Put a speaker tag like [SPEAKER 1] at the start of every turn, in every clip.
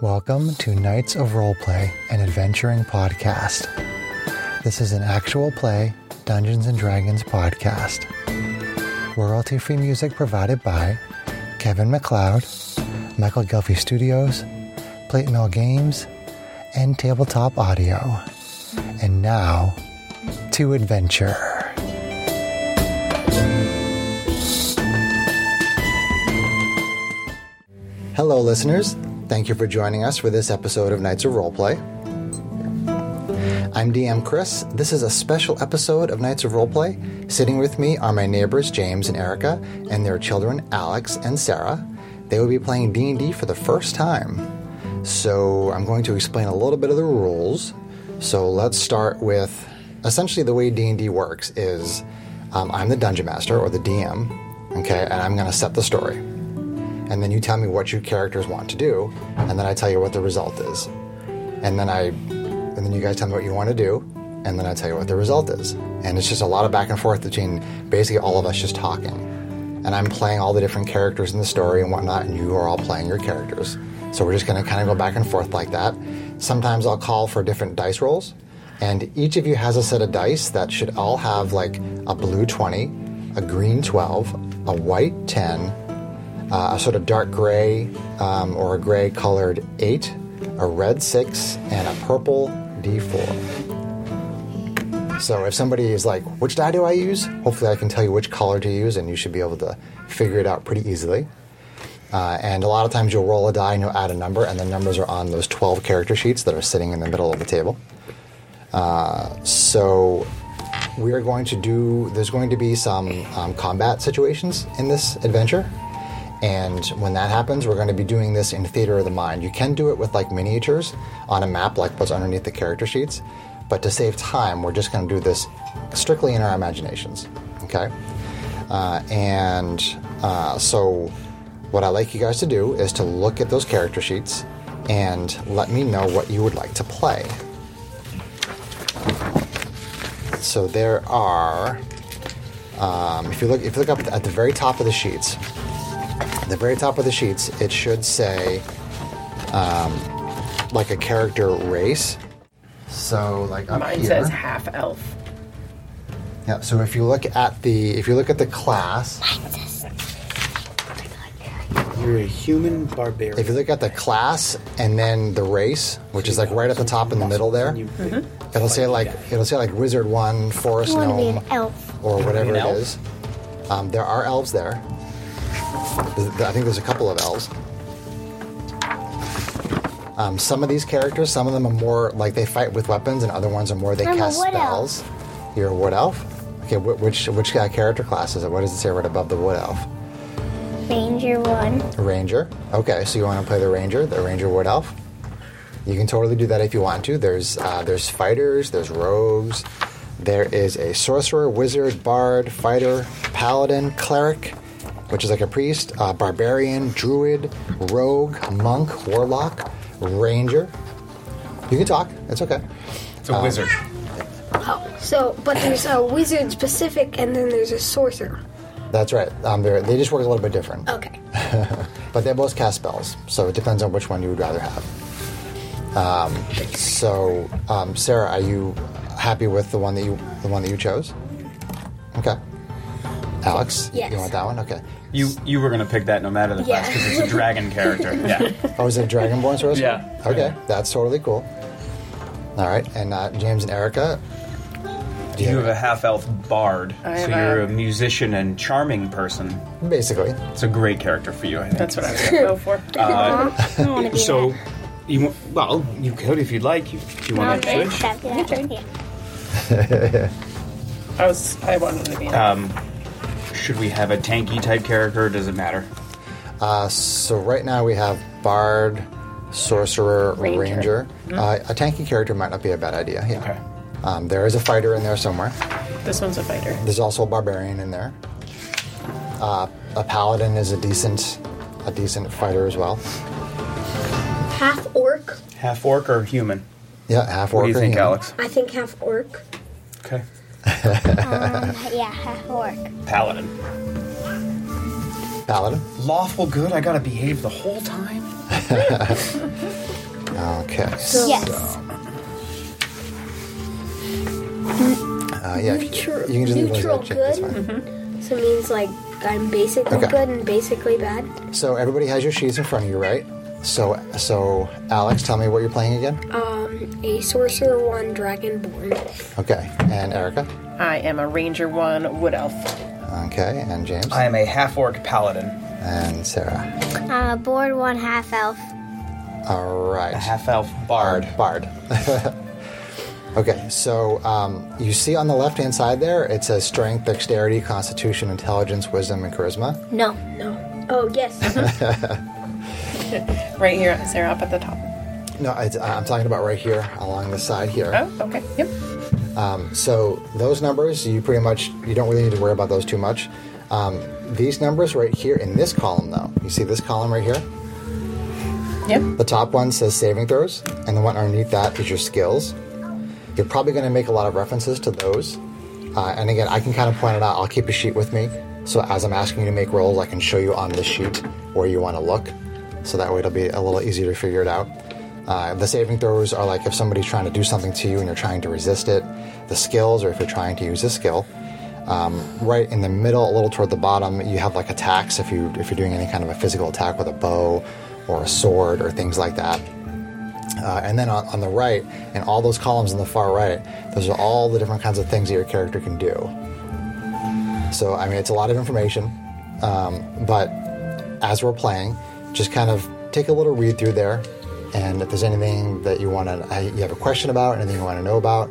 [SPEAKER 1] Welcome to Knights of Roleplay, an adventuring podcast. This is an actual play Dungeons and Dragons podcast. Royalty free music provided by Kevin McLeod, Michael Gelfie Studios, Plate Mill Games, and Tabletop Audio. And now, to adventure. Hello, listeners. Thank you for joining us for this episode of Knights of Roleplay. I'm DM Chris. This is a special episode of Knights of Roleplay. Sitting with me are my neighbors James and Erica, and their children Alex and Sarah. They will be playing D&D for the first time. So I'm going to explain a little bit of the rules. So let's start with essentially the way D&D works is um, I'm the dungeon master or the DM, okay, and I'm going to set the story and then you tell me what your characters want to do, and then I tell you what the result is. And then I and then you guys tell me what you want to do, and then I tell you what the result is. And it's just a lot of back and forth between basically all of us just talking. And I'm playing all the different characters in the story and whatnot, and you are all playing your characters. So we're just gonna kinda go back and forth like that. Sometimes I'll call for different dice rolls, and each of you has a set of dice that should all have like a blue 20, a green 12, a white 10, uh, a sort of dark gray um, or a gray colored 8, a red 6, and a purple D4. So if somebody is like, which die do I use? Hopefully, I can tell you which color to use, and you should be able to figure it out pretty easily. Uh, and a lot of times you'll roll a die and you'll add a number, and the numbers are on those 12 character sheets that are sitting in the middle of the table. Uh, so we are going to do, there's going to be some um, combat situations in this adventure. And when that happens, we're going to be doing this in Theater of the Mind. You can do it with like miniatures on a map, like what's underneath the character sheets. But to save time, we're just going to do this strictly in our imaginations. Okay? Uh, and uh, so, what I like you guys to do is to look at those character sheets and let me know what you would like to play. So, there are. Um, if you look, if you look up at the very top of the sheets, at the very top of the sheets, it should say, um, like a character race. So, like up
[SPEAKER 2] Mine
[SPEAKER 1] here.
[SPEAKER 2] says half elf.
[SPEAKER 1] Yeah. So if you look at the if you look at the class,
[SPEAKER 3] You're a human barbarian.
[SPEAKER 1] if you look at the class and then the race, which is like right at the top in the middle there,
[SPEAKER 3] You-
[SPEAKER 1] it'll say like it'll say like wizard one, forest
[SPEAKER 4] I want to be
[SPEAKER 1] gnome,
[SPEAKER 4] an elf.
[SPEAKER 1] or whatever
[SPEAKER 3] an
[SPEAKER 1] it
[SPEAKER 3] elf?
[SPEAKER 1] is. Um, there are elves there. There's- I think there's a couple of elves. Um, some of these characters, some of them are more like they fight with weapons, and other ones are more they
[SPEAKER 4] I'm a
[SPEAKER 1] cast
[SPEAKER 4] wood elf.
[SPEAKER 1] spells. You're a wood elf. Okay, wh- which which uh, character class is it? What does it say right above the wood elf?
[SPEAKER 4] Ranger one.
[SPEAKER 1] Ranger. Okay, so you want to play the ranger, the ranger wood elf. You can totally do that if you want to. There's uh, there's fighters, there's rogues, there is a sorcerer, wizard, bard, fighter, paladin, cleric, which is like a priest, uh, barbarian, druid, rogue, monk, warlock, ranger. You can talk. It's okay.
[SPEAKER 5] It's a wizard.
[SPEAKER 6] So, but there's a wizard specific, and then there's a sorcerer.
[SPEAKER 1] That's right. Um, they're- they just work a little bit different.
[SPEAKER 6] Okay.
[SPEAKER 1] But they both cast spells, so it depends on which one you would rather have. Um, so, um, Sarah, are you happy with the one that you the one that you chose? Okay. Alex,
[SPEAKER 6] Yes.
[SPEAKER 1] you want that one? Okay.
[SPEAKER 5] You you were gonna pick that no matter the class
[SPEAKER 6] Yeah.
[SPEAKER 5] because it's a dragon character. Yeah.
[SPEAKER 1] Oh, is it Dragonborn Sorcerer?
[SPEAKER 5] Yeah.
[SPEAKER 1] Okay, that's totally cool. All right, and uh, James and Erica. do
[SPEAKER 5] You
[SPEAKER 1] you
[SPEAKER 5] have a half elf bard,
[SPEAKER 2] I
[SPEAKER 5] so
[SPEAKER 2] have a-
[SPEAKER 5] you're a musician and charming person.
[SPEAKER 1] basically.
[SPEAKER 5] It's a great character for you, I think.
[SPEAKER 2] That's what I was gonna go for.
[SPEAKER 1] Uh,
[SPEAKER 4] I don't want to be an
[SPEAKER 5] So,
[SPEAKER 4] elf.
[SPEAKER 5] you wa- well you could if you'd like. You, do you want
[SPEAKER 4] Okay,
[SPEAKER 5] to switch?
[SPEAKER 4] that's good. Yeah.
[SPEAKER 2] I was. I wanted to be. an elf.
[SPEAKER 5] Should we have a tanky type character? Or does it matter?
[SPEAKER 1] Uh, so right now we have Bard, Sorcerer, Ranger.
[SPEAKER 2] Ranger.
[SPEAKER 1] Uh, a tanky character might not be a bad idea. Yeah.
[SPEAKER 5] Okay.
[SPEAKER 1] Um, there is a fighter in there somewhere.
[SPEAKER 2] this one's a fighter.
[SPEAKER 1] There's also a barbarian in there. Uh, a paladin is a decent, a decent fighter as well.
[SPEAKER 6] Half orc.
[SPEAKER 5] Half orc or human?
[SPEAKER 1] Yeah, half orc.
[SPEAKER 5] What do you
[SPEAKER 1] or
[SPEAKER 5] think,
[SPEAKER 1] human.
[SPEAKER 5] Alex?
[SPEAKER 6] I think half orc.
[SPEAKER 5] Okay.
[SPEAKER 4] Um, yeah, half orc.
[SPEAKER 5] Paladin.
[SPEAKER 1] Paladin.
[SPEAKER 5] Lawful good. I gotta behave the whole time.
[SPEAKER 1] Okay.
[SPEAKER 4] yes.
[SPEAKER 1] Uh, yeah, if you-
[SPEAKER 6] Neutral-
[SPEAKER 1] you can just leave
[SPEAKER 6] neutral
[SPEAKER 1] that check. That's
[SPEAKER 6] good?
[SPEAKER 1] fine.
[SPEAKER 6] So it means like I'm basically
[SPEAKER 1] Okay.
[SPEAKER 6] good and basically bad.
[SPEAKER 1] So everybody has your sheets in front of you, right? So, so Alex, tell me what you're playing again.
[SPEAKER 6] Uh. A sorcerer one dragonborn.
[SPEAKER 1] Okay, and Erica.
[SPEAKER 2] I am a Ranger 1 Wood Elf.
[SPEAKER 1] Okay, and James
[SPEAKER 5] I am a half orc paladin.
[SPEAKER 1] and Sarah.
[SPEAKER 4] Uh, board one half elf.
[SPEAKER 1] All right.
[SPEAKER 5] A half elf bard.
[SPEAKER 1] Bard. okay, so um, you see on the left hand side there, it says strength, dexterity, constitution, intelligence, wisdom, and charisma.
[SPEAKER 4] No.
[SPEAKER 6] No. Oh yes.
[SPEAKER 2] Right here, Sarah, up at the top.
[SPEAKER 1] No, it's, uh, I'm talking about right here along the side here.
[SPEAKER 2] Oh, okay. Yep.
[SPEAKER 1] So those numbers, you pretty much you don't really need to worry about those too much. Um, these numbers right here in this column, though, you see this column right here.
[SPEAKER 2] Yep.
[SPEAKER 1] The top one says saving throws, and the one underneath that is your skills. You're probably going to make a lot of references to those. Uh, and again, I can kind of point it out. I'll keep a sheet with me. So as I'm asking you to make rolls, I can show you on the sheet where you want to look. So that way it'll be a little easier to figure it out. Uh, the saving throws are like if somebody's trying to do something to you and you're trying to resist it. The skills are if you're trying to use a skill. Um, right in the middle, a little toward the bottom, you have like attacks if you if you're doing any kind of a physical attack with a bow or a sword or things like that. Uh, and then on, on the right, and all those columns on the far right, those are all the different kinds of things that your character can do. So I mean, it's a lot of information, um, but as we're playing, just kind of take a little read through there, and if there's anything that you want to, you have a question about, anything you want to know about,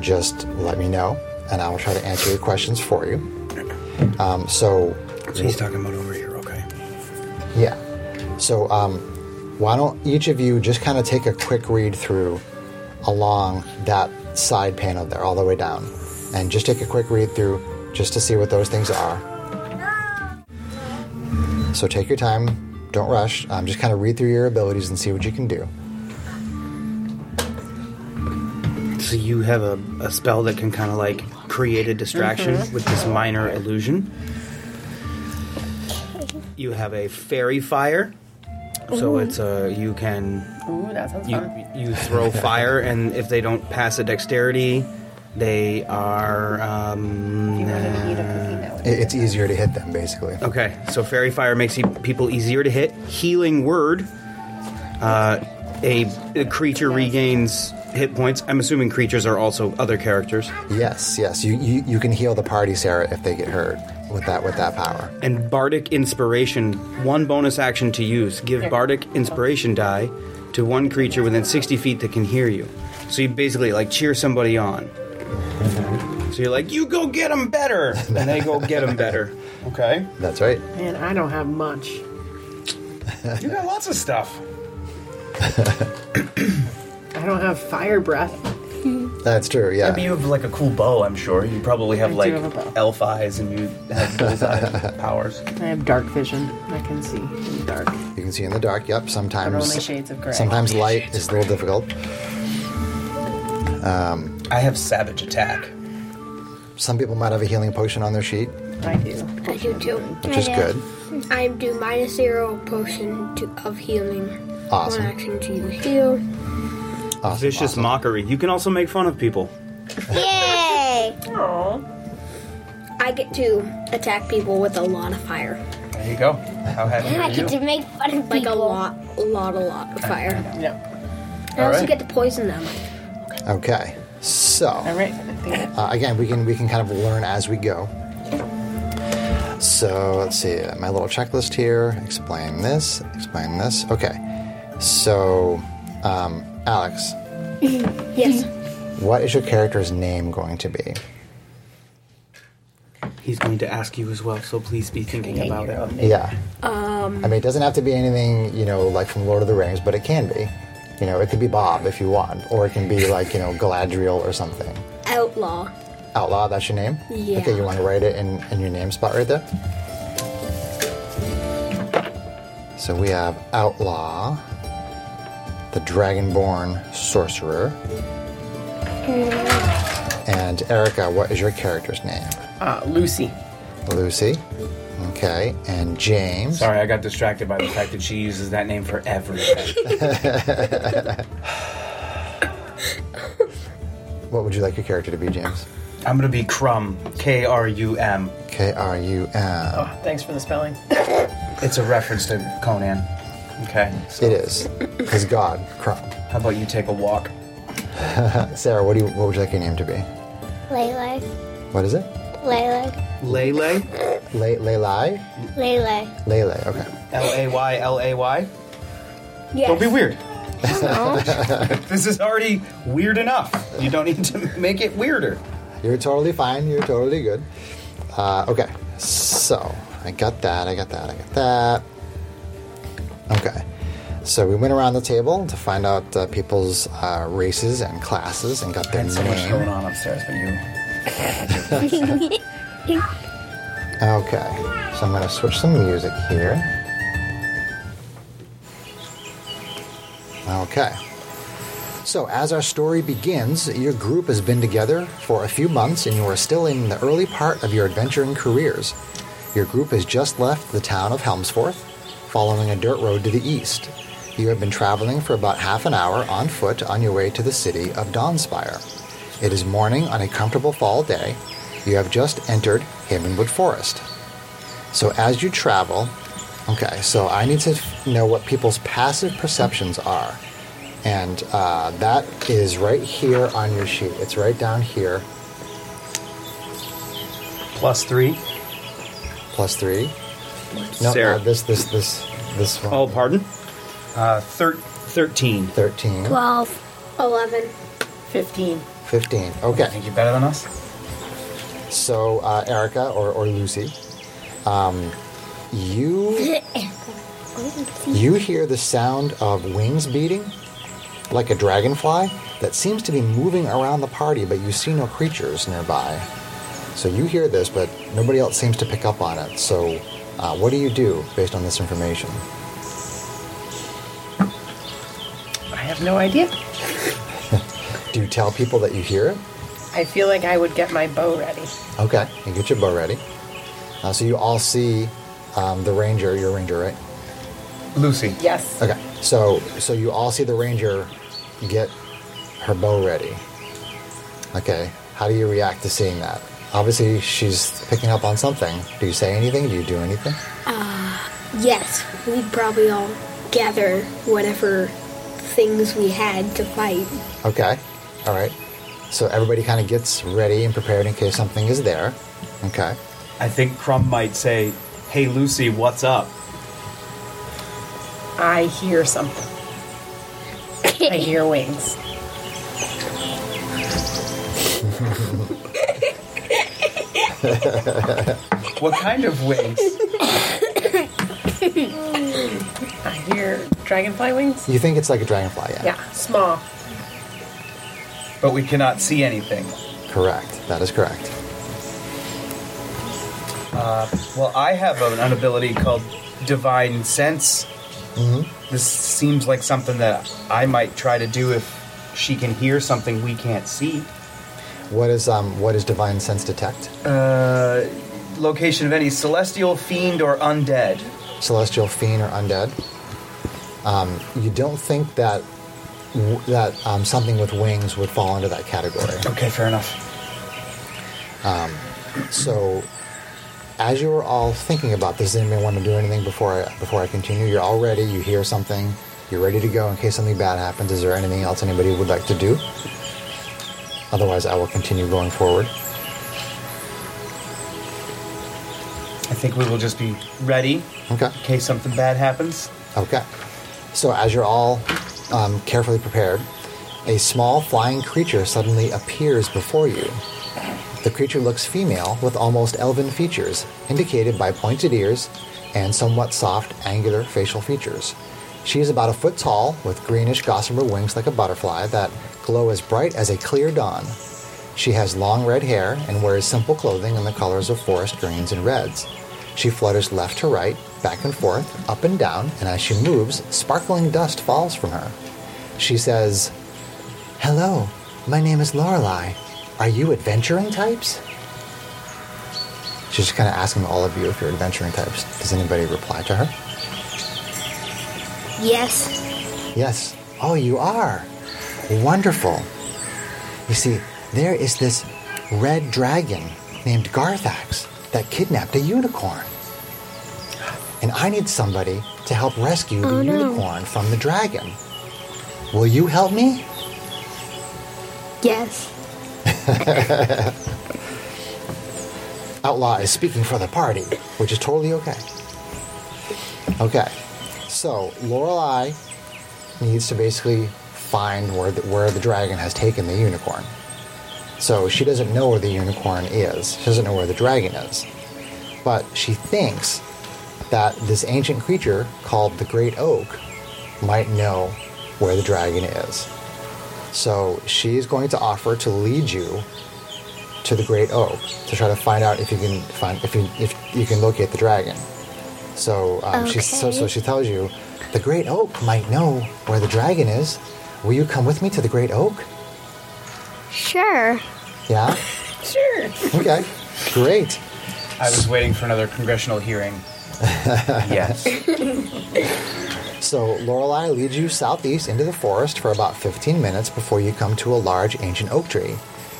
[SPEAKER 1] just let me know, and I will try to answer your questions for you. Um, so
[SPEAKER 3] So he's talking about over here, okay.
[SPEAKER 1] yeah. So, um, why don't each of you just kind of take a quick read through along that side panel there, all the way down, and just take a quick read through just to see what those things are. So, take your time. Don't rush. Um, just kind of read through your abilities and see what you can do.
[SPEAKER 3] So you have a, a spell that can kind of like create a distraction with this minor illusion. You have a fairy fire. So it's a you can
[SPEAKER 2] Ooh, that sounds
[SPEAKER 3] you,
[SPEAKER 2] fun.
[SPEAKER 3] you throw fire and if they don't pass a dexterity, they are um,
[SPEAKER 2] You really need a cookie now.
[SPEAKER 1] It- It's easier to hit them, basically.
[SPEAKER 3] Okay, so fairy fire makes e- people easier to hit. Healing word, uh, a, a creature regains hit points. I'm assuming creatures are also other characters.
[SPEAKER 1] Yes, yes. You, you you can heal the party, Sarah, if they get hurt with that with that power.
[SPEAKER 3] And bardic inspiration, one bonus action to use. Give bardic inspiration die to one creature within 60 feet that can hear you. So you basically like cheer somebody on. So you're like, you go get them better, and they go get them better.
[SPEAKER 5] Okay.
[SPEAKER 1] That's right.
[SPEAKER 7] Man, I don't have much.
[SPEAKER 5] You got lots of stuff.
[SPEAKER 7] I don't have fire breath.
[SPEAKER 1] That's true. Yeah.
[SPEAKER 5] Maybe you have like a cool bow, I'm sure. You probably have
[SPEAKER 7] I do
[SPEAKER 5] like
[SPEAKER 7] have a bow.
[SPEAKER 5] elf eyes and you have bullseye powers.
[SPEAKER 7] I have dark vision. I can see in the dark.
[SPEAKER 1] You can see in the dark. Yep. Sometimes
[SPEAKER 2] But only shades of gray.
[SPEAKER 1] Sometimes light is a little difficult.
[SPEAKER 5] I have savage attack.
[SPEAKER 1] Some people might have a healing potion on their sheet,
[SPEAKER 2] I do.
[SPEAKER 6] I do too.
[SPEAKER 1] which is
[SPEAKER 4] I
[SPEAKER 1] good.
[SPEAKER 4] do.
[SPEAKER 6] I do minus zero potion to, of healing.
[SPEAKER 1] Awesome.
[SPEAKER 6] One action to use heal.
[SPEAKER 1] Awesome,
[SPEAKER 3] Vicious
[SPEAKER 1] awesome.
[SPEAKER 3] mockery. You can also make fun of people.
[SPEAKER 4] Yay!
[SPEAKER 2] Aww.
[SPEAKER 6] I get to attack people with a lot of fire.
[SPEAKER 5] There you go. How happy
[SPEAKER 4] I
[SPEAKER 5] are you?
[SPEAKER 4] get to make fun of
[SPEAKER 6] Like
[SPEAKER 4] people.
[SPEAKER 6] a lot, a lot, a lot of fire.
[SPEAKER 2] Yeah.
[SPEAKER 6] I also
[SPEAKER 5] right.
[SPEAKER 6] get to poison them.
[SPEAKER 1] Okay, so
[SPEAKER 2] All right. I think
[SPEAKER 1] uh, again, we can we can kind of learn as we go. So let's see uh, my little checklist here. Explain this. Explain this. Okay, so um, Alex,
[SPEAKER 6] Yes.
[SPEAKER 1] what is your character's name going to be?
[SPEAKER 3] He's going to ask you as well, so please be thinking about it.
[SPEAKER 1] Yeah. Um, I mean, it doesn't have to be anything, you know, like from Lord of the Rings, but it can be. You know, it could be Bob if you want, or it can be like, you know, Galadriel or something.
[SPEAKER 6] Outlaw.
[SPEAKER 1] Outlaw, that's your name?
[SPEAKER 6] Yeah.
[SPEAKER 1] Okay, you want to write it in, in your name spot right there? So we have Outlaw, the Dragonborn Sorcerer. And Erica, what is your character's name?
[SPEAKER 2] uh, Lucy.
[SPEAKER 1] Lucy. Okay, and James.
[SPEAKER 5] Sorry, I got distracted by the fact that she uses that name for everything.
[SPEAKER 1] What would you like your character to be, James?
[SPEAKER 5] I'm gonna be Crumb, K R U M.
[SPEAKER 1] K R U M.
[SPEAKER 2] Oh, thanks for the spelling.
[SPEAKER 5] It's a reference to Conan. Okay.
[SPEAKER 1] It is. His god, Crumb.
[SPEAKER 5] How about you take a walk?
[SPEAKER 1] Sarah, what do you? What would you like your name to be?
[SPEAKER 4] Lele.
[SPEAKER 1] What is it?
[SPEAKER 4] Lele.
[SPEAKER 3] Lele?
[SPEAKER 1] Le- Lelai.
[SPEAKER 4] Lele.
[SPEAKER 1] Lele. Okay.
[SPEAKER 3] L A Y L A Y?
[SPEAKER 6] Yes.
[SPEAKER 5] Don't be weird. this is already weird enough. You don't need to make it weirder.
[SPEAKER 1] You're totally fine. You're totally good. Uh, okay. So I got that. I got that. I got that. Okay. So we went around the table to find out uh, people's uh, races and classes and got their
[SPEAKER 5] There's so much going
[SPEAKER 1] name.
[SPEAKER 5] on upstairs, but you.
[SPEAKER 1] Okay. So I'm going to switch some music here. Okay. So, as our story begins, your group has been together for a few months and you are still in the early part of your adventuring careers. Your group has just left the town of Helmsforth, following a dirt road to the east. You have been traveling for about half an hour on foot on your way to the city of Dawnspire. It is morning on a comfortable fall day. You have just entered Havenwood Forest. So, as you travel, okay, so I need to know what people's passive perceptions are. And uh, that is right here on your sheet. It's right down here,
[SPEAKER 3] Plus three.
[SPEAKER 1] plus three. No, uh,
[SPEAKER 3] Sarah.
[SPEAKER 1] this, this, this, this one.
[SPEAKER 3] Oh, pardon? Uh, thir- 13.
[SPEAKER 1] 13,
[SPEAKER 4] 12.
[SPEAKER 6] Eleven.
[SPEAKER 2] 15.
[SPEAKER 1] 15.
[SPEAKER 5] I
[SPEAKER 1] Okay.
[SPEAKER 5] think you're better than us.
[SPEAKER 1] So, uh, Erica or, or Lucy, um, you you hear the sound of wings beating like a dragonfly that seems to be moving around the party, but you see no creatures nearby. So you hear this, but nobody else seems to pick up on it. So, uh, what do you do based on this information?
[SPEAKER 2] I have no idea.
[SPEAKER 1] Do you tell people that you hear it?
[SPEAKER 2] I feel like I would get my bow ready.
[SPEAKER 1] Okay, you get your bow ready. Uh, so you all see um, the ranger. You're a ranger, right?
[SPEAKER 5] Lucy.
[SPEAKER 2] Yes.
[SPEAKER 1] Okay, so so you all see the ranger get her bow ready. Okay, how do you react to seeing that? Obviously, she's picking up on something. Do you say anything? Do you do anything?
[SPEAKER 6] Yes, we probably all gather whatever things we had to fight.
[SPEAKER 1] Okay, all right. So everybody kind of gets ready and prepared in case something is there. Okay,
[SPEAKER 5] I think Crumb might say, Hey Lucy, what's up?
[SPEAKER 2] I hear something. I hear wings.
[SPEAKER 5] What kind of wings?
[SPEAKER 2] I hear dragonfly wings.
[SPEAKER 1] you think it's like a dragonfly?
[SPEAKER 2] Yeah, small.
[SPEAKER 5] but we cannot see anything.
[SPEAKER 1] Correct. That is correct.
[SPEAKER 5] Well, I have an, an ability called Divine Sense. This seems like something that I might try to do if she can hear something we can't see.
[SPEAKER 1] What is um what is divine sense detect?
[SPEAKER 5] Uh, location of any celestial, fiend, or undead.
[SPEAKER 1] celestial fiend or undead. Um, you don't think that w- that um, something with wings would fall into that category.
[SPEAKER 5] Okay, fair enough.
[SPEAKER 1] So, as you were all thinking about this, did anybody want to do anything before I, before I continue? You're all ready. You hear something. You're ready to go in case something bad happens. Is there anything else anybody would like to do? Otherwise, I will continue going forward.
[SPEAKER 5] I think we will just be ready
[SPEAKER 1] Okay.
[SPEAKER 5] in case something bad happens.
[SPEAKER 1] Okay. So as you're all um, carefully prepared, a small flying creature suddenly appears before you. The creature looks female with almost elven features, indicated by pointed ears and somewhat soft, angular facial features. She is about a foot tall, with greenish gossamer wings like a butterfly that glow as bright as a clear dawn. She has long red hair and wears simple clothing in the colors of forest greens and reds. She flutters left to right, back and forth, up and down, and as she moves, sparkling dust falls from her. She says, Hello, my name is Lorelei. Are you adventuring types? She's just kind of asking all of you if you're adventuring types. Does anybody reply to her?
[SPEAKER 6] Yes.
[SPEAKER 1] Yes. Oh, you are. Wonderful. You see, there is this red dragon named Garthax that kidnapped a unicorn. And I need somebody to help rescue the unicorn from the dragon. Will you help me?
[SPEAKER 6] Yes.
[SPEAKER 1] Outlaw is speaking for the party, which is totally okay. Okay, so Lorelai needs to basically find where the, where the dragon has taken the unicorn. So she doesn't know where the unicorn is. She doesn't know where the dragon is, but she thinks that this ancient creature called the Great Oak might know where the dragon is. So she is going to offer to lead you to the Great Oak to try to find out if you can find if you if you can locate the dragon. So um, she so, so
[SPEAKER 4] Okay.
[SPEAKER 1] she tells you the Great Oak might know where the dragon is. Will you come with me to the Great Oak?
[SPEAKER 4] Sure.
[SPEAKER 1] Yeah.
[SPEAKER 2] Sure.
[SPEAKER 1] Okay. Great.
[SPEAKER 5] I was waiting for another congressional hearing.
[SPEAKER 3] Yes.
[SPEAKER 1] So Lorelei leads you southeast into the forest for about 15 minutes before you come to a large ancient oak tree.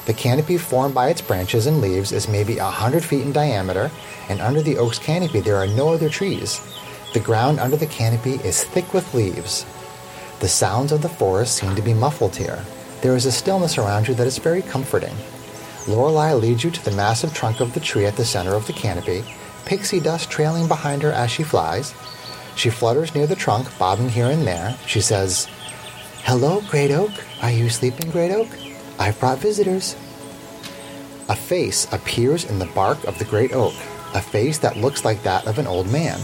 [SPEAKER 1] The canopy formed by its branches and leaves is maybe 100 feet in diameter, and under the oak's canopy there are no other trees. The ground under the canopy is thick with leaves. The sounds of the forest seem to be muffled here. There is a stillness around you that is very comforting. Lorelei leads you to the massive trunk of the tree at the center of the canopy, pixie dust trailing behind her as she flies. She flutters near the trunk, bobbing here and there. She says, Hello, Great Oak. Are you sleeping, Great Oak? I've brought visitors. A face appears in the bark of the Great Oak, a face that looks like that of an old man.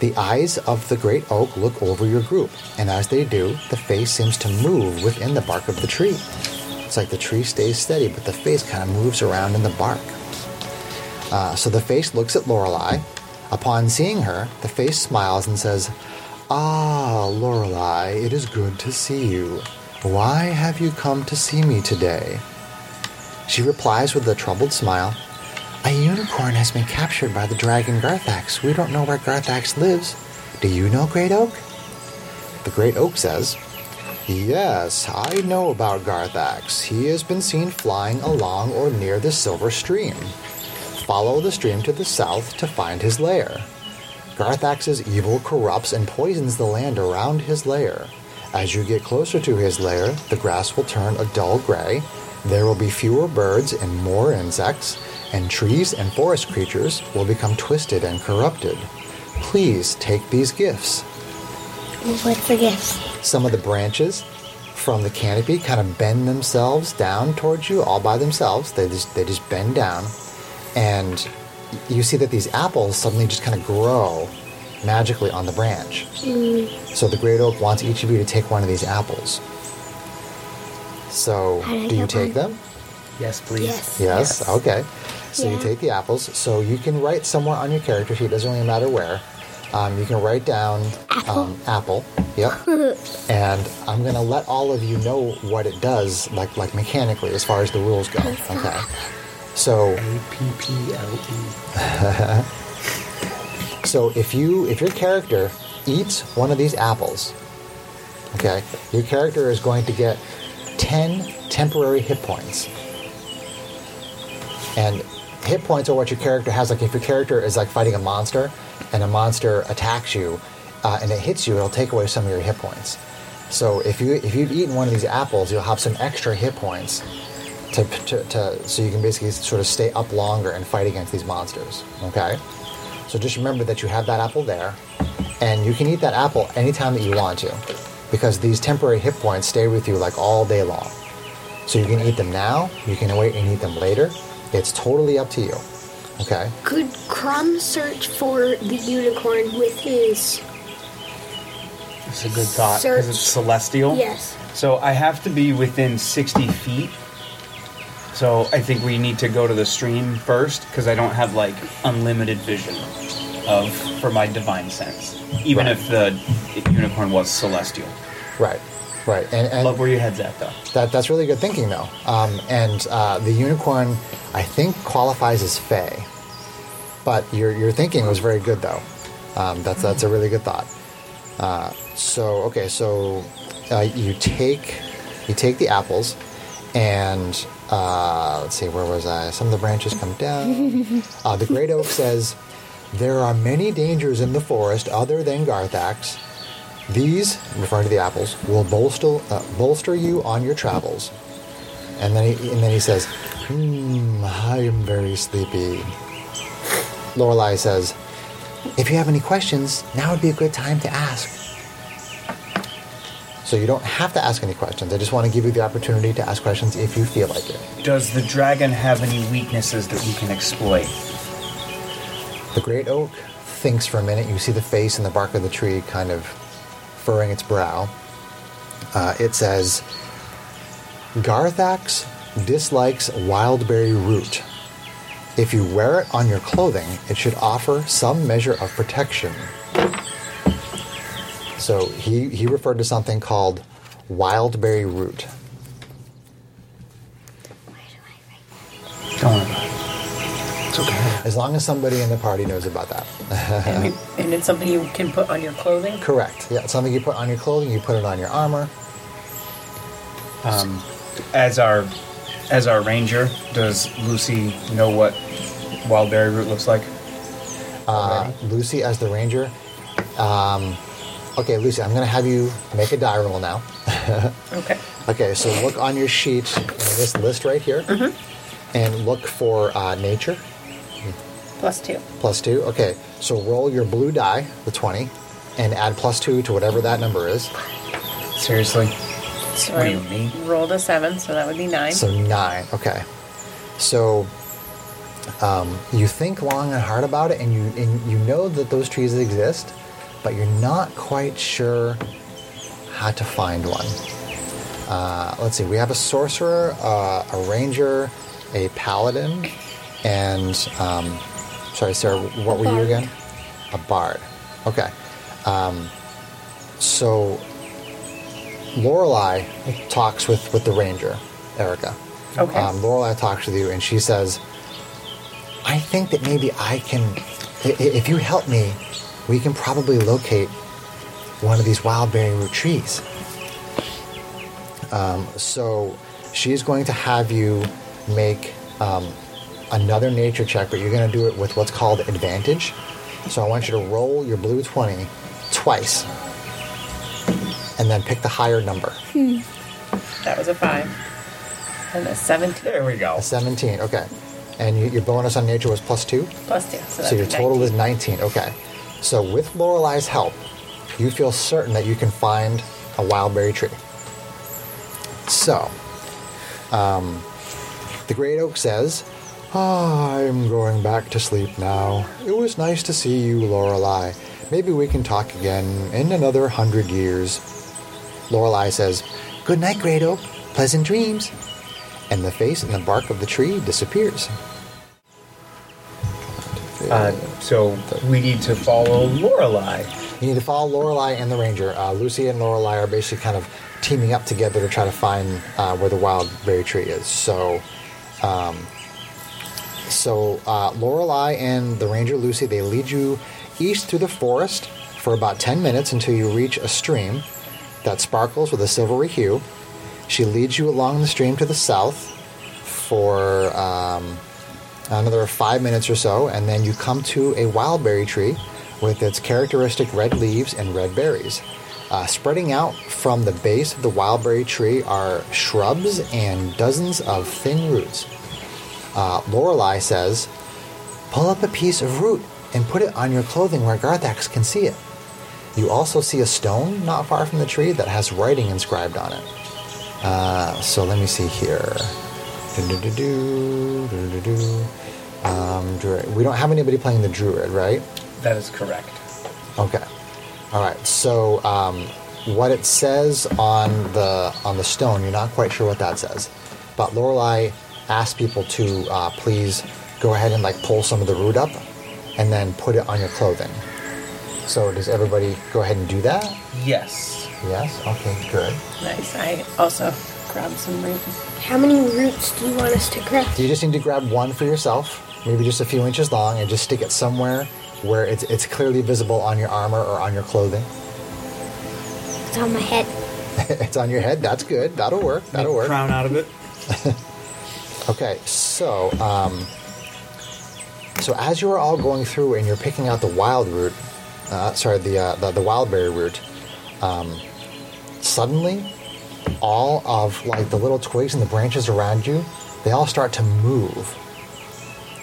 [SPEAKER 1] The eyes of the Great Oak look over your group, and as they do, the face seems to move within the bark of the tree. It's like the tree stays steady, but the face kind of moves around in the bark. Uh, so the face looks at Lorelei. Upon seeing her, the face smiles and says, "Ah, Lorelei, it is good to see you. Why have you come to see me today?" She replies with a troubled smile, "A unicorn has been captured by the dragon Garthax. We don't know where Garthax lives. Do you know Great Oak?" The Great Oak says, Yes, I know about Garthax. He has been seen flying along or near the Silver Stream follow the stream to the south to find his lair. Garthax's evil corrupts and poisons the land around his lair. As you get closer to his lair, the grass will turn a dull gray. There will be fewer birds and more insects, and trees and forest creatures will become twisted and corrupted. Please take these gifts.
[SPEAKER 4] What's the gift?
[SPEAKER 1] Some of the branches from the canopy kind of bend themselves down towards you all by themselves. They just, they just bend down. And you see that these apples suddenly just kind of grow magically on the branch.
[SPEAKER 4] Mm.
[SPEAKER 1] So the great oak wants each of you to take one of these apples. So,
[SPEAKER 4] I
[SPEAKER 1] do you
[SPEAKER 4] get
[SPEAKER 1] take
[SPEAKER 4] one?
[SPEAKER 1] them?
[SPEAKER 3] yes, please.
[SPEAKER 6] Yes.
[SPEAKER 1] Yes, okay. So you
[SPEAKER 4] Yeah.
[SPEAKER 1] take the apples. So you can write somewhere on your character sheet, doesn't really matter where. Um, you can write down apple. Um, apple. Yep. and I'm going to let all of you know what it does, like like mechanically, as far as the rules go. Okay. So So if you if your character eats one of these apples, okay, your character is going to get ten temporary hit points. And hit points are what your character has. Like if your character is like fighting a monster, and a monster attacks you, uh, and it hits you, it'll take away some of your hit points. So if you if you've eaten one of these apples, you'll have some extra hit points to, to, to so you can basically sort of stay up longer and fight against these monsters. Okay. So just remember that you have that apple there, and you can eat that apple anytime that you want to, because these temporary hit points stay with you like all day long. So you can eat them now, you can wait and eat them later. It's totally up to you. Okay.
[SPEAKER 6] Could Crumb search for the unicorn with his?
[SPEAKER 5] It's a good thought because it's
[SPEAKER 6] Search.
[SPEAKER 5] celestial.
[SPEAKER 6] Yes.
[SPEAKER 5] So I have to be within 60 feet. So I think we need to go to the stream first because I don't have like unlimited vision of for my divine sense. Even
[SPEAKER 1] Right.
[SPEAKER 5] if the unicorn was celestial.
[SPEAKER 1] Right. Right. And, and
[SPEAKER 5] Love where your head's at though.
[SPEAKER 1] That, that's really good thinking, though. Um, and uh, the unicorn, I think, qualifies as Fey. But your your thinking was very good though. Um, that's that's a really good thought. Uh, so okay, so uh, you take you take the apples, and uh, let's see where was I? Some of the branches come down. uh, the great oak says, "There are many dangers in the forest other than Garthax. These, referring to the apples, will bolster uh, bolster you on your travels." And then he and then he says, "Hmm, I am very sleepy." Lorelai says, if you have any questions, now would be a good time to ask. So you don't have to ask any questions. I just want to give you the opportunity to ask questions if you feel like it.
[SPEAKER 5] Does the dragon have any weaknesses that we can exploit?
[SPEAKER 1] The great oak thinks for a minute. You see the face and the bark of the tree kind of furrowing its brow. Uh, it says, Garthax dislikes wildberry root. If you wear it on your clothing, it should offer some measure of protection. So he, he referred to something called wildberry root.
[SPEAKER 5] Don't worry about it. It's okay.
[SPEAKER 1] As long as somebody in the party knows about that.
[SPEAKER 8] and, and it's something you can put on your clothing.
[SPEAKER 1] Correct. Yeah, it's something you put on your clothing, you put it on your armor.
[SPEAKER 5] Um, as our as our ranger, does Lucy know what wildberry root looks like?
[SPEAKER 1] Uh, Lucy as the ranger. Um, okay, Lucy, I'm going to have you make a die roll now.
[SPEAKER 8] Okay.
[SPEAKER 1] Okay, so look on your sheet in this list right here, and look for uh, nature
[SPEAKER 8] Plus two.
[SPEAKER 1] plus two. Okay, so roll your blue die, the twenty, and add plus two to whatever that number is.
[SPEAKER 5] Seriously?
[SPEAKER 8] So
[SPEAKER 5] What do you
[SPEAKER 8] I
[SPEAKER 5] mean?
[SPEAKER 8] Rolled a seven, so that would be nine.
[SPEAKER 1] So nine. Okay. So um, you think long and hard about it, and you and you know that those trees exist, but you're not quite sure how to find one. Uh, let's see. We have a sorcerer, uh, a ranger, a paladin, and um, sorry, Sarah. What were you again? A bard. Okay. Um, so Lorelai talks with, with the ranger, Erica.
[SPEAKER 8] Okay.
[SPEAKER 1] Um, Lorelai talks with you, and she says, "I think that maybe I can, i- i- if you help me, we can probably locate one of these wildberry root trees." Um, so she's going to have you make um, another nature check, but you're going to do it with what's called advantage. So I want you to roll your blue twenty twice, and then pick the higher number.
[SPEAKER 8] That was a five. And a seventeen
[SPEAKER 5] There we go.
[SPEAKER 1] A 17, okay. And you, your bonus on nature was plus two?
[SPEAKER 8] plus two. So,
[SPEAKER 1] so
[SPEAKER 8] that's
[SPEAKER 1] your
[SPEAKER 8] a
[SPEAKER 1] total
[SPEAKER 8] 19.
[SPEAKER 1] is 19, okay. So with Lorelai's help, you feel certain that you can find a wildberry tree. So, um, the great oak says, I'm going back to sleep now. It was nice to see you, Lorelei. Maybe we can talk again in another hundred years. Lorelei says, Good night, Great Oak. Pleasant dreams. And the face and the bark of the tree disappears.
[SPEAKER 5] Uh, so we need to follow Lorelei.
[SPEAKER 1] You need to follow Lorelei and the ranger. Uh, Lucy and Lorelei are basically kind of teaming up together to try to find uh, where the wild berry tree is. So, um, so uh, Lorelei and the ranger Lucy they lead you east through the forest for about ten minutes until you reach a stream that sparkles with a silvery hue. She leads you along the stream to the south for um, another five minutes or so, and then you come to a wildberry tree with its characteristic red leaves and red berries. Uh, spreading out from the base of the wildberry tree are shrubs and dozens of thin roots. Uh, Lorelei says, Pull up a piece of root and put it on your clothing where Garthax can see it. You also see a stone not far from the tree that has writing inscribed on it. Uh, so let me see here. Do-do-do-do, do-do-do. Um, druid. we don't have anybody playing the druid, right?
[SPEAKER 5] That is correct.
[SPEAKER 1] Okay. All right. So um, what it says on the on the stone, you're not quite sure what that says, but Lorelai asked people to uh, please go ahead and like pull some of the root up, and then put it on your clothing. So does everybody go ahead and do that?
[SPEAKER 5] Yes.
[SPEAKER 1] Yes. Okay. Good.
[SPEAKER 8] nice. I also grabbed some root.
[SPEAKER 6] How many roots do you want us to grab?
[SPEAKER 1] You just need to grab one for yourself. maybe just a few inches long, and just stick it somewhere where it's, it's clearly visible on your armor or on your clothing.
[SPEAKER 4] It's on my head.
[SPEAKER 1] it's on your head. That's good. That'll work. That'll work.
[SPEAKER 5] Crown out of it.
[SPEAKER 1] Okay, so um, so as you are all going through and you're picking out the wild root, uh, sorry, the, uh, the the wildberry root, um, suddenly all of like the little twigs and the branches around you, they all start to move,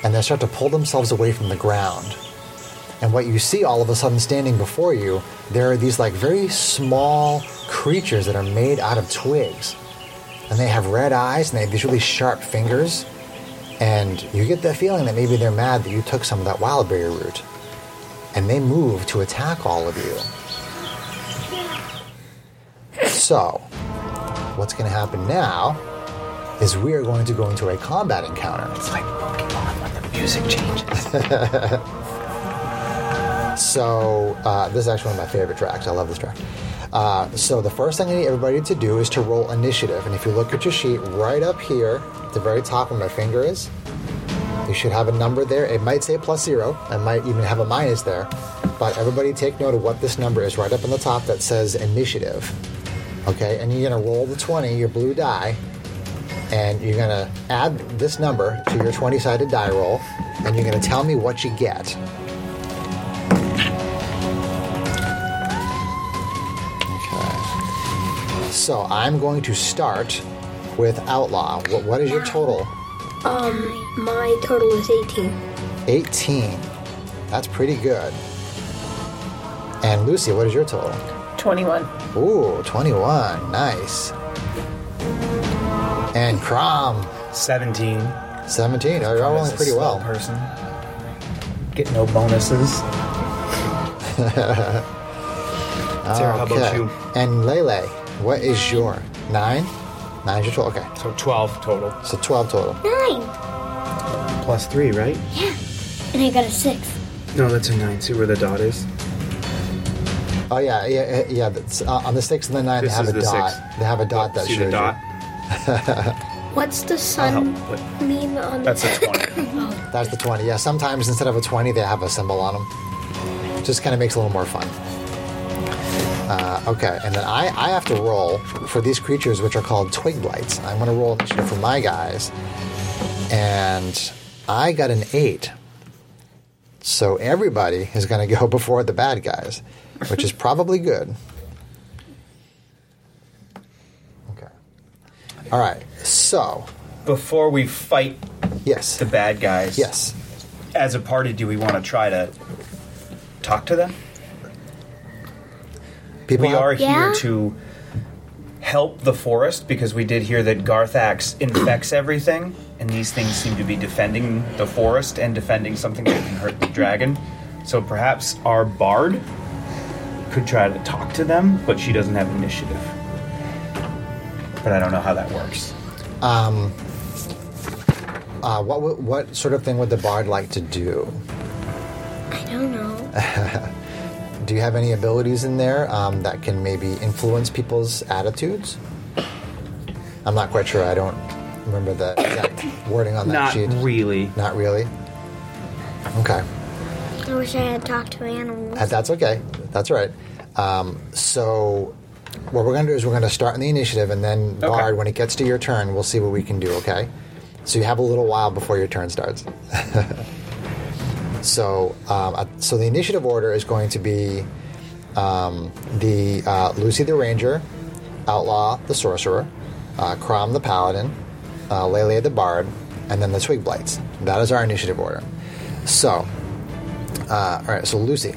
[SPEAKER 1] and they start to pull themselves away from the ground. And what you see all of a sudden standing before you, there are these like very small creatures that are made out of twigs and they have red eyes and they have these really sharp fingers. And you get the feeling that maybe they're mad that you took some of that wildberry root. And they move to attack all of you. So, what's going to happen now is we are going to go into a combat encounter. It's like So uh, this is actually one of my favorite tracks. I love this track. Uh, so the first thing I need everybody to do is to roll initiative. And if you look at your sheet right up here, at the very top where my finger is, you should have a number there. It might say plus zero. It might even have a minus there. But everybody take note of what this number is right up on the top that says initiative. Okay, and you're gonna roll the 20, your blue die, and you're gonna add this number to your 20 sided die roll, and you're gonna tell me what you get. Okay. So I'm going to start with Outlaw. What, what is your total?
[SPEAKER 6] My total is 18.
[SPEAKER 1] 18. That's pretty good. And Lucy, what is your total?
[SPEAKER 8] 21.
[SPEAKER 1] Ooh, 21. Nice. And Crom,
[SPEAKER 5] 17.
[SPEAKER 1] 17. Oh, you're all rolling
[SPEAKER 5] That's a
[SPEAKER 1] pretty
[SPEAKER 5] slow
[SPEAKER 1] well.
[SPEAKER 5] Person. Get no bonuses. Sarah, how about
[SPEAKER 1] Okay.
[SPEAKER 5] you?
[SPEAKER 1] And Lele, what is your? Nine? Nine's your total. Okay.
[SPEAKER 5] So 12 total.
[SPEAKER 1] So 12 total.
[SPEAKER 4] Nine.
[SPEAKER 3] Plus three, right?
[SPEAKER 4] Yeah. And I got a six.
[SPEAKER 3] No, that's a nine. See where the dot is?
[SPEAKER 1] Oh, yeah. Yeah. yeah, yeah that's, uh, on the six and the nine,
[SPEAKER 3] This
[SPEAKER 1] they have
[SPEAKER 3] is
[SPEAKER 1] a
[SPEAKER 3] the
[SPEAKER 1] dot.
[SPEAKER 3] six.
[SPEAKER 1] They have a dot that
[SPEAKER 3] See
[SPEAKER 1] shows
[SPEAKER 3] the dot?
[SPEAKER 6] What's the
[SPEAKER 5] Uh-huh.
[SPEAKER 6] sun
[SPEAKER 3] Help, but
[SPEAKER 6] mean on
[SPEAKER 5] That's a 20.
[SPEAKER 1] you. That's the 20. Yeah. Sometimes instead of a 20, they have a symbol on them. Just kind of makes it a little more fun. Uh, okay. And then I, I have to roll for these creatures, which are called twig blights. I'm going to roll initiative for my guys. And I got an eight. So everybody is going to go before the bad guys, which is probably good. Okay. All right. So,
[SPEAKER 5] Before we fight
[SPEAKER 1] yes.
[SPEAKER 5] the bad guys,
[SPEAKER 1] Yes.
[SPEAKER 5] as a party, do we want to try to talk to them?
[SPEAKER 1] People
[SPEAKER 5] We
[SPEAKER 1] have-
[SPEAKER 5] are
[SPEAKER 4] Yeah.
[SPEAKER 5] here to help the forest because we did hear that Garthax infects everything, and these things seem to be defending the forest and defending something that can hurt the dragon. So perhaps our bard could try to talk to them, but she doesn't have initiative. But I don't know how that works.
[SPEAKER 1] Uh, what would- what sort of thing would the bard like to do?
[SPEAKER 4] I don't know.
[SPEAKER 1] Do you have any abilities in there um, that can maybe influence people's attitudes? I'm not quite sure. I don't remember the exact wording on that
[SPEAKER 5] Not
[SPEAKER 1] sheet.
[SPEAKER 5] really.
[SPEAKER 1] Not really. Okay,
[SPEAKER 4] I wish I had talked to animals.
[SPEAKER 1] Uh, that's okay. That's all right. Um, so, what we're going to do is we're going to start in the initiative, and then Bard, when it gets to your turn, we'll see what we can do. Okay. So you have a little while before your turn starts. so, um, uh, so the initiative order is going to be um, the uh, Lucy the Ranger, Outlaw the Sorcerer, uh, Crom the Paladin, uh, Lele the Bard, and then the Twig Blights. That is our initiative order. So, uh, all right. So Lucy,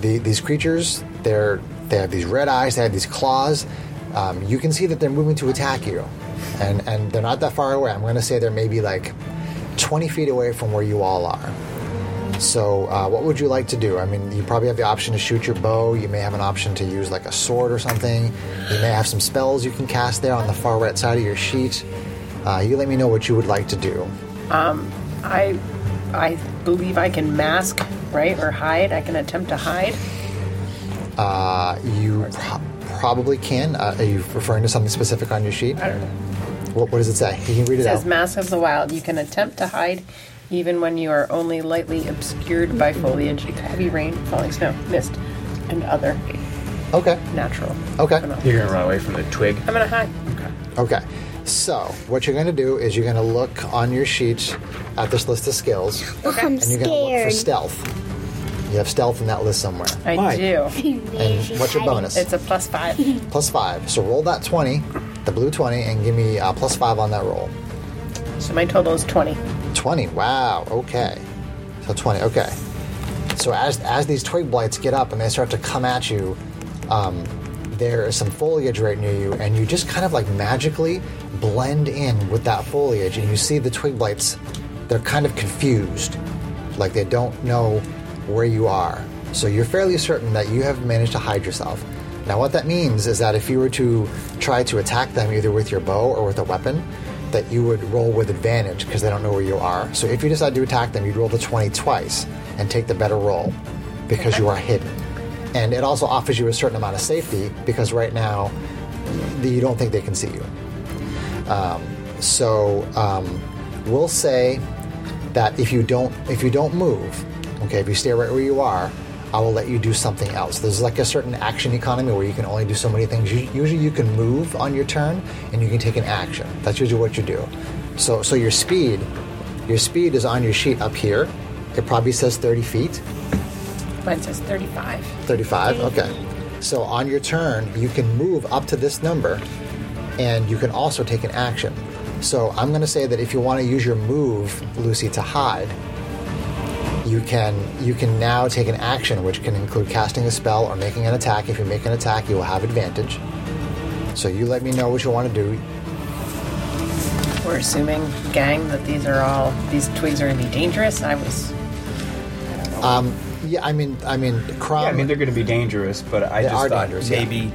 [SPEAKER 1] the, these creatures, they're they have these red eyes, they have these claws. Um, you can see that they're moving to attack you, and and they're not that far away. I'm going to say they're maybe like 20 feet away from where you all are. So, uh, what would you like to do? I mean, you probably have the option to shoot your bow. You may have an option to use like a sword or something. You may have some spells you can cast there on the far right side of your sheet. Uh, you let me know what you would like to do.
[SPEAKER 7] I, I believe I can mask, right, or hide. I can attempt to hide.
[SPEAKER 1] Uh, you pro- probably can. Uh, are you referring to something specific on your sheet?
[SPEAKER 7] I don't know.
[SPEAKER 1] What, what does it say? You can read it,
[SPEAKER 7] It says
[SPEAKER 1] out.
[SPEAKER 7] Mask of the Wild. You can attempt to hide even when you are only lightly obscured by foliage, heavy rain, falling snow, mist, and other
[SPEAKER 1] Okay.
[SPEAKER 7] natural.
[SPEAKER 1] Okay.
[SPEAKER 7] phenomena.
[SPEAKER 5] You're gonna run away from the twig.
[SPEAKER 7] I'm gonna hide.
[SPEAKER 1] Okay. So, what you're going to do is you're going to look on your sheet at this list of skills,
[SPEAKER 4] Oh, I'm
[SPEAKER 1] and you're going to look for
[SPEAKER 4] scared.
[SPEAKER 1] stealth. You have stealth in that list somewhere.
[SPEAKER 7] I
[SPEAKER 5] Why?
[SPEAKER 7] do.
[SPEAKER 1] And what's your bonus?
[SPEAKER 7] It's a plus five.
[SPEAKER 1] Plus five. So roll that 20, the blue 20, and give me uh, plus five on that roll.
[SPEAKER 7] So my total is twenty.
[SPEAKER 1] 20. Wow. Okay. So 20. Okay. So as as these twig blights get up and they start to come at you, um, there is some foliage right near you, and you just kind of like magically blend in with that foliage, and you see the twig blights. They're kind of confused, like they don't know where you are. So you're fairly certain that you have managed to hide yourself. Now, what that means is that if you were to try to attack them either with your bow or with a weapon, that you would roll with advantage because they don't know where you are. So if you decide to attack them, you'd roll the 20 twice and take the better roll because you are hidden. And it also offers you a certain amount of safety because right now th- you don't think they can see you. Um, so um, we'll say that if you don't if you don't move, okay, if you stay right where you are, I will let you do something else. There's like a certain action economy where you can only do so many things. You, usually, you can move on your turn and you can take an action. That's usually what you do. So, so your speed, your speed is on your sheet up here. It probably says 30 feet.
[SPEAKER 7] Mine says thirty-five.
[SPEAKER 1] 35 okay so on your turn you can move up to this number and you can also take an action so i'm going to say that if you want to use your move lucy to hide you can you can now take an action which can include casting a spell or making an attack if you make an attack you will have advantage so you let me know what you want to do
[SPEAKER 7] We're assuming, gang, that these are all these twigs are gonna be dangerous. I was
[SPEAKER 1] yeah i mean i mean crime
[SPEAKER 5] Yeah, I mean they're going to be dangerous, but I
[SPEAKER 1] Um, They are
[SPEAKER 5] just thought
[SPEAKER 1] dangerous, yeah.
[SPEAKER 5] maybe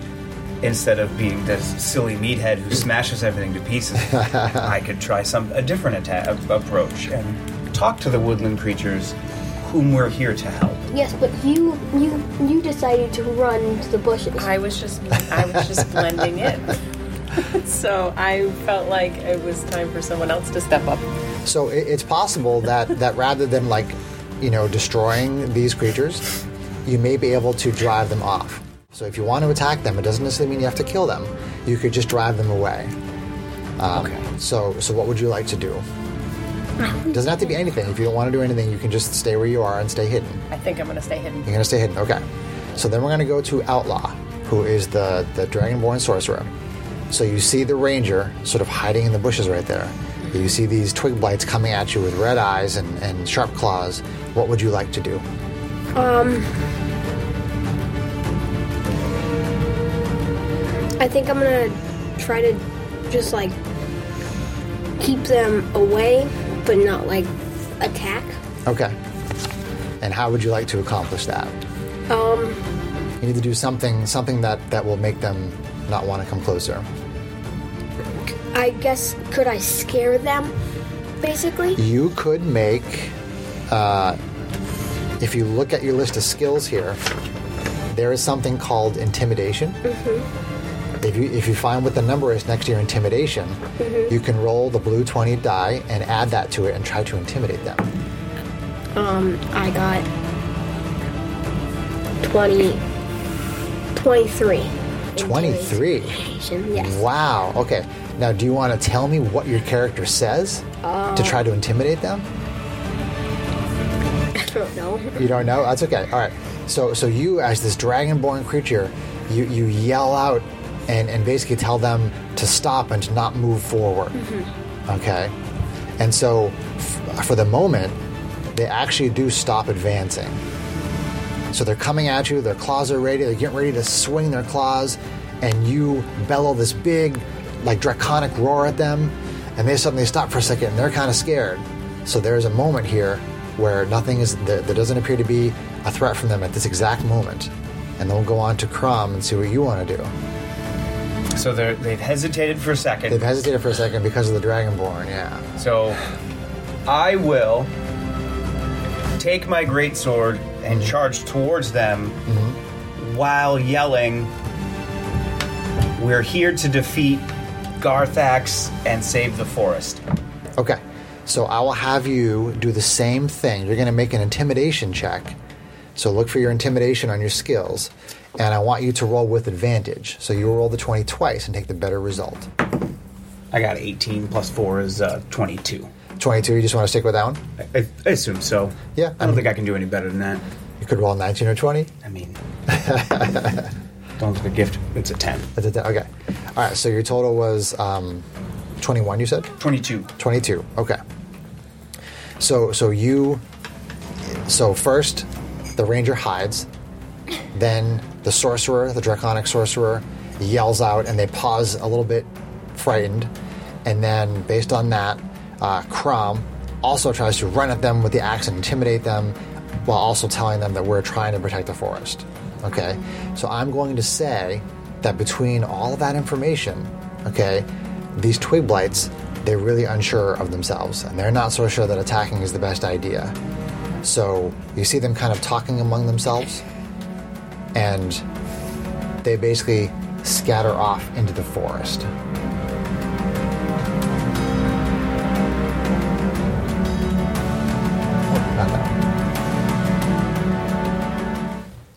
[SPEAKER 5] instead of being this silly meathead who smashes everything to pieces, I could try some a different attack approach and talk to the woodland creatures whom we're here to help.
[SPEAKER 6] Yes, but you you you decided to run to the bushes.
[SPEAKER 8] I was just I was just blending in. so I felt like it was time for someone else to step up.
[SPEAKER 1] So it, it's possible that that rather than like, you know, destroying these creatures, you may be able to drive them off. So if you want to attack them, it doesn't necessarily mean you have to kill them. You could just drive them away. Um, So so what would you like to do? It doesn't have to be anything. If you don't want to do anything, you can just stay where you are and stay hidden.
[SPEAKER 7] I think I'm gonna stay hidden.
[SPEAKER 1] You're gonna stay hidden. Okay. So then we're gonna go to Outlaw, who is the the Dragonborn sorcerer. So you see the ranger sort of hiding in the bushes right there. You see these twig blights coming at you with red eyes and, and sharp claws. What would you like to do?
[SPEAKER 6] I think I'm gonna try to just like keep them away, but not like attack.
[SPEAKER 1] Okay. And how would you like to accomplish that?
[SPEAKER 6] Um,
[SPEAKER 1] You need to do something something that, that will make them not want to come closer.
[SPEAKER 6] I guess could I scare them? Basically,
[SPEAKER 1] You could make, uh, if you look at your list of skills here, there is something called intimidation. If you if you find what the number is next to your intimidation, you can roll the blue twenty die and add that to it and try to intimidate them.
[SPEAKER 6] I got 20, 23.
[SPEAKER 1] Twenty three.
[SPEAKER 6] Intimidation, Yes.
[SPEAKER 1] Wow. Okay. Now, do you want to tell me what your character says to try to intimidate them?
[SPEAKER 6] I don't know.
[SPEAKER 1] You don't know? That's okay. All right. So, so you, as this dragonborn creature, you, you yell out and, and basically tell them to stop and to not move forward. Okay. And so, f- for the moment, they actually do stop advancing. So they're coming at you, their claws are ready, they're getting ready to swing their claws, and you bellow this big, like draconic roar at them, and they suddenly stop for a second and they're kind of scared. So there's a moment here where nothing is, there, there doesn't appear to be a threat from them at this exact moment. And then we'll go on to Crumb and see what you want to do.
[SPEAKER 5] So they're, they've hesitated for a second.
[SPEAKER 1] They've hesitated for a second because of the Dragonborn, yeah.
[SPEAKER 5] So I will take my great sword and charge towards them while yelling, "We're here to defeat Garthax and save the forest."
[SPEAKER 1] Okay. So I will have you do the same thing. You're going to make an intimidation check. So look for your intimidation on your skills, and I want you to roll with advantage. So you roll the 20 twice and take the better result.
[SPEAKER 5] I got 18 plus 4 is uh, 22.
[SPEAKER 1] 22, you just want to stick with that one?
[SPEAKER 5] I, I, I assume so.
[SPEAKER 1] Yeah,
[SPEAKER 5] I don't think I can do any better than that.
[SPEAKER 1] You could roll 19 or 20.
[SPEAKER 5] I mean, don't look a gift. It's a 10.
[SPEAKER 1] That's it, Okay. All right, so your total was um, 21, you said?
[SPEAKER 5] 22.
[SPEAKER 1] 22 okay so so you so first the ranger hides then the sorcerer the draconic sorcerer yells out and they pause a little bit frightened and then based on that uh, crom also tries to run at them with the axe and intimidate them while also telling them that we're trying to protect the forest okay so i'm going to say that between all of that information okay these twig blights they're really unsure of themselves and they're not so sure that attacking is the best idea. So you see them kind of talking among themselves and they basically scatter off into the forest. Oh, not that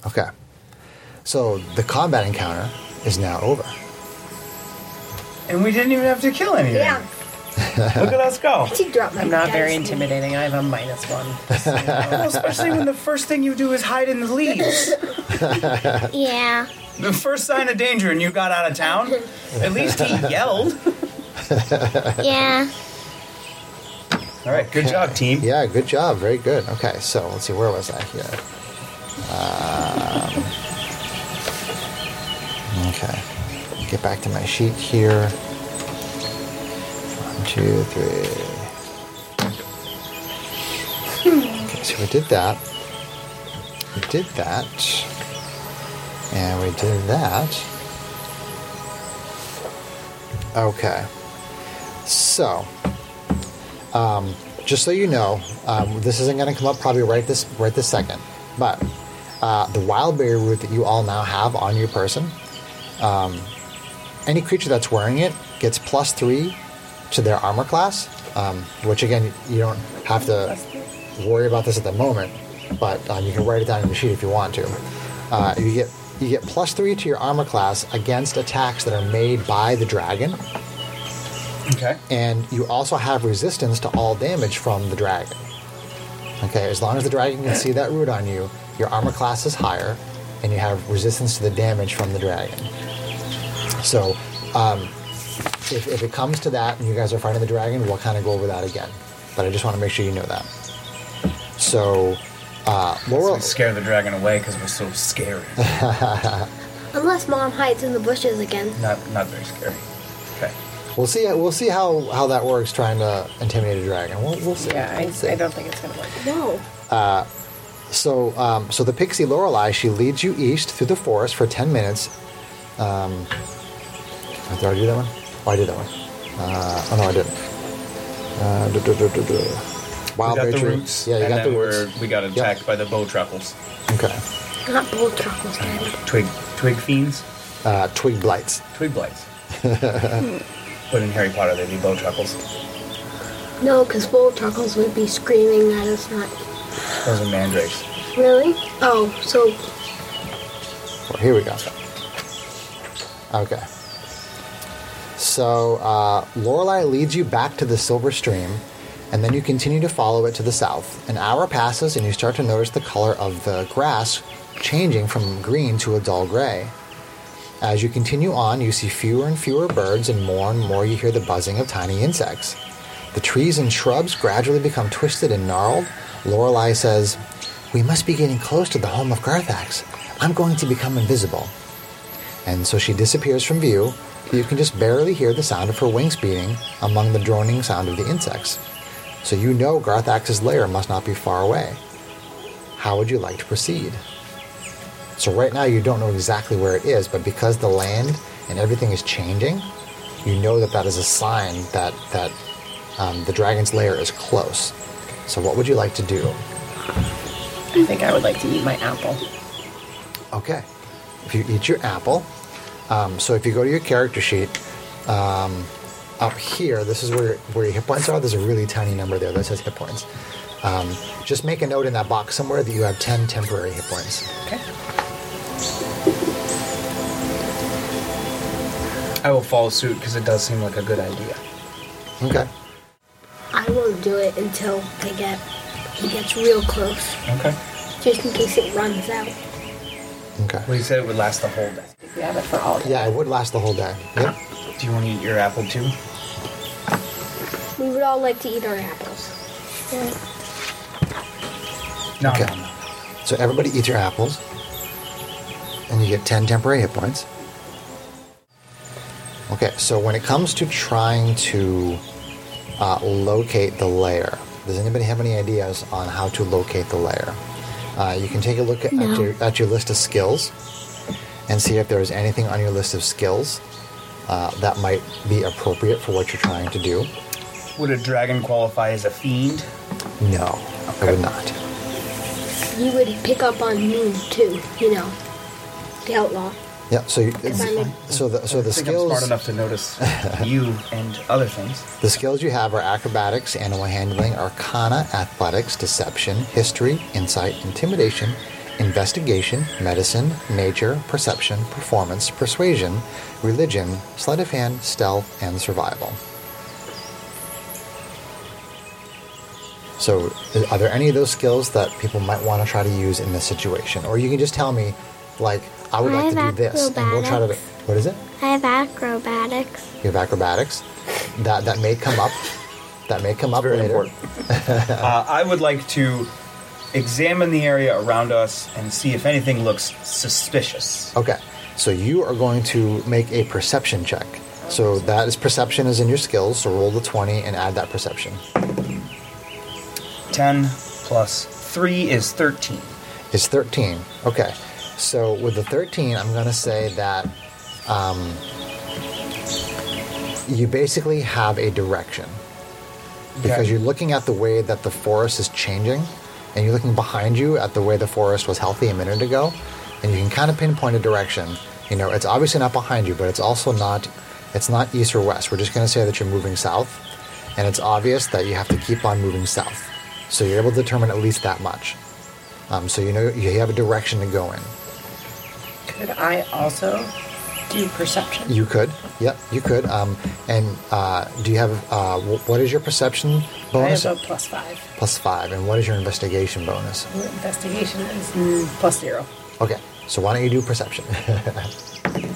[SPEAKER 1] one. Okay. So the combat encounter is now over.
[SPEAKER 5] And we didn't even have to kill anything.
[SPEAKER 6] Yeah.
[SPEAKER 5] Look at us go.
[SPEAKER 6] She dropped my
[SPEAKER 7] I'm not
[SPEAKER 6] dice.
[SPEAKER 7] very intimidating. I have a minus one.
[SPEAKER 5] Well, especially when the first thing you do is hide in the leaves.
[SPEAKER 4] Yeah.
[SPEAKER 5] The first sign of danger and you got out of town. At least he yelled.
[SPEAKER 4] Yeah.
[SPEAKER 5] All right, good job, team.
[SPEAKER 1] Yeah, good job. Very good. Okay, so let's see, where was I here? Um, okay, get back to my sheet here. One, two, three. Okay, so we did that. We did that. And we did that. Okay. So just so you know, um, this isn't going to come up probably right this right this second, but uh, the wild berry root that you all now have on your person, um, any creature that's wearing it gets plus three to their armor class, um, which again you don't have to worry about this at the moment, but um, you can write it down in the sheet if you want to. Uh, you get you get plus three to your armor class against attacks that are made by the dragon
[SPEAKER 5] Okay.
[SPEAKER 1] and you also have resistance to all damage from the dragon. Okay, as long as the dragon can see that root on you, your armor class is higher, and you have resistance to the damage from the dragon. So, um, if, if it comes to that and you guys are fighting the dragon, we'll kind of go over that again. But I just want to make sure you know that. So, uh, what
[SPEAKER 5] So
[SPEAKER 1] we're-
[SPEAKER 5] we scare the dragon away because we're so scary.
[SPEAKER 6] Unless mom hides in the bushes again.
[SPEAKER 5] not, not very scary. Okay.
[SPEAKER 1] we'll see we'll see how, how that works trying to intimidate a dragon. We'll, we'll see.
[SPEAKER 7] Yeah,
[SPEAKER 1] We'll see.
[SPEAKER 7] I, I don't think it's going to work.
[SPEAKER 6] No.
[SPEAKER 1] So, um, so the pixie Lorelei, she leads you east through the forest for ten minutes. Um, did I do that one? Oh, I did that one. Uh, oh no, I didn't. Uh, duh, duh, duh, duh, duh. Wild
[SPEAKER 5] we got
[SPEAKER 1] berry
[SPEAKER 5] the
[SPEAKER 1] tree.
[SPEAKER 5] roots.
[SPEAKER 1] Yeah, you
[SPEAKER 5] and
[SPEAKER 1] got
[SPEAKER 5] then
[SPEAKER 1] the
[SPEAKER 5] we're-
[SPEAKER 1] roots.
[SPEAKER 5] we got attacked by the bow truffles.
[SPEAKER 1] Okay.
[SPEAKER 6] Not bold truffles, Daddy.
[SPEAKER 5] Twig, twig fiends,
[SPEAKER 1] Uh, twig blights.
[SPEAKER 5] twig blights. but in Harry Potter, they'd be bow truffles.
[SPEAKER 6] No, because bold truffles would be screaming at us not.
[SPEAKER 5] Those are mandrakes.
[SPEAKER 6] Really? Oh, so
[SPEAKER 1] Well, here we go. Okay. So uh, Lorelei leads you back to the silver stream, and then you continue to follow it to the south. An hour passes, and you start to notice the color of the grass changing from green to a dull gray. As you continue on, you see fewer and fewer birds, and more and more you hear the buzzing of tiny insects. The trees and shrubs gradually become twisted and gnarled. Lorelei says, We must be getting close to the home of Garthax. I'm going to become invisible. And so she disappears from view, but you can just barely hear the sound of her wings beating among the droning sound of the insects. So you know Garthax's lair must not be far away. How would you like to proceed? So right now you don't know exactly where it is, but because the land and everything is changing, you know that that is a sign that that um, the dragon's lair is close. So what would you like to do?
[SPEAKER 7] I think I would like to eat my apple.
[SPEAKER 1] Okay. If you eat your apple, um, so if you go to your character sheet, um, up here, this is where, where your hit points are. There's a really tiny number there that says hit points. Um, just make a note in that box somewhere that you have 10 temporary hit points.
[SPEAKER 5] Okay. I will follow suit because it does seem like a good idea.
[SPEAKER 1] Okay.
[SPEAKER 6] I won't do it until they get he gets real close,
[SPEAKER 5] Okay.
[SPEAKER 6] just in case it runs out.
[SPEAKER 1] Okay.
[SPEAKER 5] Well, you said it would last the whole day.
[SPEAKER 7] We have it for all day.
[SPEAKER 1] Yeah, it would last the whole day. Yep.
[SPEAKER 5] Do you want to eat your apple too?
[SPEAKER 6] We would all like to eat our apples.
[SPEAKER 5] No.
[SPEAKER 1] Okay.
[SPEAKER 5] no, no.
[SPEAKER 1] So everybody eats your apples, and you get 10 temporary hit points. Okay, so when it comes to trying to uh, locate the layer, does anybody have any ideas on how to locate the layer? Uh, you can take a look at, at, your, at your list of skills and see if there is anything on your list of skills uh, that might be appropriate for what you're trying to do.
[SPEAKER 5] Would a dragon qualify as a fiend?
[SPEAKER 1] No, I would not.
[SPEAKER 6] You would pick up on me too, you know, the outlaw.
[SPEAKER 1] Yeah, so you,
[SPEAKER 6] I'm-
[SPEAKER 1] so the, so the
[SPEAKER 5] I think I'm
[SPEAKER 1] skills
[SPEAKER 5] smart enough to notice you and other things.
[SPEAKER 1] The skills you have are acrobatics, animal handling, arcana, athletics, deception, history, insight, intimidation, investigation, medicine, nature, perception, performance, persuasion, religion, sleight of hand, stealth, and survival. So, i- are there any of those skills that people might want to try to use in this situation? Or you can just tell me, like, I would
[SPEAKER 4] I
[SPEAKER 1] like to do
[SPEAKER 4] have
[SPEAKER 1] this, and we'll try to.
[SPEAKER 4] acrobatics.
[SPEAKER 1] What is it?
[SPEAKER 4] I have acrobatics.
[SPEAKER 1] You have acrobatics. That that may come up. That may come up later.
[SPEAKER 5] uh, I would like to examine the area around us and see if anything looks suspicious.
[SPEAKER 1] Okay. So you are going to make a perception check. So that is perception is in your skills. So roll the twenty and add that perception.
[SPEAKER 5] 10 plus 3 is 13.
[SPEAKER 1] It's thirteen. Okay. So with the thirteen, I'm going to say that um, you basically have a direction because
[SPEAKER 5] Okay.
[SPEAKER 1] you're looking at the way that the forest is changing, and you're looking behind you at the way the forest was healthy a minute ago, and you can kind of pinpoint a direction. You know, it's obviously not behind you, but it's also not it's not east or west. We're just going to say that you're moving south, and it's obvious that you have to keep on moving south. So you're able to determine at least that much. Um, so you know you have a direction to go in.
[SPEAKER 7] Could I also do perception?
[SPEAKER 1] You could, yep, you could. Um, and uh, do you have uh, wh- what is your perception
[SPEAKER 7] I
[SPEAKER 1] bonus?
[SPEAKER 7] have a plus five.
[SPEAKER 1] Plus five, and what is your investigation bonus?
[SPEAKER 7] Your investigation is mm, plus zero.
[SPEAKER 1] Okay, so why don't you do perception?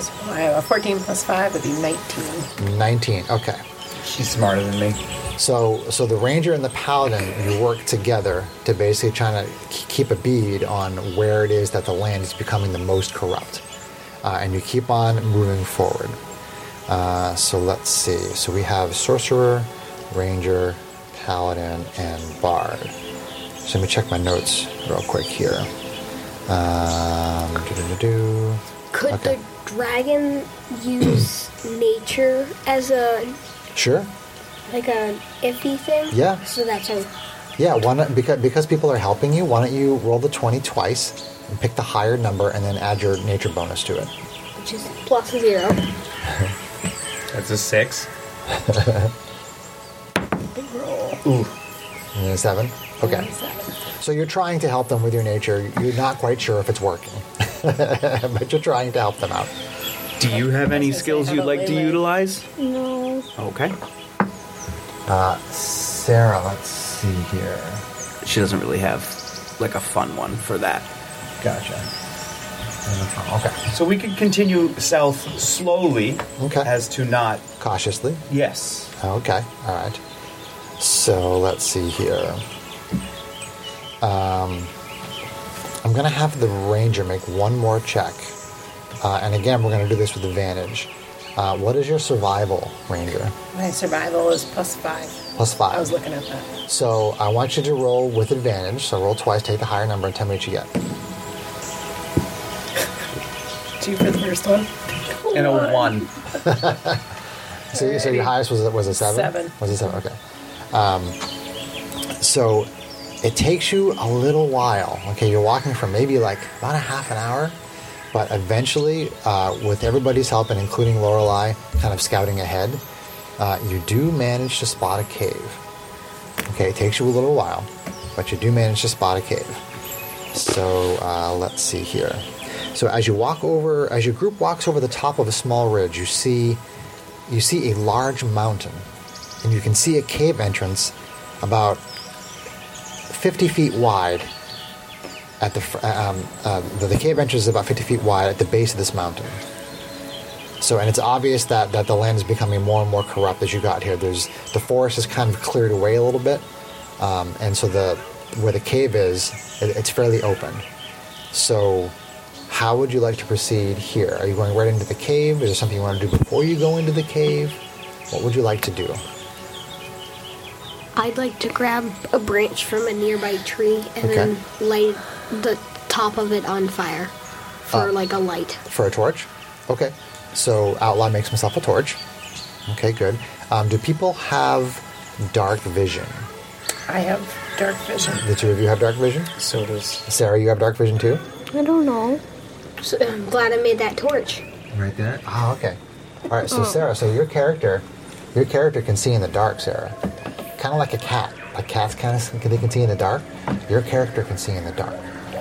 [SPEAKER 7] So I have a 14 plus five would be 19.
[SPEAKER 1] 19. Okay.
[SPEAKER 5] She's smarter than me.
[SPEAKER 1] So so the ranger and the paladin you work together to basically try to k- keep a bead on where it is that the land is becoming the most corrupt, uh, and you keep on moving forward. Uh, so let's see. So we have sorcerer, ranger, paladin, and bard. So let me check my notes real quick here. Um, do-do-do-do.
[SPEAKER 6] Could
[SPEAKER 1] Okay.
[SPEAKER 6] the dragon use nature as a
[SPEAKER 1] Sure.
[SPEAKER 6] like a iffy thing?
[SPEAKER 1] Yeah.
[SPEAKER 6] So that's a
[SPEAKER 1] Yeah, why not, because, because people are helping you, why don't you roll the 20 twice and pick the higher number and then add your nature bonus to it?
[SPEAKER 6] which is plus zero.
[SPEAKER 5] That's a 6.
[SPEAKER 7] Big roll.
[SPEAKER 5] Ooh.
[SPEAKER 1] And then seven? Okay.
[SPEAKER 7] Seven.
[SPEAKER 1] So you're trying to help them with your nature. You're not quite sure if it's working, but you're trying to help them out.
[SPEAKER 3] Do you have any
[SPEAKER 7] Let's
[SPEAKER 3] skills
[SPEAKER 7] say
[SPEAKER 3] you'd
[SPEAKER 7] how to
[SPEAKER 3] like to
[SPEAKER 7] lay low.
[SPEAKER 3] utilize?
[SPEAKER 4] No.
[SPEAKER 3] Okay.
[SPEAKER 1] Uh, Sarah, let's see here.
[SPEAKER 3] She doesn't really have like a fun one for that.
[SPEAKER 1] Gotcha. Okay.
[SPEAKER 5] So we could continue south slowly
[SPEAKER 1] Okay.
[SPEAKER 5] as to not.
[SPEAKER 1] Cautiously.
[SPEAKER 5] Yes.
[SPEAKER 1] Okay. All right. So let's see here. Um, I'm going to have the ranger make one more check. Uh, and again, we're going to do this with advantage. Uh, what is your survival, ranger?
[SPEAKER 7] My survival is plus five.
[SPEAKER 1] Plus five.
[SPEAKER 7] I was looking at that.
[SPEAKER 1] So I want you to roll with advantage. So roll twice, take the higher number, and tell me what you get.
[SPEAKER 7] Two for the first one.
[SPEAKER 5] And a 1.
[SPEAKER 1] So, so your highest was was a seven.
[SPEAKER 7] Seven.
[SPEAKER 1] Was a seven? Okay. Um, so it takes you a little while. Okay, you're walking for maybe like about a half an hour, But eventually, uh, with everybody's help and including Lorelei kind of scouting ahead, uh, you do manage to spot a cave. Okay, it takes you a little while, but you do manage to spot a cave. So uh, let's see here. So as you walk over, as your group walks over the top of a small ridge, you see you see a large mountain, and you can see a cave entrance about 50 feet wide. At the fr- um, uh, the, the cave entrance is about 50 feet wide at the base of this mountain. So, and it's obvious that, that the land is becoming more and more corrupt as you got here. There's the forest is kind of cleared away a little bit, um, and so the where the cave is, it, it's fairly open. So, how would you like to proceed here? Are you going right into the cave? Is there something you want to do before you go into the cave? What would you like to do?
[SPEAKER 6] I'd like to grab a branch from a nearby tree and then light the top of it on fire
[SPEAKER 1] Oh.
[SPEAKER 6] for like a light.
[SPEAKER 1] For a torch? Okay. So Outlaw makes himself a torch. Okay, good. Um, do people have dark vision?
[SPEAKER 7] I have dark vision.
[SPEAKER 1] The two of you have dark vision?
[SPEAKER 5] So does
[SPEAKER 1] Sarah, you have dark vision too?
[SPEAKER 4] I don't know.
[SPEAKER 6] So I'm glad I made that torch.
[SPEAKER 1] Right there. Oh, okay. All right, so Sarah, so your character, your character can see in the dark, Sarah. Kind of like a cat. Like cats kind of they can see in the dark. Your character can see in the dark.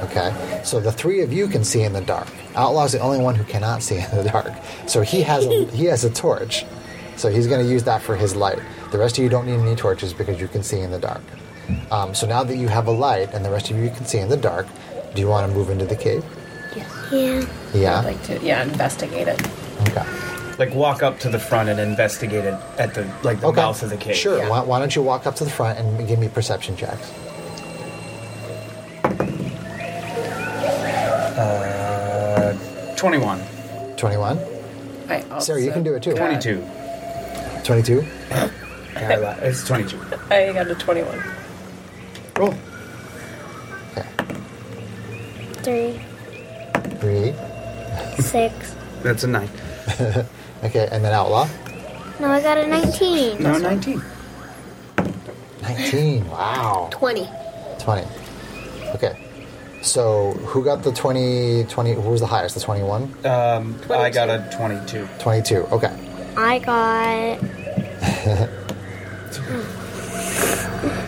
[SPEAKER 1] Okay, so the three of you can see in the dark. Outlaw's the only one who cannot see in the dark. So he has a, he has a torch. So he's going to use that for his light. The rest of you don't need any torches because you can see in the dark. Um, so now that you have a light and the rest of you can see in the dark, do you want to move into the cave?
[SPEAKER 4] Yeah.
[SPEAKER 1] Yeah.
[SPEAKER 7] I'd like to, yeah, investigate it.
[SPEAKER 1] okay.
[SPEAKER 5] like walk up to the front and investigate it at the like the mouth of the cave.
[SPEAKER 1] Sure.
[SPEAKER 7] yeah.
[SPEAKER 1] Why, why don't you walk up to the front and give me perception checks?
[SPEAKER 5] Uh, Twenty one.
[SPEAKER 1] 21,
[SPEAKER 7] I also
[SPEAKER 1] Sarah, you can do it too.
[SPEAKER 7] got-
[SPEAKER 5] Twenty two.
[SPEAKER 1] 22.
[SPEAKER 5] It's twenty two.
[SPEAKER 7] I got a 21.
[SPEAKER 5] Roll.
[SPEAKER 1] Okay.
[SPEAKER 4] Three,
[SPEAKER 1] Three.
[SPEAKER 4] six.
[SPEAKER 5] That's a nine.
[SPEAKER 1] Okay, and then outlaw.
[SPEAKER 4] No, I got a 19.
[SPEAKER 5] No, nineteen.
[SPEAKER 1] 19. Wow.
[SPEAKER 6] 20.
[SPEAKER 1] 20. Okay. So who got the 20, 20, who was the highest? The 21?
[SPEAKER 5] Um, I got a twenty-two.
[SPEAKER 1] 22. Okay.
[SPEAKER 4] I got.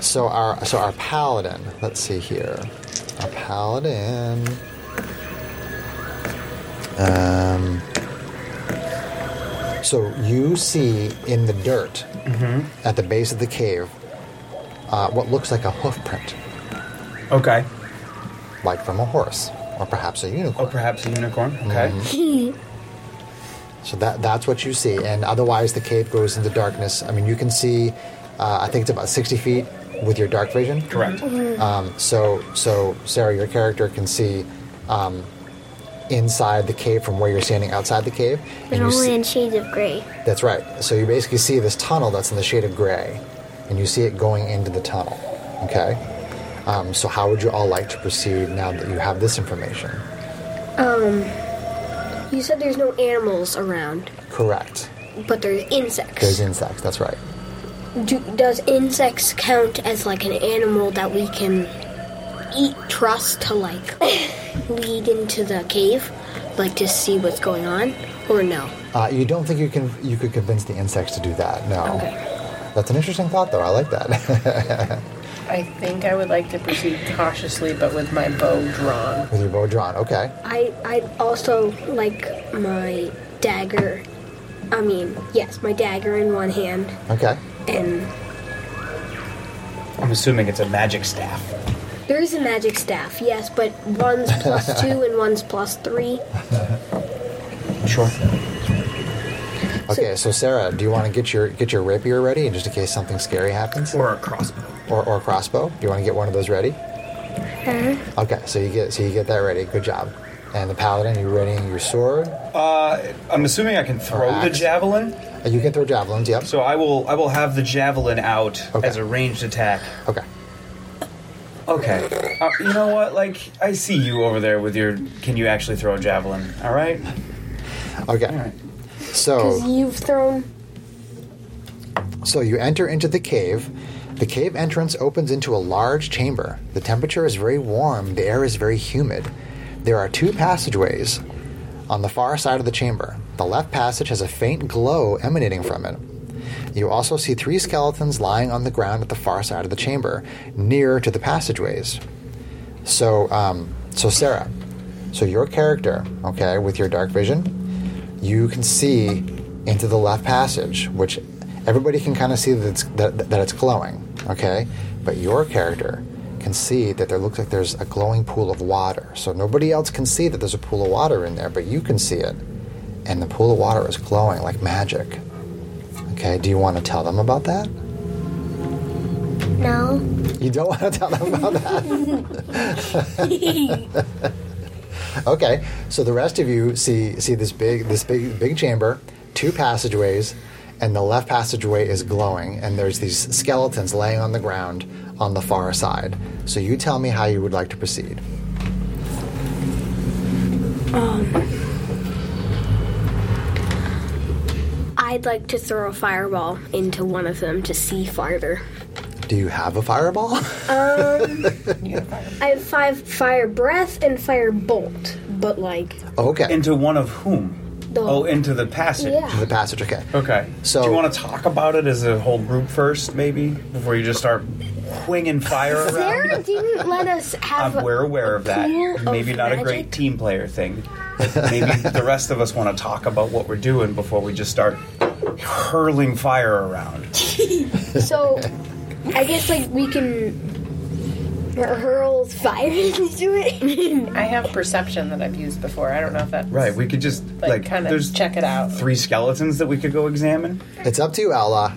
[SPEAKER 1] So our so our paladin. Let's see here. Our paladin. Um. So you see in the dirt at the base of the cave uh, what looks like a hoof print,
[SPEAKER 5] Okay.
[SPEAKER 1] like from a horse or perhaps a unicorn.
[SPEAKER 5] Oh, perhaps a unicorn. Okay.
[SPEAKER 1] Mm-hmm. So that that's what you see, and otherwise the cave goes into darkness. I mean, you can see. Uh, I think it's about sixty feet with your dark vision.
[SPEAKER 5] Correct.
[SPEAKER 1] Um, so, so Sarah, your character can see um, inside the cave from where you're standing outside the cave.
[SPEAKER 4] But
[SPEAKER 1] you
[SPEAKER 4] only
[SPEAKER 1] see,
[SPEAKER 4] in shades of gray.
[SPEAKER 1] that's right. So you basically see this tunnel that's in the shade of gray, and you see it going into the tunnel. Okay. Um, so, how would you all like to proceed now that you have this information?
[SPEAKER 6] You said there's no animals around,
[SPEAKER 1] Correct.
[SPEAKER 6] but there's insects.
[SPEAKER 1] There's insects. That's right.
[SPEAKER 6] Do, does insects count as like an animal that we can eat, trust to like lead into the cave, like to see what's going on, or no?
[SPEAKER 1] Uh, you don't think you can you could convince the insects to do that? No. That's an interesting thought, though. I like that.
[SPEAKER 7] I think I would like to proceed cautiously, but with my bow drawn.
[SPEAKER 1] With your bow drawn. Okay.
[SPEAKER 6] I I also like my dagger. I mean, yes, my dagger in one hand
[SPEAKER 1] Okay.
[SPEAKER 6] and
[SPEAKER 5] I'm assuming it's a magic staff.
[SPEAKER 6] There is a magic staff, yes, but one's plus two and one's plus three.
[SPEAKER 5] Sure.
[SPEAKER 1] Okay, so Sarah, do you want to get your get your rapier ready, and just in case something scary happens,
[SPEAKER 5] Or a crossbow.
[SPEAKER 1] or, or a crossbow? Do you want to get one of those ready? Okay, so you get so you get that ready. Good job. And the paladin, you're readying your sword.
[SPEAKER 5] I'm assuming I can throw the
[SPEAKER 1] axe.
[SPEAKER 5] javelin.
[SPEAKER 1] Uh, You can throw javelins. Yep.
[SPEAKER 5] So I will I will have the javelin out
[SPEAKER 1] Okay.
[SPEAKER 5] as a ranged attack.
[SPEAKER 1] Okay.
[SPEAKER 5] Okay. Uh, you know what? Like I see you over there with your can you actually throw a javelin? All right.
[SPEAKER 1] Okay. So
[SPEAKER 6] Because you've thrown.
[SPEAKER 1] So you enter into the cave. The cave entrance opens into a large chamber. The temperature is very warm, the air is very humid. There are two passageways on the far side of the chamber. The left passage has a faint glow emanating from it. You also see three skeletons lying on the ground at the far side of the chamber, near to the passageways. So, um, so Sarah, so your character, okay, with your dark vision, you can see into the left passage, which everybody can kind of see that it's, that, that it's glowing, okay? But your character can see that there looks like there's a glowing pool of water. So nobody else can see that there's a pool of water in there, but you can see it. And the pool of water is glowing like magic. Okay, do you want to tell them about that?
[SPEAKER 4] No.
[SPEAKER 1] You don't want to tell them about that. okay, so the rest of you see see this big this big big chamber, two passageways, and the left passageway is glowing, and there's these skeletons laying on the ground on the far side. So you tell me how you would like to proceed.
[SPEAKER 6] I'd like to throw a fireball into one of them to see farther.
[SPEAKER 1] Do you have a fireball?
[SPEAKER 6] I have five fire breath and fire bolt, but like
[SPEAKER 1] okay.
[SPEAKER 5] Into one of whom?
[SPEAKER 6] the
[SPEAKER 5] Oh, into the passage.
[SPEAKER 6] yeah.
[SPEAKER 1] the passage, okay.
[SPEAKER 5] Okay.
[SPEAKER 1] So-
[SPEAKER 5] do you want to talk about it as a whole group first, maybe, before you just start winging fire around?
[SPEAKER 6] Sarah didn't let us have.
[SPEAKER 5] I'm, we're aware of that.
[SPEAKER 6] pool of
[SPEAKER 5] Maybe not a great
[SPEAKER 6] magic?
[SPEAKER 5] team player thing. But maybe the rest of us want to talk about what we're doing before we just start hurling fire around.
[SPEAKER 6] So, I guess like we can hurl fire into it.
[SPEAKER 8] I have perception that I've used before. I don't know if that's
[SPEAKER 5] Right. We could just
[SPEAKER 8] like,
[SPEAKER 5] like,
[SPEAKER 8] kind
[SPEAKER 5] there's
[SPEAKER 8] of check it out.
[SPEAKER 5] three skeletons that we could go examine.
[SPEAKER 1] It's up to you, Ella.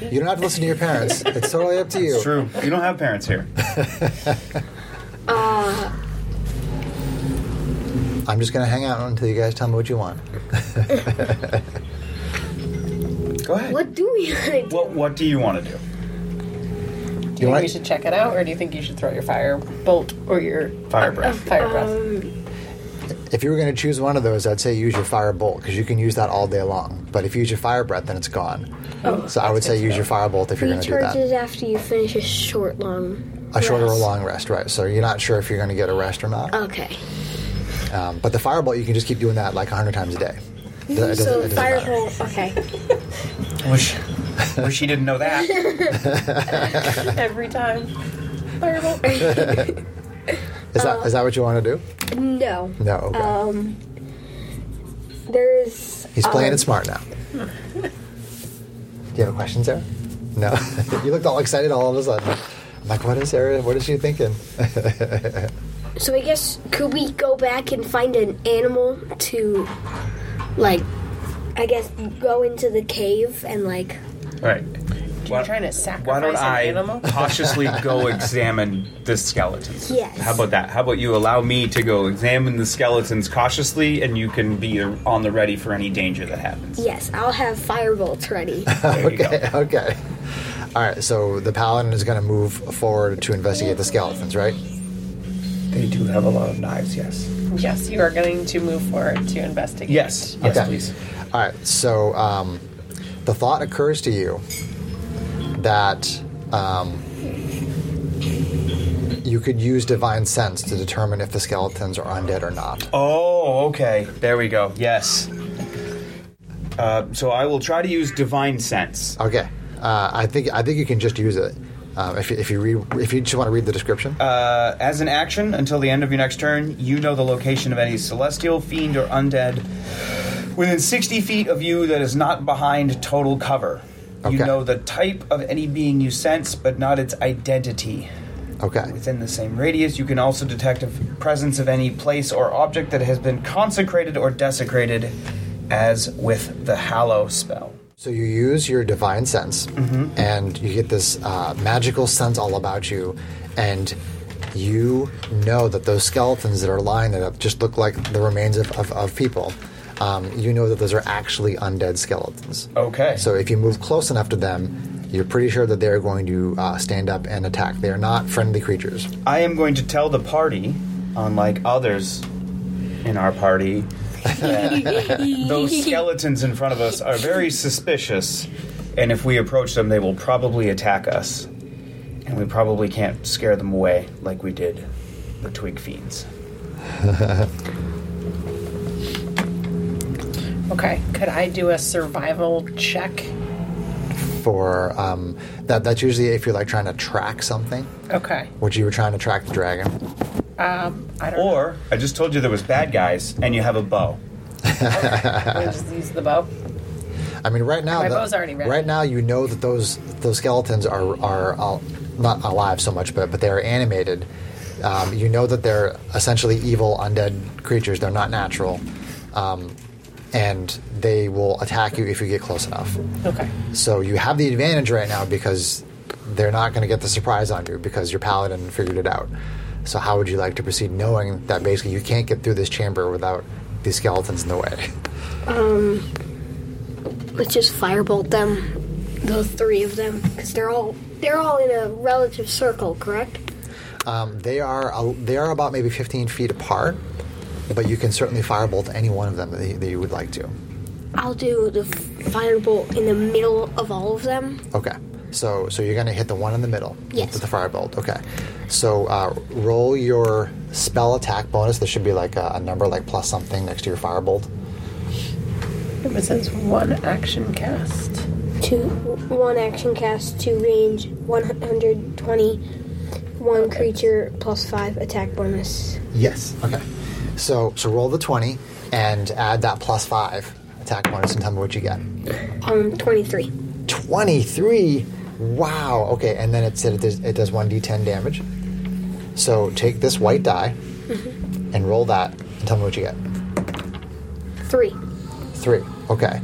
[SPEAKER 1] You don't have to listen to your parents. It's totally up to you.
[SPEAKER 5] It's true. You don't have parents here.
[SPEAKER 1] I'm just gonna hang out until you guys tell me what you want.
[SPEAKER 5] Go ahead.
[SPEAKER 6] what do we like?
[SPEAKER 5] What What do you want to do?
[SPEAKER 8] Do you
[SPEAKER 1] You
[SPEAKER 8] think
[SPEAKER 1] want-
[SPEAKER 8] we should check it out, or do you think you should throw your fire bolt or your
[SPEAKER 5] Fire breath.
[SPEAKER 8] fire breath?
[SPEAKER 1] If you were gonna choose one of those, I'd say use your fire bolt because you can use that all day long. But if you use your fire breath, then it's gone.
[SPEAKER 6] Oh,
[SPEAKER 1] so I would say use your fire bolt if you're gonna do
[SPEAKER 6] Recharge
[SPEAKER 1] that.
[SPEAKER 6] it after you finish a short long.
[SPEAKER 1] A shorter or
[SPEAKER 6] rest.
[SPEAKER 1] long rest, right? So you're not sure if you're gonna get a rest or not.
[SPEAKER 6] Okay. Oh.
[SPEAKER 1] Um, but the fire bolt, you can just keep doing that like 100 times a day. It doesn't- it doesn't
[SPEAKER 6] So
[SPEAKER 1] matter.
[SPEAKER 6] fire bolt. Okay. Oh.
[SPEAKER 5] Wish Wish he didn't know that.
[SPEAKER 8] Every time. Fireball.
[SPEAKER 1] Is that
[SPEAKER 6] uh,
[SPEAKER 1] is that what you want to do?
[SPEAKER 6] No.
[SPEAKER 1] No. Okay.
[SPEAKER 6] uh, There's
[SPEAKER 1] He's playing
[SPEAKER 6] um,
[SPEAKER 1] it smart now. Do you have a question, Sarah? No. you looked all excited all of a sudden. I'm like, what is Sarah? What is she thinking?
[SPEAKER 6] So I guess could we go back and find an animal to, like, I guess go into the cave and like.
[SPEAKER 5] All right. Why,
[SPEAKER 8] You're trying to sacrifice
[SPEAKER 5] why don't
[SPEAKER 8] an
[SPEAKER 5] I
[SPEAKER 8] animal?
[SPEAKER 5] cautiously go examine the skeletons?
[SPEAKER 6] Yes.
[SPEAKER 5] How about that? How about you allow me to go examine the skeletons cautiously, and you can be on the ready for any danger that happens.
[SPEAKER 6] Yes, I'll have fire bolts ready.
[SPEAKER 5] There you go.
[SPEAKER 1] okay. Okay. All right. So the paladin is going to move forward to investigate the skeletons, right?
[SPEAKER 5] They do have a lot of knives. Yes.
[SPEAKER 8] Yes, you are going to move forward to investigate.
[SPEAKER 5] Yes. Yes,
[SPEAKER 1] Okay.
[SPEAKER 5] please.
[SPEAKER 1] All right. So um, the thought occurs to you that um, you could use divine sense to determine if the skeletons are undead or not.
[SPEAKER 5] Oh, okay. There we go. Yes. Uh, so I will try to use divine sense.
[SPEAKER 1] Okay. Uh, I think I think you can just use it um, if you, if you read if you just want to read the description.
[SPEAKER 5] Uh, as an action, until the end of your next turn, you know the location of any celestial, fiend, or undead within 60 feet of you that is not behind total cover. You
[SPEAKER 1] Okay.
[SPEAKER 5] know the type of any being you sense, but not its identity.
[SPEAKER 1] okay.
[SPEAKER 5] Within the same radius, you can also detect a presence of any place or object that has been consecrated or desecrated, as with the Hallow spell.
[SPEAKER 1] So you use your divine sense, and you get this uh, magical sense all about you, and you know that those skeletons that are lying there that just look like the remains of, of, of people. Um, you know that those are actually undead skeletons.
[SPEAKER 5] Okay.
[SPEAKER 1] So if you move close enough to them, you're pretty sure that they're going to uh, stand up and attack. They are not friendly creatures.
[SPEAKER 5] I am going to tell the party, unlike others in our party, that those skeletons in front of us are very suspicious, and if we approach them, they will probably attack us, and we probably can't scare them away like we did the twig fiends.
[SPEAKER 7] Okay. Could I do a survival check?
[SPEAKER 1] For um, that, that's usually if you're like trying to track something,
[SPEAKER 7] Okay.
[SPEAKER 1] which you were trying to track the dragon.
[SPEAKER 7] I don't
[SPEAKER 5] Or I just told you there was bad guys, and you have a bow.
[SPEAKER 7] know. Can I just use the bow.
[SPEAKER 1] I mean, right now,
[SPEAKER 7] My
[SPEAKER 1] the-
[SPEAKER 7] bow's already ready.
[SPEAKER 1] right now, you know that those those skeletons are are al- not alive so much, but but they are animated. Um, you know that they're essentially evil undead creatures. They're not natural, um, and they will attack you if you get close enough.
[SPEAKER 7] Okay.
[SPEAKER 1] So you have the advantage right now because they're not going to get the surprise on you because your paladin figured it out. So how would you like to proceed, knowing that basically you can't get through this chamber without these skeletons in the way?
[SPEAKER 6] Let's just firebolt them, the three of them, because they're all they're all in a relative circle, correct?
[SPEAKER 1] Um, they are a- they are about maybe 15 feet apart, but you can certainly firebolt any one of them that you, that you would like to.
[SPEAKER 6] I'll do the firebolt in the middle of all of them.
[SPEAKER 1] Okay, so so you're going to hit the one in the middle
[SPEAKER 6] Yes.
[SPEAKER 1] with the firebolt. Okay, so uh, roll your spell attack bonus. There should be like a, a number like plus something next to your firebolt.
[SPEAKER 7] It says one action cast.
[SPEAKER 6] Two, one action cast to range 120, one creature plus five attack bonus.
[SPEAKER 1] Yes. Okay. So so roll the 20 and add that plus five attack bonus and tell me what you get.
[SPEAKER 6] Um, 23.
[SPEAKER 1] 23 wow okay and then it said it does, it does 1d10 damage so take this white die and roll that and tell me what you get
[SPEAKER 6] Three.
[SPEAKER 1] three okay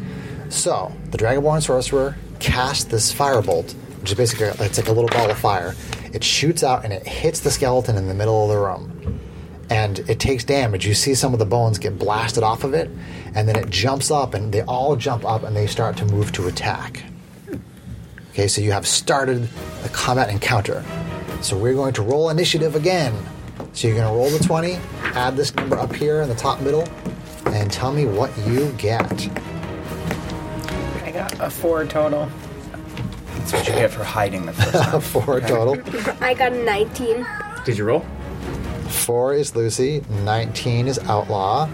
[SPEAKER 1] so the dragonborn sorcerer casts this firebolt which is basically it's like a little ball of fire it shoots out and it hits the skeleton in the middle of the room and it takes damage you see some of the bones get blasted off of it and then it jumps up and they all jump up and they start to move to attack Okay, so you have started the combat encounter. So we're going to roll initiative again. So you're going to roll the 20, add this number up here in the top middle, and tell me what you get.
[SPEAKER 7] I got a four total.
[SPEAKER 5] That's what you get for hiding the first time.
[SPEAKER 1] Four total.
[SPEAKER 6] I got a 19.
[SPEAKER 5] Did you roll?
[SPEAKER 1] Four is Lucy, 19 is Outlaw,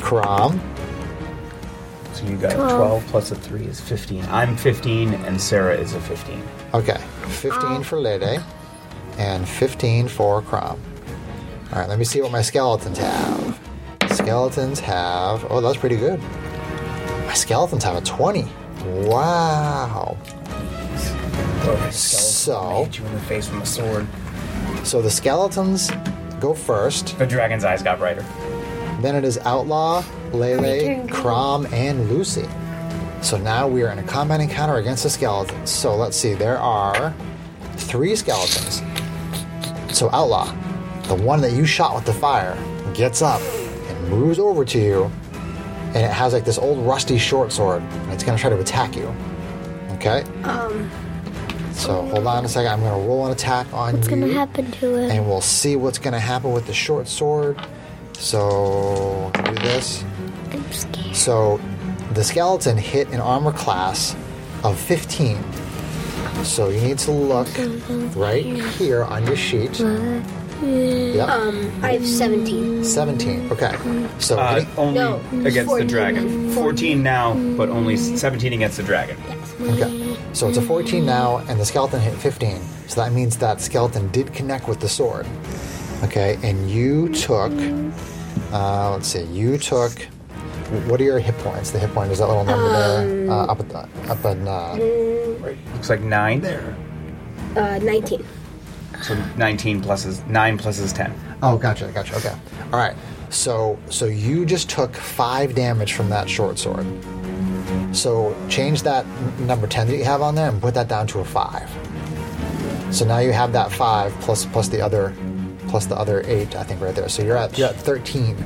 [SPEAKER 1] Crom,
[SPEAKER 5] So you got a 12 plus a 3 is 15. I'm 15, and Sarah is a 15.
[SPEAKER 1] Okay, 15 for Lede, and 15 for Crom. All right, let me see what my skeletons have. Skeletons have. Oh, that's pretty good. My skeletons have a 20. Wow. So,
[SPEAKER 5] Hit you in the face with a sword.
[SPEAKER 1] so the skeletons go first.
[SPEAKER 5] The dragon's eyes got brighter.
[SPEAKER 1] Then it is Outlaw, Lele, Crom, and Lucy. So now we are in a combat encounter against the skeletons. So let's see, there are three skeletons. So Outlaw, the one that you shot with the fire, gets up and moves over to you, and it has like this old rusty short sword, and it's gonna try to attack you. Okay? Um. So hold on a second. I'm gonna roll an attack on
[SPEAKER 4] What's
[SPEAKER 1] you
[SPEAKER 4] gonna happen to it?
[SPEAKER 1] and we'll see what's going to happen with the short sword. So, do this.
[SPEAKER 4] I'm scared.
[SPEAKER 1] So, the skeleton hit an armor class of 15. So, you need to look
[SPEAKER 4] Uh-huh.
[SPEAKER 1] right here on your sheet. Yep.
[SPEAKER 4] um,
[SPEAKER 6] I have 17.
[SPEAKER 1] 17. Okay. So,
[SPEAKER 5] Uh,
[SPEAKER 1] hitting-
[SPEAKER 5] only
[SPEAKER 6] No,
[SPEAKER 5] against the
[SPEAKER 6] 14.
[SPEAKER 5] dragon. 14 now, but only 17 against the dragon.
[SPEAKER 1] Okay. So it's a 14 now, and the skeleton hit 15. So that means that skeleton did connect with the sword. Okay, and you took. Uh, let's see. You took. What are your hit points? The hit point is that little number there, uh, up at the, up in. Uh,
[SPEAKER 5] Right. Looks like 9 there.
[SPEAKER 6] Uh, 19.
[SPEAKER 5] So 19 plus is 9 plus is 10.
[SPEAKER 1] oh, gotcha, gotcha. Okay. All right. So so you just took five damage from that short sword. So change that n- number 10 that you have on there and put that down to a 5. So now you have that 5 plus plus the other plus the other 8 I think right there. So you're at you're at 13.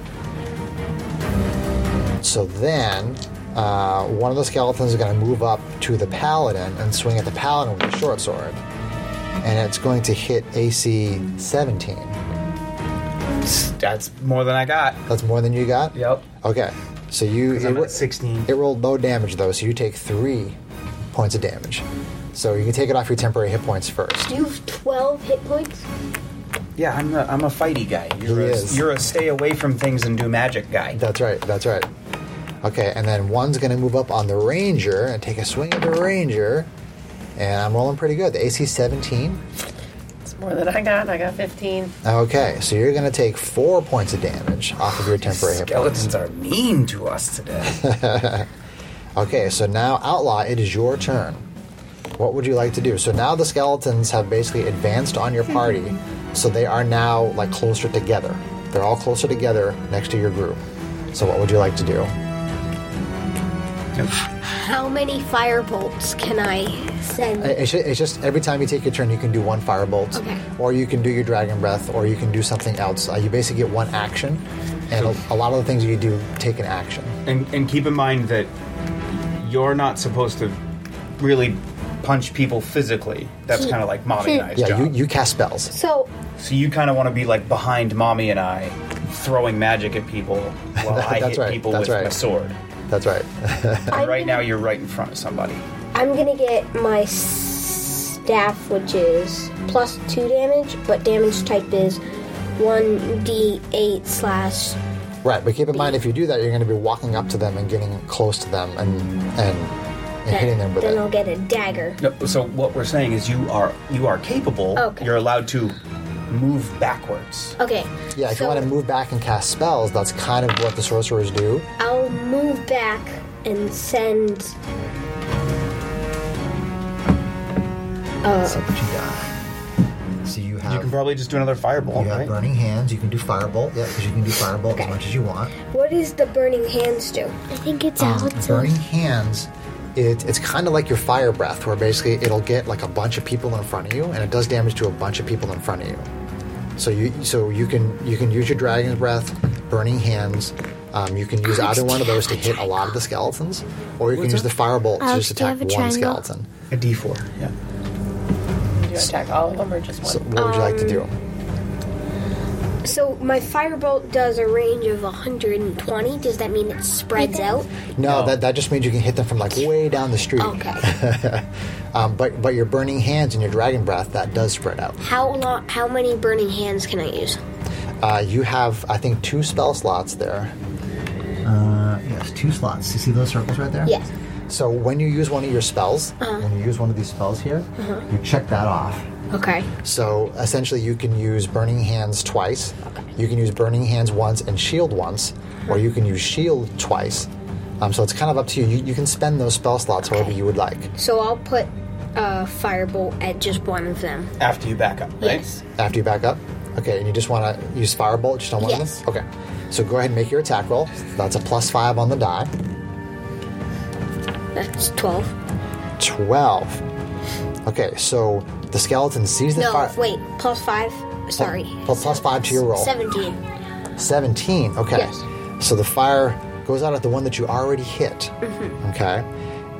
[SPEAKER 1] So then uh, one of the skeletons is going to move up to the paladin and swing at the paladin with a short sword. And it's going to hit AC 17.
[SPEAKER 5] That's more than I got.
[SPEAKER 1] That's more than you got?
[SPEAKER 5] Yep.
[SPEAKER 1] Okay. So you
[SPEAKER 5] I'm
[SPEAKER 1] ro-
[SPEAKER 5] at 16.
[SPEAKER 1] It rolled low damage though, so you take three points of damage. So you can take it off your temporary hit points first.
[SPEAKER 6] You have 12 hit points?
[SPEAKER 5] Yeah, I'm a, I'm a fighty guy. You're
[SPEAKER 1] He
[SPEAKER 5] a,
[SPEAKER 1] is.
[SPEAKER 5] you're a stay away from things and do magic guy.
[SPEAKER 1] That's right. That's right. Okay, and then one's going to move up on the ranger and take a swing at the ranger. And I'm rolling pretty good. The AC 17.
[SPEAKER 7] It's more than I got. I got 15.
[SPEAKER 1] Okay, so you're going to take four points of damage off of your temporary hit points.
[SPEAKER 5] Skeletons are mean to us today.
[SPEAKER 1] Okay, so now Outlaw, it is your turn. What would you like to do? So now the skeletons have basically advanced on your party, so they are now like closer together. They're all closer together next to your group. So what would you like to do?
[SPEAKER 6] How many fire bolts can I send?
[SPEAKER 1] It- It's ju- it's just every time you take your turn, you can do one firebolt,
[SPEAKER 6] Okay.
[SPEAKER 1] or you can do your dragon breath, or you can do something else. Uh, you basically get one action, and a, a lot of the things you do take an action.
[SPEAKER 5] And, and keep in mind that you're not supposed to really punch people physically. That's kind of like mommy and I's
[SPEAKER 1] Yeah,
[SPEAKER 5] job.
[SPEAKER 1] you, you cast spells.
[SPEAKER 6] so
[SPEAKER 5] so you kind of want to be like behind mommy and I, throwing magic at people while I
[SPEAKER 1] That's
[SPEAKER 5] hit
[SPEAKER 1] right,
[SPEAKER 5] people
[SPEAKER 1] that's
[SPEAKER 5] with my
[SPEAKER 1] right.
[SPEAKER 5] sword.
[SPEAKER 1] That's right.
[SPEAKER 6] I'm
[SPEAKER 5] Right
[SPEAKER 6] gonna,
[SPEAKER 5] now, you're right in front of somebody.
[SPEAKER 6] I'm gonna get my staff, which is plus two damage, but damage type is one d8 slash.
[SPEAKER 1] Right, but keep in mind if you do that, you're going to be walking up to them and getting close to them and and, and hitting them with
[SPEAKER 6] then I'll
[SPEAKER 1] it.
[SPEAKER 6] get a dagger.
[SPEAKER 5] No, so what we're saying is you are you are capable.
[SPEAKER 6] Okay.
[SPEAKER 5] You're allowed to move backwards.
[SPEAKER 6] Okay.
[SPEAKER 1] Yeah, if
[SPEAKER 6] so
[SPEAKER 1] you want to move back and cast spells, that's kind of what the sorcerers do.
[SPEAKER 6] I'll move back and send.
[SPEAKER 1] So what you got? So you have
[SPEAKER 5] You can probably just do another fireball,
[SPEAKER 1] you have
[SPEAKER 5] right?
[SPEAKER 1] burning hands. You can do firebolt. Yeah, because you can do firebolt as much as you want.
[SPEAKER 6] What does the burning hands do?
[SPEAKER 4] I think
[SPEAKER 1] uh,
[SPEAKER 4] it's
[SPEAKER 1] burning
[SPEAKER 4] Alex's.
[SPEAKER 1] hands. It, it's kind of like your fire breath, where basically it'll get like a bunch of people in front of you, and it does damage to a bunch of people in front of you. So you so you can you can use your dragon's breath, burning hands. Um, you can use either one of those to hit a lot of the skeletons, or you can use the firebolt to
[SPEAKER 4] Alex,
[SPEAKER 1] just
[SPEAKER 4] Oh, do you
[SPEAKER 1] attack
[SPEAKER 4] have a
[SPEAKER 1] one
[SPEAKER 4] triangle?
[SPEAKER 1] skeleton.
[SPEAKER 5] A D4. Yeah.
[SPEAKER 7] Do you attack all of them or just one?
[SPEAKER 1] So what would you like to do?
[SPEAKER 4] Um,
[SPEAKER 6] So my firebolt does a range of 120. Does that mean it spreads out?
[SPEAKER 1] No, That, that just means you can hit them from like way down the street.
[SPEAKER 6] Okay.
[SPEAKER 1] Um, but but your burning hands and your dragon breath that does spread out.
[SPEAKER 6] how long? How many burning hands can I use?
[SPEAKER 1] Uh, you have, I think, two spell slots there. Uh, yes, two slots. You see those circles right there?
[SPEAKER 6] Yes. Uh-huh.
[SPEAKER 1] So when you use one of your spells, when you use one of these spells here, you check that off.
[SPEAKER 6] Okay.
[SPEAKER 1] So essentially, you can use Burning Hands twice. You can use Burning Hands once and Shield once, or you can use Shield twice. Um, so it's kind of up to you. You, you can spend those spell slots however you would like.
[SPEAKER 6] So I'll put a firebolt at just one of them.
[SPEAKER 5] After you back up, right?
[SPEAKER 6] Yes.
[SPEAKER 1] After you back up, okay, and you just want to use Firebolt just on one
[SPEAKER 6] Yes.
[SPEAKER 1] of them? Okay. So go ahead and make your attack roll. That's a plus five on the die.
[SPEAKER 6] That's 12.
[SPEAKER 1] 12. Okay, so the skeleton sees the
[SPEAKER 6] No,
[SPEAKER 1] fire.
[SPEAKER 6] wait. Plus 5. Sorry.
[SPEAKER 1] Plus, plus five to your roll.
[SPEAKER 6] 17.
[SPEAKER 1] 17. Okay.
[SPEAKER 6] Yes.
[SPEAKER 1] So the fire goes out at the one that you already hit. Okay.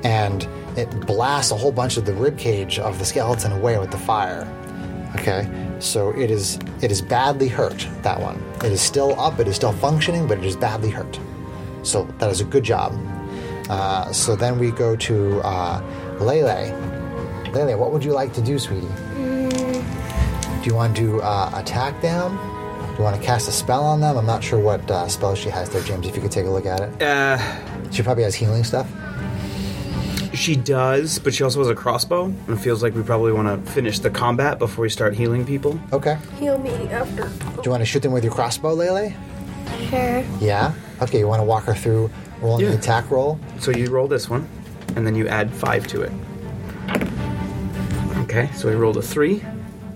[SPEAKER 1] And it blasts a whole bunch of the ribcage of the skeleton away with the fire. Okay. So it is it is badly hurt, that one. It is still up, it is still functioning, but it is badly hurt. So that is a good job. Uh, so then we go to uh, Lele. Lele, what would you like to do, sweetie? Do you want to do, uh, attack them? Do you want to cast a spell on them? I'm not sure what uh, spell she has there, James. If you could take a look at it,
[SPEAKER 3] Uh,
[SPEAKER 1] she probably has healing stuff.
[SPEAKER 3] she does, but she also has a crossbow, and it feels like we probably want to finish the combat before we start healing people.
[SPEAKER 1] Okay.
[SPEAKER 7] Heal me after.
[SPEAKER 1] Do you want to shoot them with your crossbow, Lele?
[SPEAKER 4] Sure.
[SPEAKER 1] Yeah. Okay. You want to walk her through rolling the
[SPEAKER 3] Yeah.
[SPEAKER 1] attack roll?
[SPEAKER 3] So you roll this one, and then you add five to it. Okay, so we rolled a three,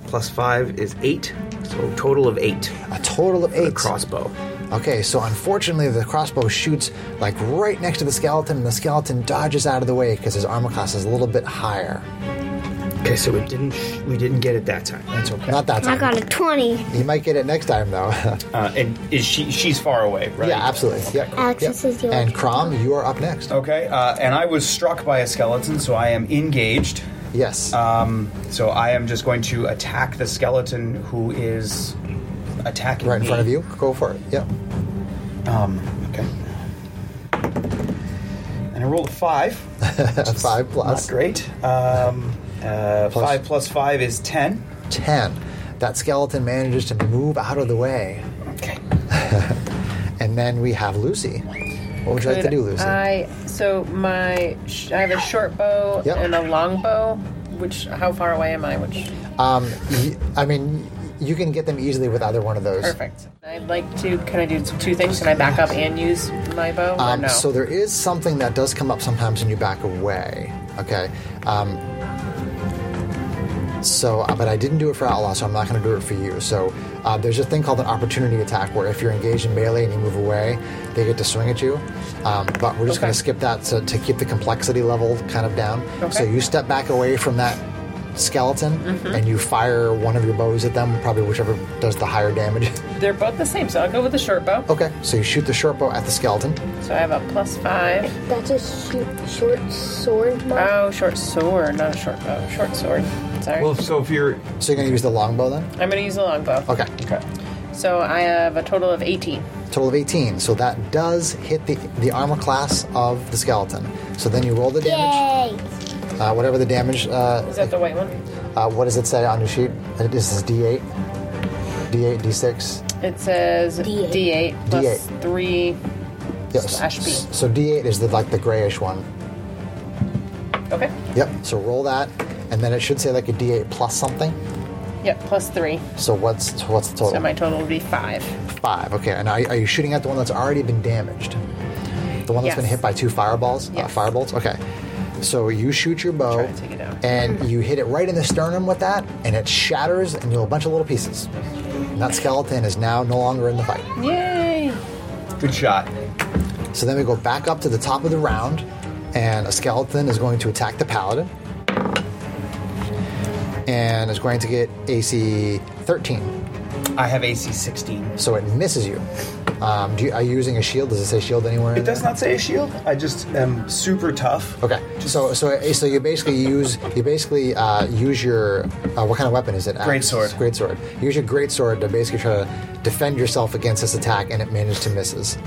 [SPEAKER 3] plus five is eight, so total of eight.
[SPEAKER 1] A total of eight.
[SPEAKER 3] Crossbow.
[SPEAKER 1] Okay. So unfortunately, the crossbow shoots like right next to the skeleton, and the skeleton dodges out of the way because his armor class is a little bit higher.
[SPEAKER 3] Okay, so we didn't we didn't get it that time.
[SPEAKER 1] It's Not that time.
[SPEAKER 4] I got a 20.
[SPEAKER 1] You might get it next time, though.
[SPEAKER 5] Uh, and is she? She's far away, right?
[SPEAKER 1] yeah, absolutely. Yep.
[SPEAKER 4] Alex,
[SPEAKER 1] yep.
[SPEAKER 4] this is your
[SPEAKER 1] And Crom, you are up next.
[SPEAKER 5] Okay, uh, and I was struck by a skeleton, so I am engaged.
[SPEAKER 1] Yes.
[SPEAKER 5] Um, So I am just going to attack the skeleton who is attacking
[SPEAKER 1] right in
[SPEAKER 5] me.
[SPEAKER 1] front of you. Go for it. Yep.
[SPEAKER 5] Okay. And I rolled a five.
[SPEAKER 1] A five
[SPEAKER 5] That's
[SPEAKER 1] plus
[SPEAKER 5] great. Um, uh, Five plus five is ten.
[SPEAKER 1] ten. That skeleton manages to move out of the way,
[SPEAKER 5] Okay.
[SPEAKER 1] and then we have Lucy. What would you like to
[SPEAKER 7] Could
[SPEAKER 1] do, Lucy?
[SPEAKER 7] I so my sh- I have a short bow
[SPEAKER 1] Yep.
[SPEAKER 7] and a long bow. Which how far away am I? Which
[SPEAKER 1] Um, y- I mean, you can get them easily with either one of those.
[SPEAKER 7] perfect. I'd like to. Can I do two things? Can I back up and use my bow? or
[SPEAKER 1] Um,
[SPEAKER 7] no.
[SPEAKER 1] So there is something that does come up sometimes when you back away. Okay. Um, so, uh, but I didn't do it for Outlaw, so I'm not going to do it for you. So uh, there's a thing called an opportunity attack where if you're engaged in melee and you move away, they get to swing at you. Um, but we're just going
[SPEAKER 7] Okay.
[SPEAKER 1] to skip that to, to keep the complexity level kind of down. So
[SPEAKER 7] Okay. Mm-hmm.
[SPEAKER 1] you step back away from that skeleton and you fire one of your bows at them, probably whichever does the higher damage.
[SPEAKER 7] They're both the same, so I'll go with the short bow.
[SPEAKER 1] okay, so you shoot the short bow at the skeleton.
[SPEAKER 7] So I have a plus five.
[SPEAKER 6] That's a sh- short sword mark.
[SPEAKER 7] Oh, short sword, not a short bow. Short sword. Sorry.
[SPEAKER 5] Well, so if you're
[SPEAKER 1] So you're going to use the longbow then?
[SPEAKER 7] I'm gonna use a longbow.
[SPEAKER 1] Okay.
[SPEAKER 5] okay,
[SPEAKER 7] So I have a total of 18.
[SPEAKER 1] Total of 18. So that does hit the, the armor class of the skeleton. So then you roll the damage.
[SPEAKER 4] Yay!
[SPEAKER 1] Uh, whatever the damage. Uh,
[SPEAKER 7] Is that the white one?
[SPEAKER 1] uh, what does it say on your sheet? Uh, This is D8. D8, D6.
[SPEAKER 7] It says
[SPEAKER 6] D8.
[SPEAKER 7] D8, plus
[SPEAKER 1] D8.
[SPEAKER 7] three.
[SPEAKER 1] Yes.
[SPEAKER 7] Slash B.
[SPEAKER 1] So D8 is the like the grayish one.
[SPEAKER 7] Okay.
[SPEAKER 1] Yep. So roll that, and then it should say like a D8 plus something.
[SPEAKER 7] Yep, plus three.
[SPEAKER 1] So what's so what's the total?
[SPEAKER 7] So my total would be five.
[SPEAKER 1] Five. Okay. And are, are you shooting at the one that's already been damaged? The one that's been
[SPEAKER 7] Yes.
[SPEAKER 1] hit by two fireballs? Uh,
[SPEAKER 7] Yes.
[SPEAKER 1] firebolts? Okay. So you shoot your bow,
[SPEAKER 7] Try to take it out.
[SPEAKER 1] and you hit it right in the sternum with that, and it shatters into a bunch of little pieces. And that skeleton is now no longer in the fight.
[SPEAKER 7] Yay!
[SPEAKER 5] good shot.
[SPEAKER 1] So then we go back up to the top of the round, and a skeleton is going to attack the paladin, and is going to get AC 13.
[SPEAKER 5] I have AC 16.
[SPEAKER 1] So it misses you. Um, do you are you using a shield? Does it say shield anywhere?
[SPEAKER 5] It does not say a shield. I just am super tough.
[SPEAKER 1] Okay, so so so you basically use you basically uh, use your uh, what kind of weapon is it? Uh,
[SPEAKER 5] Greatsword.
[SPEAKER 1] Great sword. Use your great sword to basically try to defend yourself against this attack, and it managed to misses.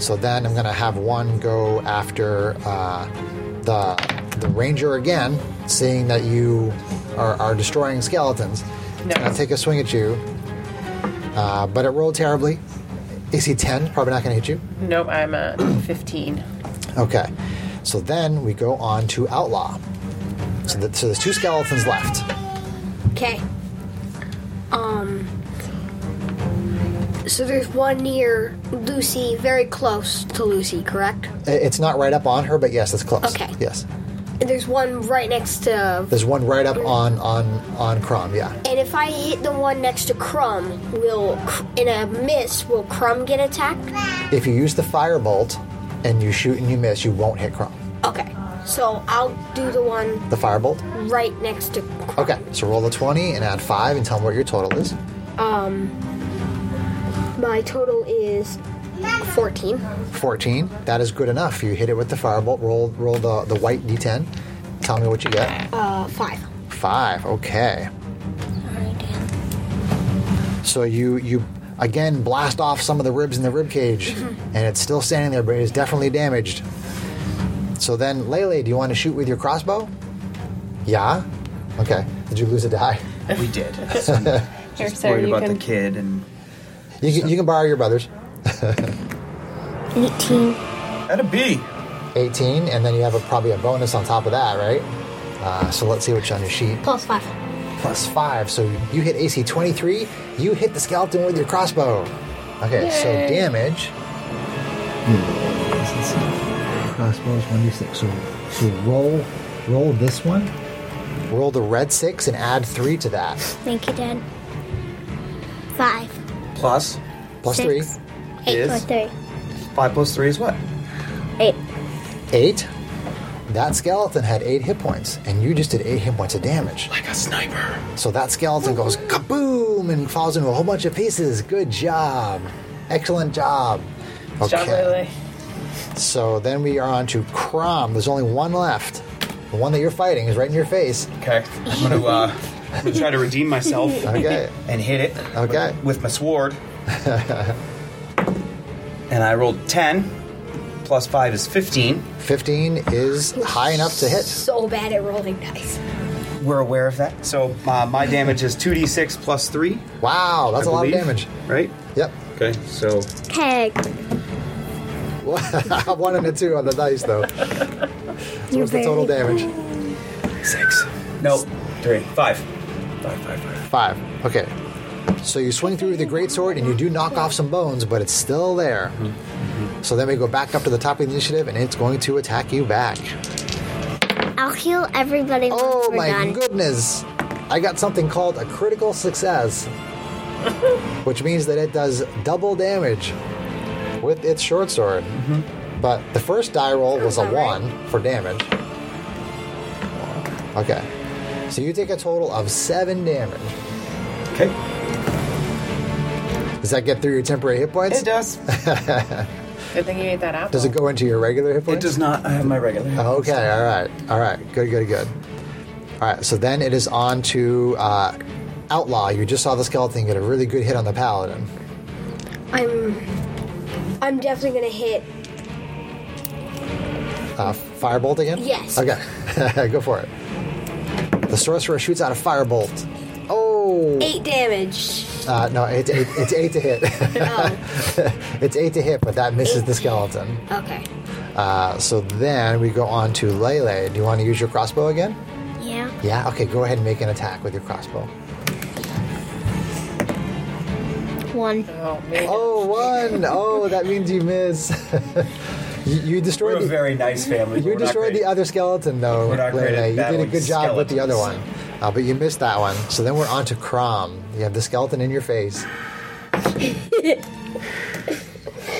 [SPEAKER 1] So then I'm gonna have one go after uh, the the ranger again, seeing that you are, are destroying skeletons.
[SPEAKER 7] No.
[SPEAKER 1] Gonna take a swing at you, uh, but it rolled terribly. AC 10 probably not gonna hit you.
[SPEAKER 7] Nope, I'm at 15.
[SPEAKER 1] Okay. So then we go on to Outlaw. So, that so there's two skeletons left.
[SPEAKER 6] Okay. Um. So there's one near Lucy, very close to Lucy, correct?
[SPEAKER 1] I- It's not right up on her, but yes, it's close.
[SPEAKER 6] Okay.
[SPEAKER 1] Yes.
[SPEAKER 6] And there's one right next to.
[SPEAKER 1] There's one right up on on on Crom. Yeah.
[SPEAKER 6] And if I hit the one next to Crumb, will Cr- in a miss, will Crumb get attacked?
[SPEAKER 1] If you use the firebolt and you shoot and you miss, you won't hit Crom.
[SPEAKER 6] Okay. So I'll do the one
[SPEAKER 1] The firebolt.
[SPEAKER 6] right next to. Crumb.
[SPEAKER 1] Okay. So roll a twenty and add five and tell me what your total is.
[SPEAKER 6] My total is fourteen.
[SPEAKER 1] Fourteen. That is good enough. You hit it with the firebolt. Roll roll the the white d10. Tell me what you get.
[SPEAKER 6] Uh, five.
[SPEAKER 1] Five. Okay. So you you again blast off some of the ribs in the rib cage, and it's still standing there, but it is definitely damaged. So then, Lele, do you want to shoot with your crossbow? Yeah. Okay. Did you lose a die?
[SPEAKER 5] We did. So I'm
[SPEAKER 8] Eric,
[SPEAKER 5] just
[SPEAKER 8] Sarah,
[SPEAKER 5] worried
[SPEAKER 8] you
[SPEAKER 5] about the
[SPEAKER 8] can-
[SPEAKER 5] kid and
[SPEAKER 1] You can, you can borrow your brother's.
[SPEAKER 4] 18.
[SPEAKER 5] at a B.
[SPEAKER 1] 18, and then you have a, probably a bonus on top of that, right? Uh, so let's see what's on your sheet.
[SPEAKER 4] Plus 5.
[SPEAKER 1] Plus five. So you hit AC 23. You hit the skeleton with your crossbow. Okay. So damage. Crossbows one d six. So so roll roll this one. Roll the red six and add three to that.
[SPEAKER 4] Thank you, Dad. 5.
[SPEAKER 5] Plus
[SPEAKER 1] Plus
[SPEAKER 4] Six.
[SPEAKER 1] three.
[SPEAKER 4] Eight
[SPEAKER 5] Is?
[SPEAKER 4] plus 3.
[SPEAKER 5] five plus three is what?
[SPEAKER 4] 8.
[SPEAKER 1] Eight. That skeleton had eight hit points, and you just did eight hit points of damage.
[SPEAKER 5] Like a sniper.
[SPEAKER 1] So that skeleton goes kaboom and falls into a whole bunch of pieces. Good job. Excellent job. Okay.
[SPEAKER 7] John Lele.
[SPEAKER 1] So then we are on to Crom. There's only one left. The one that you're fighting is right in your face.
[SPEAKER 5] Okay. I'm gonna uh, I'm gonna try to redeem myself
[SPEAKER 1] Okay.
[SPEAKER 5] and hit it.
[SPEAKER 1] Okay.
[SPEAKER 5] With, with my sword. and I rolled ten. Plus five is fifteen.
[SPEAKER 1] 15 is high enough to hit.
[SPEAKER 6] So bad at rolling dice.
[SPEAKER 5] We're aware of that. So uh, my damage is two d six plus three.
[SPEAKER 1] Wow, that's
[SPEAKER 5] I
[SPEAKER 1] a lot of
[SPEAKER 5] believe.
[SPEAKER 1] damage.
[SPEAKER 5] Right.
[SPEAKER 1] Yep.
[SPEAKER 5] Okay. So
[SPEAKER 4] Keg.
[SPEAKER 1] Well, I wanted a two on the dice, though. So what's the total damage?
[SPEAKER 5] Six. Nope. Three. Five. Five, five, five.
[SPEAKER 1] Five. Okay. So you swing through with the greatsword and you do knock off some bones, but it's still there. So then we go back up to the top of the initiative and it's going to attack you back.
[SPEAKER 4] I'll heal everybody once
[SPEAKER 1] Oh
[SPEAKER 4] we're
[SPEAKER 1] my
[SPEAKER 4] done.
[SPEAKER 1] goodness! I got something called a critical success, which means that it does double damage with its short sword. But the first die roll was a one for damage. Okay, so you take a total of seven damage.
[SPEAKER 5] Okay.
[SPEAKER 1] Does that get through your temporary hit points?
[SPEAKER 7] It does. Good thing you ate that apple.
[SPEAKER 1] Does it go into your regular hit
[SPEAKER 5] It
[SPEAKER 1] points? Oh,
[SPEAKER 5] does not. I have my regular.
[SPEAKER 1] Okay, all right, all right, good, good, good. All right, so then it is on to uh, outlaw. You just saw the skeleton get a really good hit on the paladin.
[SPEAKER 6] I'm I'm definitely gonna hit
[SPEAKER 1] Uh, firebolt again?
[SPEAKER 6] Yes.
[SPEAKER 1] Okay, go for it. The sorcerer shoots out a firebolt. Oh!
[SPEAKER 6] eight damage. Oh.
[SPEAKER 1] Uh, no, it, it, it's eight to hit. it's eight to hit, but that misses the skeleton.
[SPEAKER 6] Okay.
[SPEAKER 1] Uh, so then we go on to Lele. Do you want to use your crossbow again?
[SPEAKER 4] Yeah.
[SPEAKER 1] Yeah? Okay, go ahead and make an attack with your crossbow.
[SPEAKER 4] One.
[SPEAKER 7] Oh, man.
[SPEAKER 1] Oh, one! Oh, that means you miss. you, you
[SPEAKER 5] We're
[SPEAKER 1] destroyed
[SPEAKER 5] a
[SPEAKER 1] the,
[SPEAKER 5] very nice family. but
[SPEAKER 1] you
[SPEAKER 5] we're not
[SPEAKER 1] destroyed
[SPEAKER 5] great.
[SPEAKER 1] the other skeleton, though.
[SPEAKER 5] We're not great
[SPEAKER 1] Lele.
[SPEAKER 5] at
[SPEAKER 1] You did a
[SPEAKER 5] battling
[SPEAKER 1] good job with the other one,
[SPEAKER 5] skeletons.
[SPEAKER 1] uh, but you missed that one. So then we're on to Crom. You have the skeleton in your face.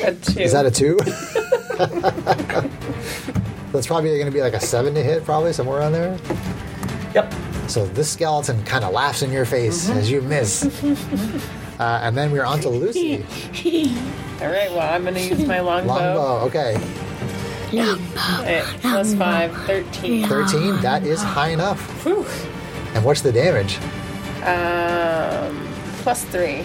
[SPEAKER 7] A two.
[SPEAKER 1] Is that a two? That's probably going to be like a seven to hit, probably somewhere on there.
[SPEAKER 5] Yep.
[SPEAKER 1] So this skeleton kind of laughs in your face as you miss. Uh, and then we're on to Lucy.
[SPEAKER 7] All right. Well, I'm gonna use my longbow.
[SPEAKER 1] Longbow, okay.
[SPEAKER 7] Eh, plus five, 13.
[SPEAKER 1] 13, that is high enough. And what's the damage?
[SPEAKER 7] Um, plus three.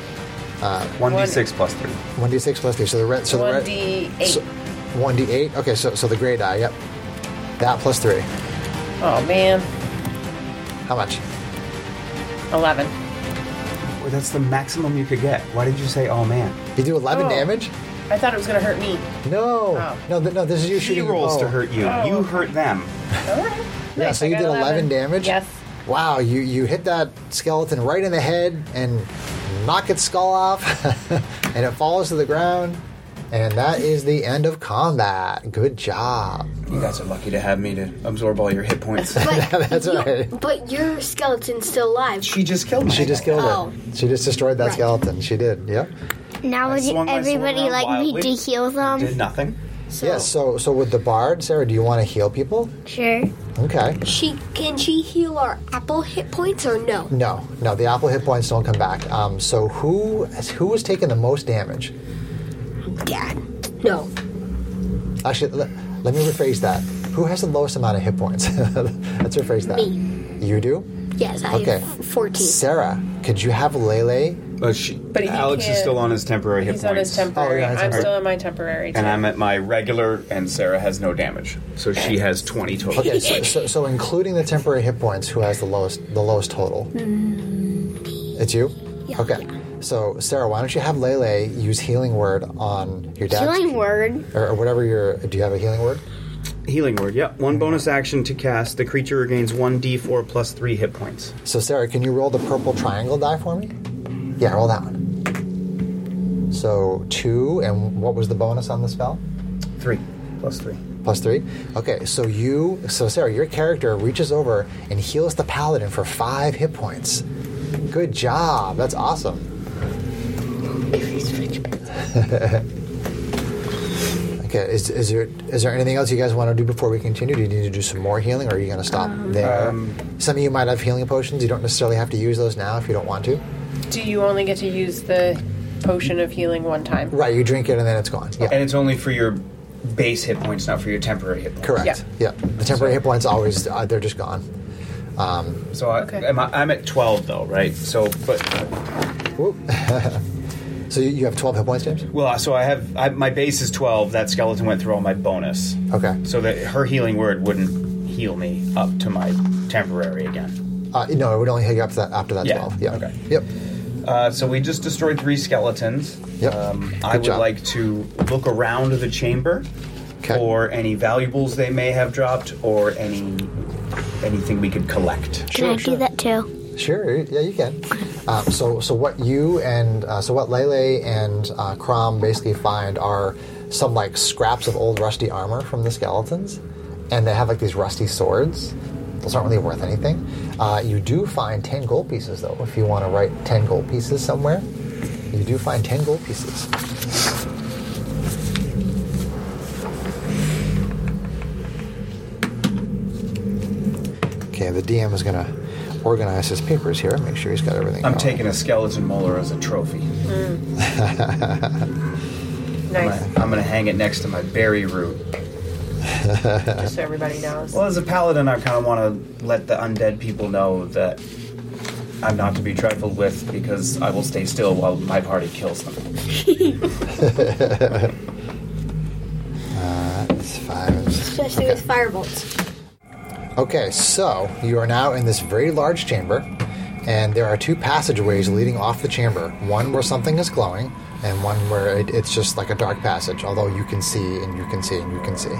[SPEAKER 5] One d six plus three.
[SPEAKER 1] 1d6 plus 3. So the red. So the
[SPEAKER 7] One
[SPEAKER 1] red.
[SPEAKER 7] D eight.
[SPEAKER 1] so- 1d8? Okay, so, so the gray die, yep. That plus 3.
[SPEAKER 7] Oh man,
[SPEAKER 1] How much?
[SPEAKER 7] eleven.
[SPEAKER 5] Well, that's the maximum you could get. Why did you say, "Oh man"?
[SPEAKER 1] You do 11
[SPEAKER 7] Oh.
[SPEAKER 1] damage?
[SPEAKER 7] I thought it was gonna hurt me.
[SPEAKER 1] No.
[SPEAKER 7] Oh.
[SPEAKER 1] No, th- no, this is you
[SPEAKER 5] She
[SPEAKER 1] shooting.
[SPEAKER 5] rolls to
[SPEAKER 1] oh.
[SPEAKER 5] hurt you. You hurt them.
[SPEAKER 7] All right.
[SPEAKER 1] Yeah,
[SPEAKER 7] Nice,
[SPEAKER 1] so
[SPEAKER 7] I
[SPEAKER 1] you
[SPEAKER 7] got
[SPEAKER 1] did 11. damage?
[SPEAKER 7] Yes.
[SPEAKER 1] Wow, you, you hit that skeleton right in the head and knock its skull off, and it falls to the ground. And that is the end of combat. Good job.
[SPEAKER 5] You guys are lucky to have me to absorb all your hit points.
[SPEAKER 1] That's all right.
[SPEAKER 6] But your skeleton's still alive.
[SPEAKER 5] she just killed me.
[SPEAKER 1] She just killed
[SPEAKER 6] Oh.
[SPEAKER 1] it. She just destroyed that skeleton. She did. Yep.
[SPEAKER 4] Now
[SPEAKER 5] I
[SPEAKER 4] would
[SPEAKER 5] swung my sword
[SPEAKER 4] everybody
[SPEAKER 5] around
[SPEAKER 4] like me
[SPEAKER 5] wildly.
[SPEAKER 4] to heal
[SPEAKER 5] Did
[SPEAKER 4] them?
[SPEAKER 5] nothing.
[SPEAKER 6] So
[SPEAKER 1] Yes. So, so with the bard, Sarah, do you want to heal people?
[SPEAKER 4] Sure.
[SPEAKER 1] Okay.
[SPEAKER 6] she can she heal our apple hit points or no?
[SPEAKER 1] No, no. The apple hit points don't come back. Um. So who who was taking the most damage?
[SPEAKER 6] Dad. No.
[SPEAKER 1] Actually, let, let me rephrase that. Who has the lowest amount of hit points? Let's rephrase that.
[SPEAKER 6] Me.
[SPEAKER 1] You do.
[SPEAKER 6] Yes, I
[SPEAKER 1] Okay.
[SPEAKER 6] have fourteen.
[SPEAKER 1] Sarah, could you have Lele?
[SPEAKER 5] But she,
[SPEAKER 7] he
[SPEAKER 5] Alex is
[SPEAKER 7] can't-
[SPEAKER 5] still on his temporary hit
[SPEAKER 7] He's
[SPEAKER 5] points.
[SPEAKER 7] on his temporary.
[SPEAKER 1] Oh, yeah, it's
[SPEAKER 7] I'm
[SPEAKER 1] alright.
[SPEAKER 7] still on my temporary.
[SPEAKER 5] and
[SPEAKER 7] too.
[SPEAKER 5] I'm at my regular, and Sarah has no damage, so she has twenty total.
[SPEAKER 1] Okay. So, so, so including the temporary hit points, who has the lowest the lowest total? It's you. okay. So Sarah, why don't you have Lele use healing word on your dad?
[SPEAKER 4] Healing word.
[SPEAKER 1] or, or whatever your do you have a healing word?
[SPEAKER 3] Healing word, yeah. One bonus action to cast. The creature regains 1d4 plus 3 hit points.
[SPEAKER 1] So Sarah, can you roll the purple triangle die for me? Yeah, roll that one. So two, and what was the bonus on the spell?
[SPEAKER 3] 3. Plus 3.
[SPEAKER 1] Plus three. Okay, so you, so Sarah, your character reaches over and heals the paladin for five hit points. Good job. That's awesome. okay, is, is there is there anything else you guys want to do before we continue? Do you need to do some more healing, or are you going to stop there? some of you might have healing potions. You don't necessarily have to use those now if you don't want to.
[SPEAKER 7] Do you only get to use the potion of healing one time?
[SPEAKER 1] Right, you drink it and then it's gone. Yeah,
[SPEAKER 5] And it's only for your base hit points, not for your temporary hit points.
[SPEAKER 1] correct. Yeah, the temporary hit points always uh, they're just gone.
[SPEAKER 5] So I,
[SPEAKER 7] Okay.
[SPEAKER 5] am I, am at twelve though, right? So, but
[SPEAKER 1] Whoop. so you, you have twelve hit points, James.
[SPEAKER 5] well, so I have I, my base is twelve. That skeleton went through all my bonus.
[SPEAKER 1] Okay.
[SPEAKER 5] So that her healing word wouldn't heal me up to my temporary again.
[SPEAKER 1] Uh, no, it would only hit you up to that after that
[SPEAKER 5] Yeah,
[SPEAKER 1] twelve. Yeah.
[SPEAKER 5] okay.
[SPEAKER 1] Yep.
[SPEAKER 5] Uh, so we just destroyed three skeletons. Um,
[SPEAKER 1] Yep.
[SPEAKER 5] I
[SPEAKER 1] Good
[SPEAKER 5] would
[SPEAKER 1] job.
[SPEAKER 5] like to look around the chamber
[SPEAKER 1] 'Kay.
[SPEAKER 5] for any valuables they may have dropped or any anything we could collect.
[SPEAKER 4] Can I do that too?
[SPEAKER 1] Sure. Yeah, you can. Um, so, so what you and uh, so what Lele and uh, Crom basically find are some like scraps of old rusty armor from the skeletons, and they have like these rusty swords. Those aren't really worth anything. Uh, you do find ten gold pieces though, if you want to write ten gold pieces somewhere. You do find ten gold pieces. Okay, the DM is gonna organize his papers here. Make sure he's got everything.
[SPEAKER 5] I'm
[SPEAKER 1] going.
[SPEAKER 5] taking a skeleton molar as a trophy. I'm
[SPEAKER 8] Nice.
[SPEAKER 5] gonna- I'm going to hang it next to my berry root.
[SPEAKER 8] Just so everybody knows.
[SPEAKER 5] Well, as a paladin, I kind of want to let the undead people know that I'm not to be trifled with because I will stay still while my party kills them.
[SPEAKER 1] It's five.
[SPEAKER 6] Especially with firebolts.
[SPEAKER 1] Okay, so you are now in this very large chamber, and there are two passageways leading off the chamber. One where something is glowing, and one where it, it's just like a dark passage. Although you can see, and you can see, and you can see.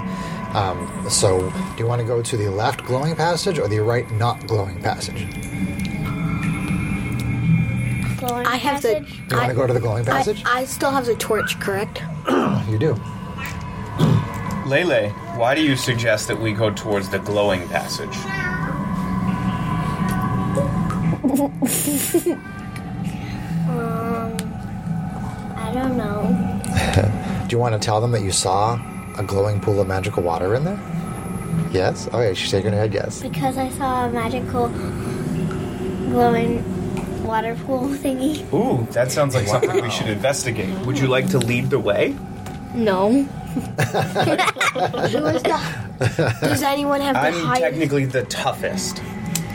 [SPEAKER 1] Um, so, do you want to go to the left glowing passage or the right not glowing passage? Do
[SPEAKER 4] Glowing
[SPEAKER 6] I have the.
[SPEAKER 4] passage?
[SPEAKER 1] you want
[SPEAKER 6] I,
[SPEAKER 1] to go to the glowing
[SPEAKER 6] I,
[SPEAKER 1] passage?
[SPEAKER 6] I still have the torch, correct?
[SPEAKER 1] you do.
[SPEAKER 5] Lele, why do you suggest that we go towards the glowing passage?
[SPEAKER 4] I don't know.
[SPEAKER 1] Do you want to tell them that you saw a glowing pool of magical water in there? Yes. Okay, she's shaking her head. Yes.
[SPEAKER 4] Because I saw a magical glowing water pool thingy.
[SPEAKER 5] Ooh, that sounds like something we should investigate. Would you like to lead the way?
[SPEAKER 4] No.
[SPEAKER 6] Does anyone have the
[SPEAKER 5] I'm
[SPEAKER 6] highest?
[SPEAKER 5] technically the toughest.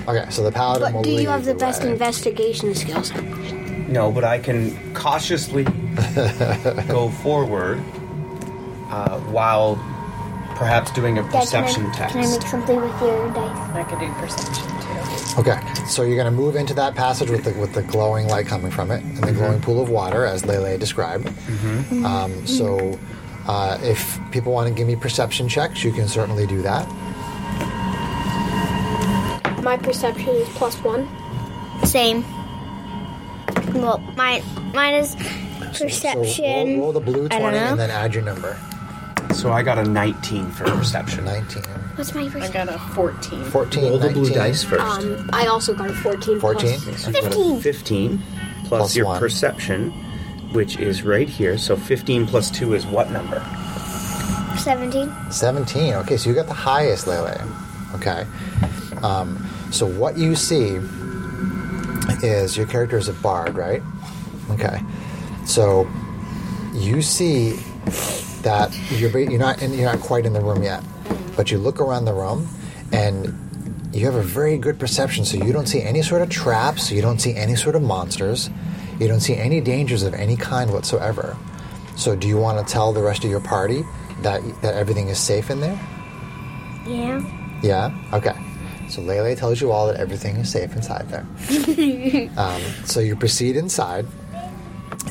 [SPEAKER 1] Okay, so the paladin. will
[SPEAKER 6] But do you
[SPEAKER 1] lead
[SPEAKER 6] have the best
[SPEAKER 1] way.
[SPEAKER 6] investigation skills?
[SPEAKER 5] No, but I can cautiously go forward uh, while perhaps doing a
[SPEAKER 4] Dad, can I-
[SPEAKER 5] perception test.
[SPEAKER 4] Can I make something with your dice?
[SPEAKER 8] I could do perception too.
[SPEAKER 1] Okay, so you're going to move into that passage with the with the glowing light coming from it and the glowing pool of water, as Lele described. Um, so, uh, if people want to give me perception checks, you can certainly do that.
[SPEAKER 6] My perception is plus one.
[SPEAKER 4] Same. Well, mine mine is
[SPEAKER 1] So roll,
[SPEAKER 4] perception.
[SPEAKER 1] roll the blue
[SPEAKER 4] I don't
[SPEAKER 1] twenty and
[SPEAKER 4] know.
[SPEAKER 1] then add your number.
[SPEAKER 5] So I got a 19 for perception.
[SPEAKER 1] 19,
[SPEAKER 4] What's my
[SPEAKER 8] I
[SPEAKER 4] perception?
[SPEAKER 8] got a 14.
[SPEAKER 1] 14, 19.
[SPEAKER 5] first.
[SPEAKER 6] Um, I also got a fourteen.
[SPEAKER 1] 14?
[SPEAKER 6] Plus.
[SPEAKER 5] So you got a
[SPEAKER 4] 15.
[SPEAKER 5] 15 plus,
[SPEAKER 1] Plus
[SPEAKER 5] your
[SPEAKER 1] one.
[SPEAKER 5] perception, which is right here. So 15 plus 2 is what number?
[SPEAKER 4] Seventeen.
[SPEAKER 1] 17. Okay, so you got the highest, Lele. Okay. Um, so what you see is your character is a bard, right? Okay. So you see that you're ba- you're not in, you're not quite in the room yet, but you look around the room and you have a very good perception. So you don't see any sort of traps. You don't see any sort of monsters. You don't see any dangers of any kind whatsoever. So do you want to tell the rest of your party that that everything is safe in there?
[SPEAKER 4] Yeah.
[SPEAKER 1] Yeah. Okay. So Lele tells you all that everything is safe inside there. um, so you proceed inside,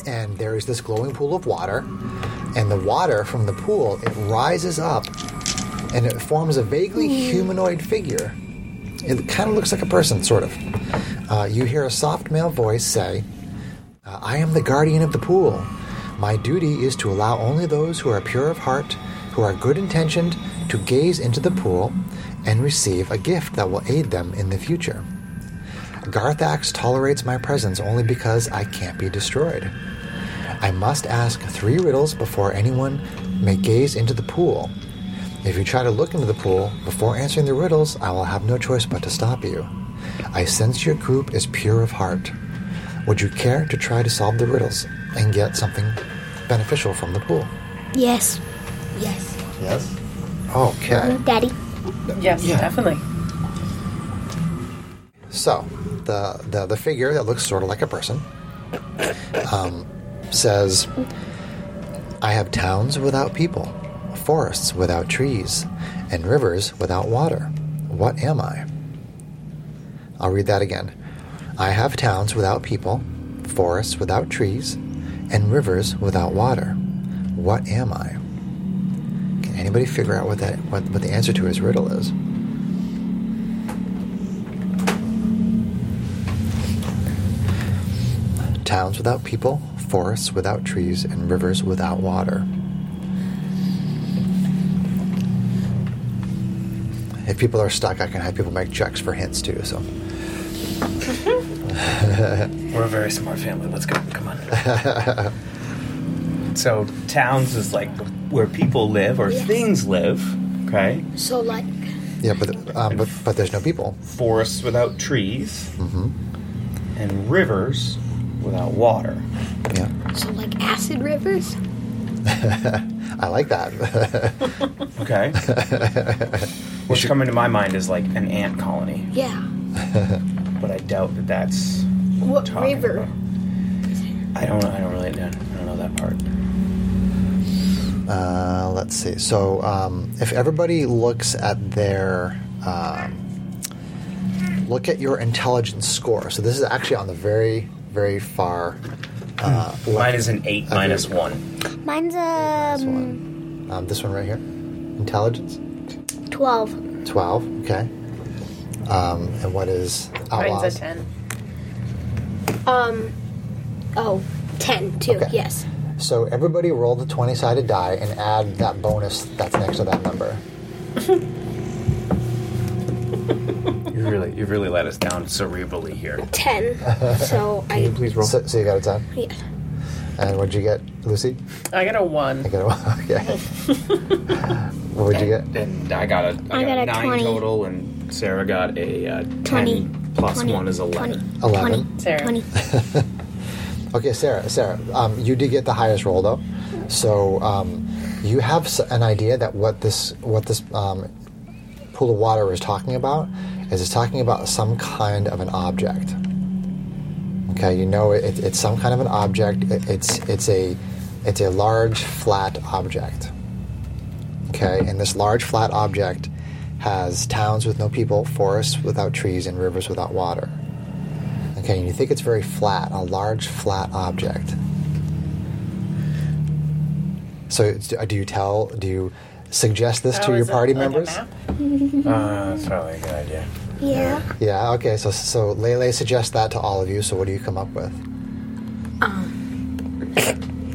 [SPEAKER 1] and there is this glowing pool of water, and the water from the pool it rises up, and it forms a vaguely humanoid figure. It kind of looks like a person, sort of. Uh, you hear a soft male voice say, uh, I am the guardian of the pool. My duty is to allow only those who are pure of heart, who are good intentioned, to gaze into the pool and receive a gift that will aid them in the future. Garthax tolerates my presence only because I can't be destroyed. I must ask three riddles before anyone may gaze into the pool. If you try to look into the pool before answering the riddles, I will have no choice but to stop you. I sense your group is pure of heart. Would you care to try to solve the riddles and get something beneficial from the pool?
[SPEAKER 4] Yes.
[SPEAKER 6] Yes.
[SPEAKER 1] Yes. Okay.
[SPEAKER 4] Daddy.
[SPEAKER 8] Yes, definitely.
[SPEAKER 1] So, the, the the figure that looks sort of like a person um, says, "I have towns without people, forests without trees, and rivers without water. What am I?" I'll read that again. I have towns without people, forests without trees, and rivers without water. What am I? Can anybody figure out what that what, what the answer to his riddle is? Towns without people, forests without trees, and rivers without water. If people are stuck, I can have people make checks for hints too. So.
[SPEAKER 5] We're a very smart family. Let's go. Come on. so towns is like where people live or things live. Okay.
[SPEAKER 6] So like,
[SPEAKER 1] Yeah, but um, but but there's no people.
[SPEAKER 5] Forests without trees.
[SPEAKER 1] Mm-hmm.
[SPEAKER 5] And rivers without water.
[SPEAKER 1] Yeah,
[SPEAKER 6] so like acid rivers.
[SPEAKER 1] I like that.
[SPEAKER 5] Okay. What's coming to my mind is like an ant colony,
[SPEAKER 6] Yeah.
[SPEAKER 5] but I doubt that that's
[SPEAKER 6] What
[SPEAKER 5] what, we're talking
[SPEAKER 6] river?
[SPEAKER 5] about. I don't. I don't really. I don't know that part.
[SPEAKER 1] uh, let's see. So um, if everybody looks at their um, look at your intelligence score. So this is actually on the very very far. Uh,
[SPEAKER 5] Mine is an eight minus one.
[SPEAKER 4] Mine's
[SPEAKER 1] This
[SPEAKER 4] a
[SPEAKER 1] one, um, this one right here, intelligence
[SPEAKER 4] 12.
[SPEAKER 1] twelve. Okay. Um, and what is
[SPEAKER 8] Mine's
[SPEAKER 1] outlaws?
[SPEAKER 8] a 10.
[SPEAKER 6] Um. Oh, 10 too.
[SPEAKER 1] Okay.
[SPEAKER 6] Yes.
[SPEAKER 1] So everybody roll the twenty sided die and add that bonus that's next to that number.
[SPEAKER 5] You really, you really let us down cerebrally here.
[SPEAKER 6] 10. so I.
[SPEAKER 5] Please
[SPEAKER 1] So, so you got a ten.
[SPEAKER 6] Yeah.
[SPEAKER 1] And what'd you get, Lucy?
[SPEAKER 7] I got a one.
[SPEAKER 1] I got a okay. what would you get?
[SPEAKER 5] And I got a, I
[SPEAKER 4] I
[SPEAKER 5] got
[SPEAKER 4] got
[SPEAKER 5] a
[SPEAKER 4] a
[SPEAKER 5] nine
[SPEAKER 4] 20.
[SPEAKER 5] total, and Sarah got a uh,
[SPEAKER 4] 20.
[SPEAKER 5] ten plus
[SPEAKER 4] 20,
[SPEAKER 5] one is eleven.
[SPEAKER 1] 11.
[SPEAKER 7] Sarah.
[SPEAKER 4] 20.
[SPEAKER 1] Okay, Sarah, Sarah, um, you did get the highest roll though, so um, you have s- an idea that what this what this um, pool of water is talking about is it's talking about some kind of an object. Okay, you know it, it, it's some kind of an object. It, it's it's a it's a large flat object. Okay, and this large flat object has towns with no people, forests without trees, and rivers without water. Okay, and you think it's very flat, a large flat object. So it's- do you tell? Do you suggest this to
[SPEAKER 7] Oh,
[SPEAKER 1] your
[SPEAKER 7] is it
[SPEAKER 1] party
[SPEAKER 7] like a
[SPEAKER 1] members?
[SPEAKER 7] map?
[SPEAKER 5] Uh, that's probably a good idea.
[SPEAKER 4] Yeah.
[SPEAKER 1] Yeah. Okay. So so Lele suggests that to all of you. So what do you come up with?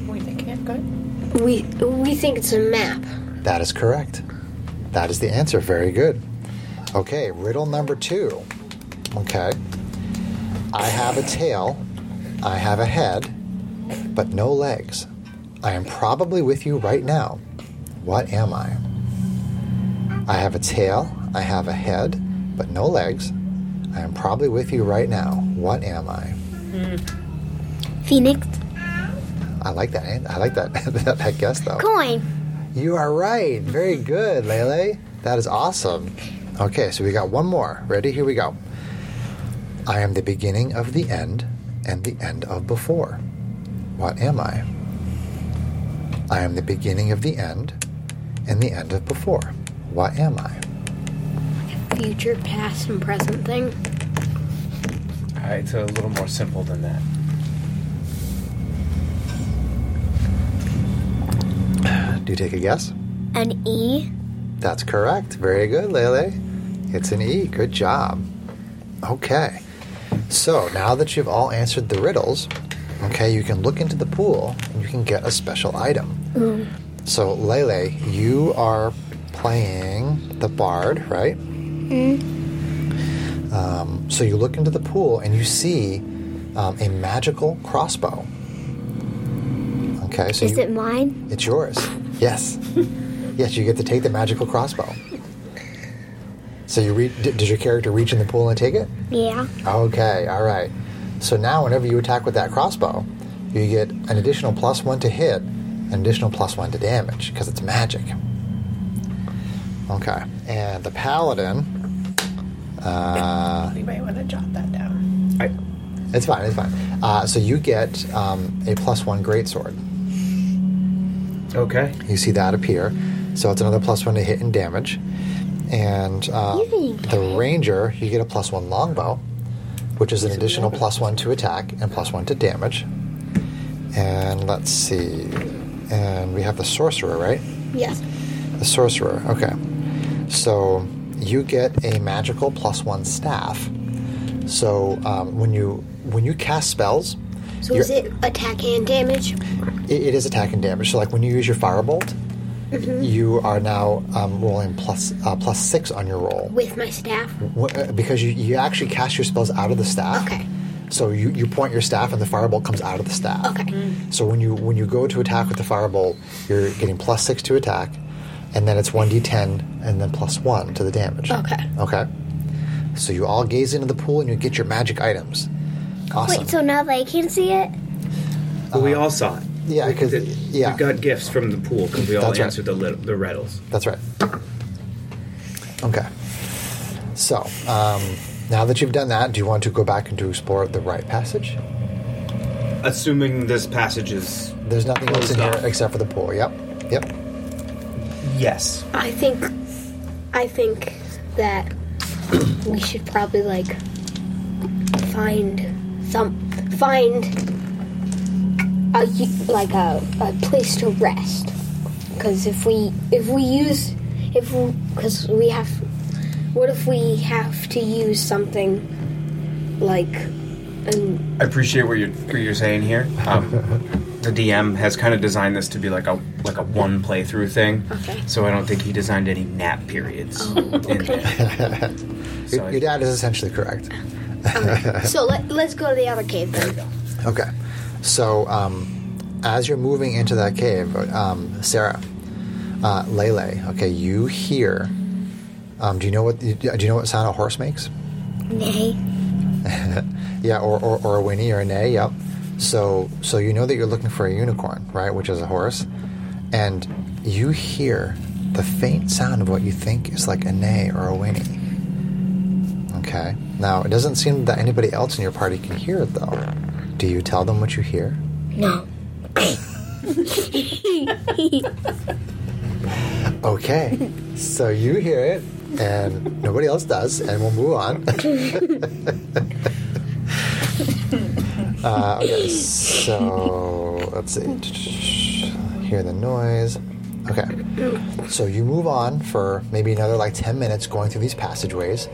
[SPEAKER 7] Wait, I can't go.
[SPEAKER 6] We we think it's a map.
[SPEAKER 1] That is correct. That is the answer. Very good. Okay, riddle number two. Okay. I have a tail, I have a head, but no legs. I am probably with you right now. What am I? I have a tail, I have a head, but no legs. I am probably with you right now. What am I?
[SPEAKER 4] Phoenix.
[SPEAKER 1] I like that. an- I like that that, that guess though.
[SPEAKER 4] Coin.
[SPEAKER 1] You are right. Very good, Lele. That is awesome. Okay, so we got one more. Ready? Here we go. I am the beginning of the end and the end of before. What am I? I am the beginning of the end and the end of before. What am I?
[SPEAKER 6] Future, past, and present thing.
[SPEAKER 5] Uh, it's a little more simple than that.
[SPEAKER 1] Do you take a guess?
[SPEAKER 4] An E.
[SPEAKER 1] That's correct. Very good, Lele. It's an E. Good job. Okay. So now that you've all answered the riddles, okay, you can look into the pool and you can get a special item. So, Lele, you are playing the bard, right?
[SPEAKER 4] Mm-hmm.
[SPEAKER 1] Um, so you look into the pool and you see um, a magical crossbow. Okay, so
[SPEAKER 4] Is
[SPEAKER 1] you,
[SPEAKER 4] it mine?
[SPEAKER 1] it's yours. Yes. yes, you get to take the magical crossbow. So you re- did, did your character reach in the pool and take it?
[SPEAKER 4] Yeah.
[SPEAKER 1] Okay, all right. So now whenever you attack with that crossbow, you get an additional plus 1 to hit, an additional plus 1 to damage because it's magic. Okay. And the paladin,
[SPEAKER 7] You might want to jot that down.
[SPEAKER 1] it's fine, it's fine. Uh, so you get um, a plus 1 greatsword.
[SPEAKER 5] Okay.
[SPEAKER 1] You see that appear. So it's another plus one to hit and damage. And uh,
[SPEAKER 4] Yay.
[SPEAKER 1] the ranger, you get a plus one longbow. which is an additional plus one to attack and plus one to damage. And let's see. And we have the sorcerer, right?
[SPEAKER 4] Yes.
[SPEAKER 1] The sorcerer, okay. So you get a magical plus one staff. So um, when you when you cast spells,
[SPEAKER 6] So is it attack and damage?
[SPEAKER 1] it, it is attack and damage. So, like when you use your firebolt,
[SPEAKER 6] Mm-hmm.
[SPEAKER 1] you are now um, rolling plus uh, plus six on your roll
[SPEAKER 6] With my staff?
[SPEAKER 1] Wh- uh, because you, you actually cast your spells out of the staff.
[SPEAKER 6] Okay.
[SPEAKER 1] So you, you point your staff and the firebolt comes out of the staff.
[SPEAKER 6] Okay.
[SPEAKER 1] So when you when you go to attack with the firebolt, you're getting plus six to attack, and then it's one d10 and then plus one to the damage.
[SPEAKER 6] Okay.
[SPEAKER 1] Okay. So you all gaze into the pool and you get your magic items. Awesome.
[SPEAKER 4] Wait, so now they can see it?
[SPEAKER 3] But we all saw it.
[SPEAKER 1] yeah,
[SPEAKER 3] We-
[SPEAKER 1] 'cause-
[SPEAKER 3] the-
[SPEAKER 1] yeah.
[SPEAKER 3] We got gifts from the pool because we all
[SPEAKER 1] That's right.
[SPEAKER 3] answered the, lit- the riddles.
[SPEAKER 1] That's right. Okay. So, um, now that you've done that, do you want to go back and to explore the right passage?
[SPEAKER 3] Assuming this passage is
[SPEAKER 1] There's nothing else in
[SPEAKER 3] Closed
[SPEAKER 1] here
[SPEAKER 3] off.
[SPEAKER 1] except for the pool. Yep. Yep.
[SPEAKER 5] Yes.
[SPEAKER 6] I think I think that we should probably like find some find a u- like a, a place to rest because if we if we use if because we have what if we have to use something like an
[SPEAKER 5] I appreciate what you're what you're saying here. Um, the DM has kind of designed this to be like a like a one playthrough thing.
[SPEAKER 6] Okay.
[SPEAKER 5] So I don't think he designed any nap periods. in there. So I-
[SPEAKER 1] Your, your dad is essentially correct.
[SPEAKER 6] so let, let's go to the other cave then
[SPEAKER 1] Okay. So, um, as you're moving into that cave, um, Sarah, uh, Lele, okay, you hear. Um, do you know what? Do you know what sound a horse makes?
[SPEAKER 4] Nay.
[SPEAKER 1] Yeah, or, or, or a whinny or a neigh. Yep. So so you know that you're looking for a unicorn, right? Which is a horse, and you hear the faint sound of what you think is like a neigh or a whinny. Okay. Now it doesn't seem that anybody else in your party can hear it though. Do you tell them what you hear?
[SPEAKER 2] No.
[SPEAKER 1] Okay. so you hear it, and nobody else does, and we'll move on. uh, okay, so let's see. Hear the noise. Okay. So you move on for maybe another like 10 minutes going through these passageways,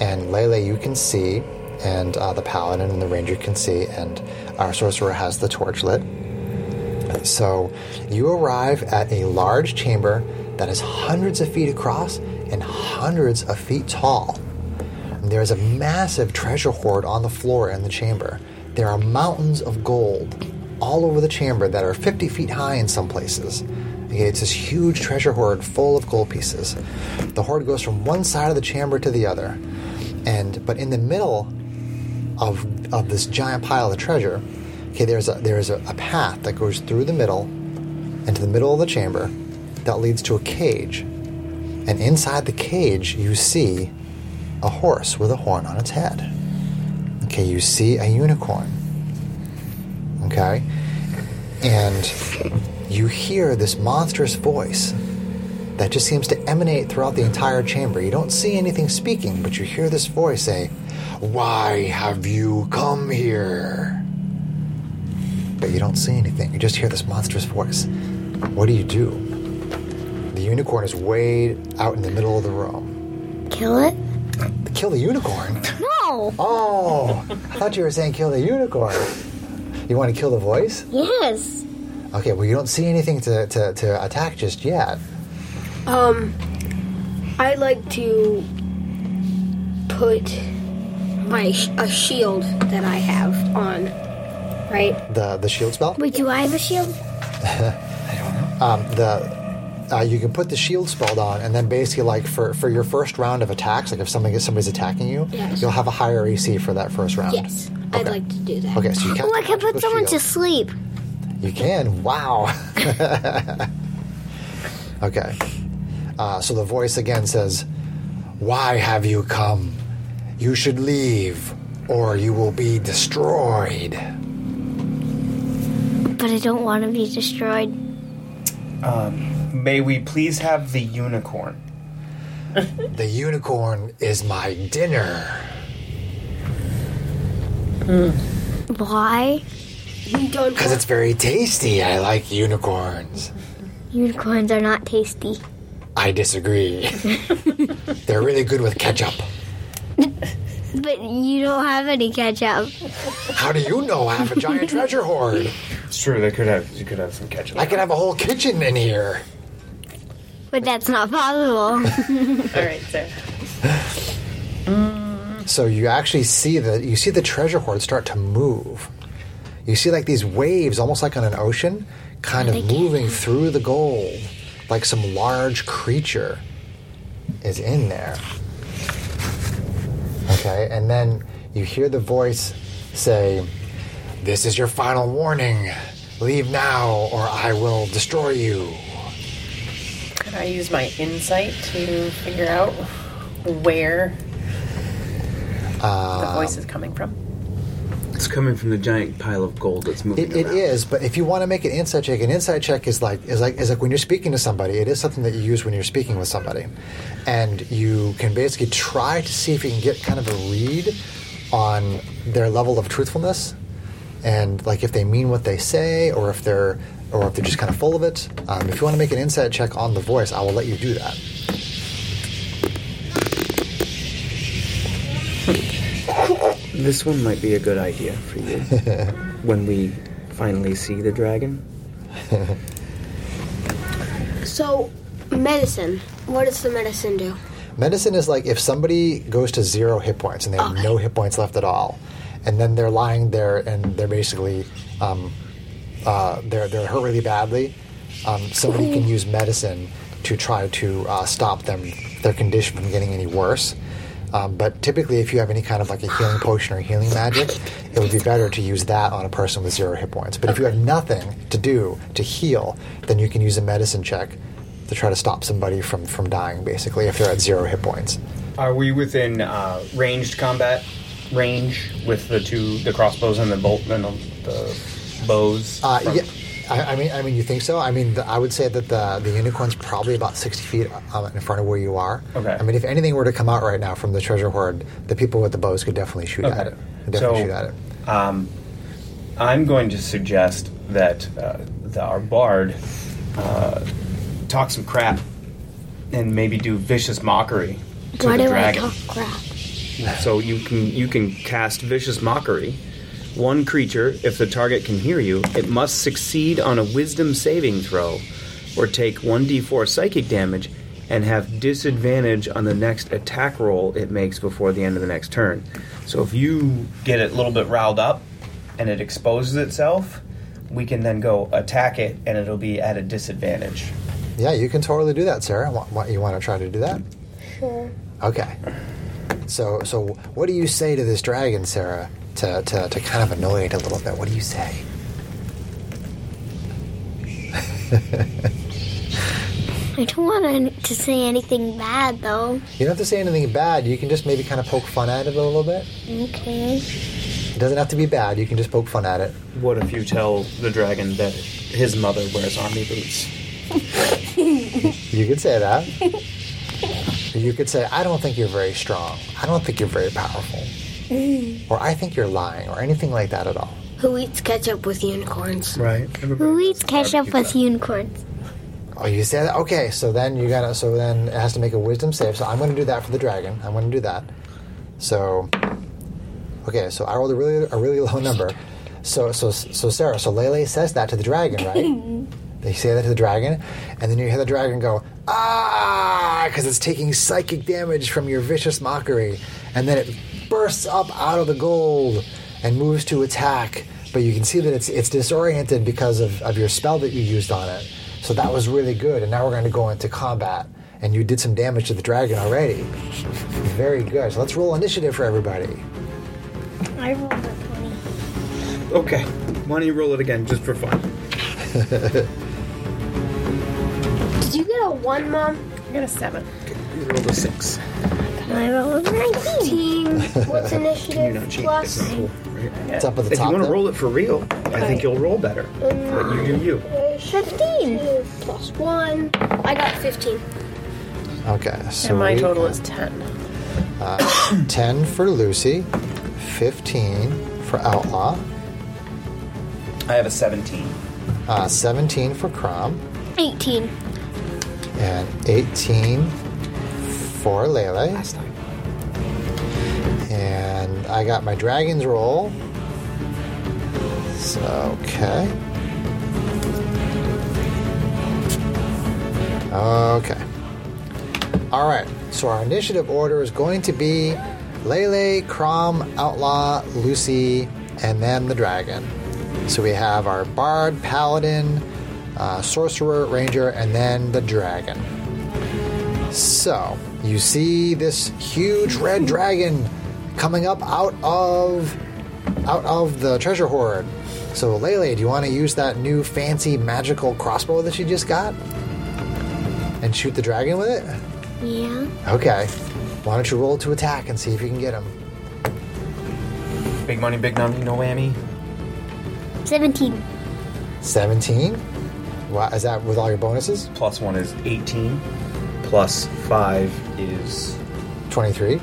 [SPEAKER 1] and Lele, you can see, and uh, the paladin and the ranger can see, and our sorcerer has the torch lit. So you arrive at a large chamber that is hundreds of feet across and hundreds of feet tall. And there is a massive treasure hoard on the floor in the chamber. There are mountains of gold all over the chamber that are 50 feet high in some places. Okay, It's this huge treasure hoard full of gold pieces. The hoard goes from one side of the chamber to the other. And but in the middle of of this giant pile of treasure, okay, there's a there's a, a path that goes through the middle into the middle of the chamber that leads to a cage. And inside the cage you see a horse with a horn on its head. Okay, you see a unicorn. Okay? And you hear this monstrous voice that just seems to emanate throughout the entire chamber. You don't see anything speaking, but you hear this voice say, Why have you come here? But you don't see anything. You just hear this monstrous voice. What do you do? The unicorn is way out in the middle of the room.
[SPEAKER 4] Kill it?
[SPEAKER 1] Kill the unicorn?
[SPEAKER 4] No.
[SPEAKER 1] Oh, I thought you were saying kill the unicorn. You want to kill the voice?
[SPEAKER 4] Yes.
[SPEAKER 1] Okay, well, you don't see anything to, to, to attack just yet.
[SPEAKER 6] Um, I like to put my sh- a shield that I have on, right?
[SPEAKER 1] The, the shield spell?
[SPEAKER 4] Wait, do I have a shield?
[SPEAKER 1] the uh, you can put the shield spell on, and then basically, like for, for your first round of attacks, like if somebody somebody's attacking you,
[SPEAKER 6] Yes.
[SPEAKER 1] you'll have a higher AC for that first round.
[SPEAKER 6] Yes, I'd
[SPEAKER 1] Okay.
[SPEAKER 6] like to do that.
[SPEAKER 1] Okay, so you can.
[SPEAKER 4] Oh, I can put
[SPEAKER 1] with
[SPEAKER 4] someone to
[SPEAKER 1] shield.
[SPEAKER 4] sleep.
[SPEAKER 1] You can. Wow. okay. Uh, so the voice again says, "Why have you come? You should leave, or you will be destroyed."
[SPEAKER 4] But I don't want to be destroyed.
[SPEAKER 5] May we please have the unicorn?
[SPEAKER 1] The unicorn is my dinner.
[SPEAKER 4] Why?
[SPEAKER 6] We don't.
[SPEAKER 9] Because it's very tasty. I like unicorns.
[SPEAKER 4] Unicorns are not tasty.
[SPEAKER 9] I disagree. They're really good with ketchup.
[SPEAKER 4] But you don't have any ketchup.
[SPEAKER 9] How do you know I have a giant treasure hoard?
[SPEAKER 5] It's true. They could have. You could have some ketchup.
[SPEAKER 9] I could have a whole kitchen in here.
[SPEAKER 4] But that's not possible.
[SPEAKER 8] All right, sir.
[SPEAKER 1] So you actually see the you see the treasure hoard start to move. You see like these waves, almost like on an ocean, kind of moving through the gold, like some large creature is in there. Okay, and then you hear the voice say,
[SPEAKER 9] This is your final warning. Leave now, or I will destroy you.
[SPEAKER 7] Can I use my insight to figure out where
[SPEAKER 1] Uh,
[SPEAKER 7] the voice is coming from?
[SPEAKER 5] It's coming from the giant pile of gold that's moving
[SPEAKER 1] It, it
[SPEAKER 5] around.
[SPEAKER 1] is, but if you want to make an inside check, an inside check is like is like is like when you're speaking to somebody. It is something that you use when you're speaking with somebody, and you can basically try to see if you can get kind of a read on their level of truthfulness, and like if they mean what they say, or if they're or if they're just kind of full of it. Um, if you want to make an inside check on the voice, I will let you do that.
[SPEAKER 10] This one might be a good idea for you when we finally see the dragon.
[SPEAKER 6] So, medicine. What does the medicine do?
[SPEAKER 1] Medicine is like if somebody goes to zero hit points and they have no hit points left at all, and then they're lying there and they're basically um, uh, they're they're hurt really badly. Um, somebody can use medicine to try to uh, stop them their condition from getting any worse. Um, but typically, if you have any kind of like a healing potion or healing magic, it would be better to use that on a person with zero hit points. But if you have nothing to do to heal, then you can use a medicine check to try to stop somebody from from dying, basically, if they're at zero hit points.
[SPEAKER 5] Are we within uh, ranged combat range with the two, the crossbows and the bolt and the, the bows?
[SPEAKER 1] Uh,
[SPEAKER 5] from-
[SPEAKER 1] yeah, I, I mean, I mean, you think so? I mean, the, I would say that the the unicorn's probably about sixty feet um, in front of where you are.
[SPEAKER 5] Okay.
[SPEAKER 1] I mean, if anything were to come out right now from the treasure hoard, the people with the bows could definitely shoot at
[SPEAKER 5] Okay.
[SPEAKER 1] it. Could Definitely
[SPEAKER 5] So-
[SPEAKER 1] shoot at it.
[SPEAKER 5] I'm going to suggest that uh, the, our bard uh, talk some crap and maybe do vicious mockery to
[SPEAKER 6] Why
[SPEAKER 5] the
[SPEAKER 6] do
[SPEAKER 5] dragon.
[SPEAKER 6] I talk crap?
[SPEAKER 5] So you can you can cast vicious mockery. One creature, if the target can hear you, it must succeed on a wisdom saving throw or take 1d4 psychic damage and have disadvantage on the next attack roll it makes before the end of the next turn. So if you get it a little bit riled up and it exposes itself, we can then go attack it and it'll be at a disadvantage.
[SPEAKER 1] Yeah, you can totally do that, Sarah. What, what you want to try to do that?
[SPEAKER 4] Sure.
[SPEAKER 1] Okay. So, so what do you say to this dragon, Sarah, to, to, to kind of annoy it a little bit? What do you say?
[SPEAKER 4] I don't want to say anything bad though.
[SPEAKER 1] You don't have to say anything bad. You can just maybe kind of poke fun at it a little bit.
[SPEAKER 4] Okay.
[SPEAKER 1] It doesn't have to be bad. You can just poke fun at it.
[SPEAKER 5] What if you tell the dragon that his mother wears army boots?
[SPEAKER 1] You could say that. you could say, I don't think you're very strong. I don't think you're very powerful. or I think you're lying, or anything like that at all.
[SPEAKER 6] Who eats ketchup with unicorns?
[SPEAKER 5] Right.
[SPEAKER 4] Who eats ketchup with unicorns?
[SPEAKER 1] Oh, you say that? Okay, so then you gotta, so then it has to make a wisdom save. So I'm gonna do that for the dragon. I'm gonna do that. So, okay, so I rolled a really, a really low number. So, so, so Sarah, so Lele says that to the dragon, right? they say that to the dragon, and then you hear the dragon go, ah, because it's taking psychic damage from your vicious mockery. And then it bursts up out of the gold and moves to attack. But you can see that it's, it's disoriented because of, of your spell that you used on it. So that was really good, and now we're going to go into combat. And you did some damage to the dragon already. Very good. So let's roll initiative for everybody.
[SPEAKER 4] I rolled a 20.
[SPEAKER 5] Okay. Why don't you roll it again just for fun?
[SPEAKER 6] Did you get a one, mom?
[SPEAKER 7] I got a seven.
[SPEAKER 10] You rolled a six.
[SPEAKER 4] I rolled a 19.
[SPEAKER 6] Team, what's
[SPEAKER 10] You're not
[SPEAKER 6] initiative
[SPEAKER 10] cheating.
[SPEAKER 6] plus?
[SPEAKER 10] That's not cool. Right?
[SPEAKER 1] It's up at the
[SPEAKER 5] If you
[SPEAKER 1] top.
[SPEAKER 5] want to
[SPEAKER 1] there.
[SPEAKER 5] roll it for real, I think you'll roll better. But you do you.
[SPEAKER 4] 15.
[SPEAKER 6] Plus one. I got 15.
[SPEAKER 1] Okay. So
[SPEAKER 7] And my
[SPEAKER 1] we-
[SPEAKER 7] total is ten.
[SPEAKER 1] 10 for Lucy, 15 for for Outlaw,
[SPEAKER 5] I have a 17.
[SPEAKER 1] uh, 17 for Crom,
[SPEAKER 4] 18.
[SPEAKER 1] and 18 for Lele. And I got my dragon's roll. So, okay. Okay. All right. So our initiative order is going to be Lele, Crom, Outlaw, Lucy, and then the dragon. So we have our bard, paladin, uh, sorcerer, ranger, and then the dragon. So you see this huge red dragon coming up out of out of the treasure hoard. So Lele, do you want to use that new fancy magical crossbow that you just got and shoot the dragon with it?
[SPEAKER 4] Yeah.
[SPEAKER 1] Okay. Why don't you roll to attack and see if you can get him?
[SPEAKER 5] Big money, big number, no whammy.
[SPEAKER 4] 17.
[SPEAKER 1] 17? Wow, is that with all your bonuses?
[SPEAKER 5] Plus one is 18. Plus five is
[SPEAKER 1] 23.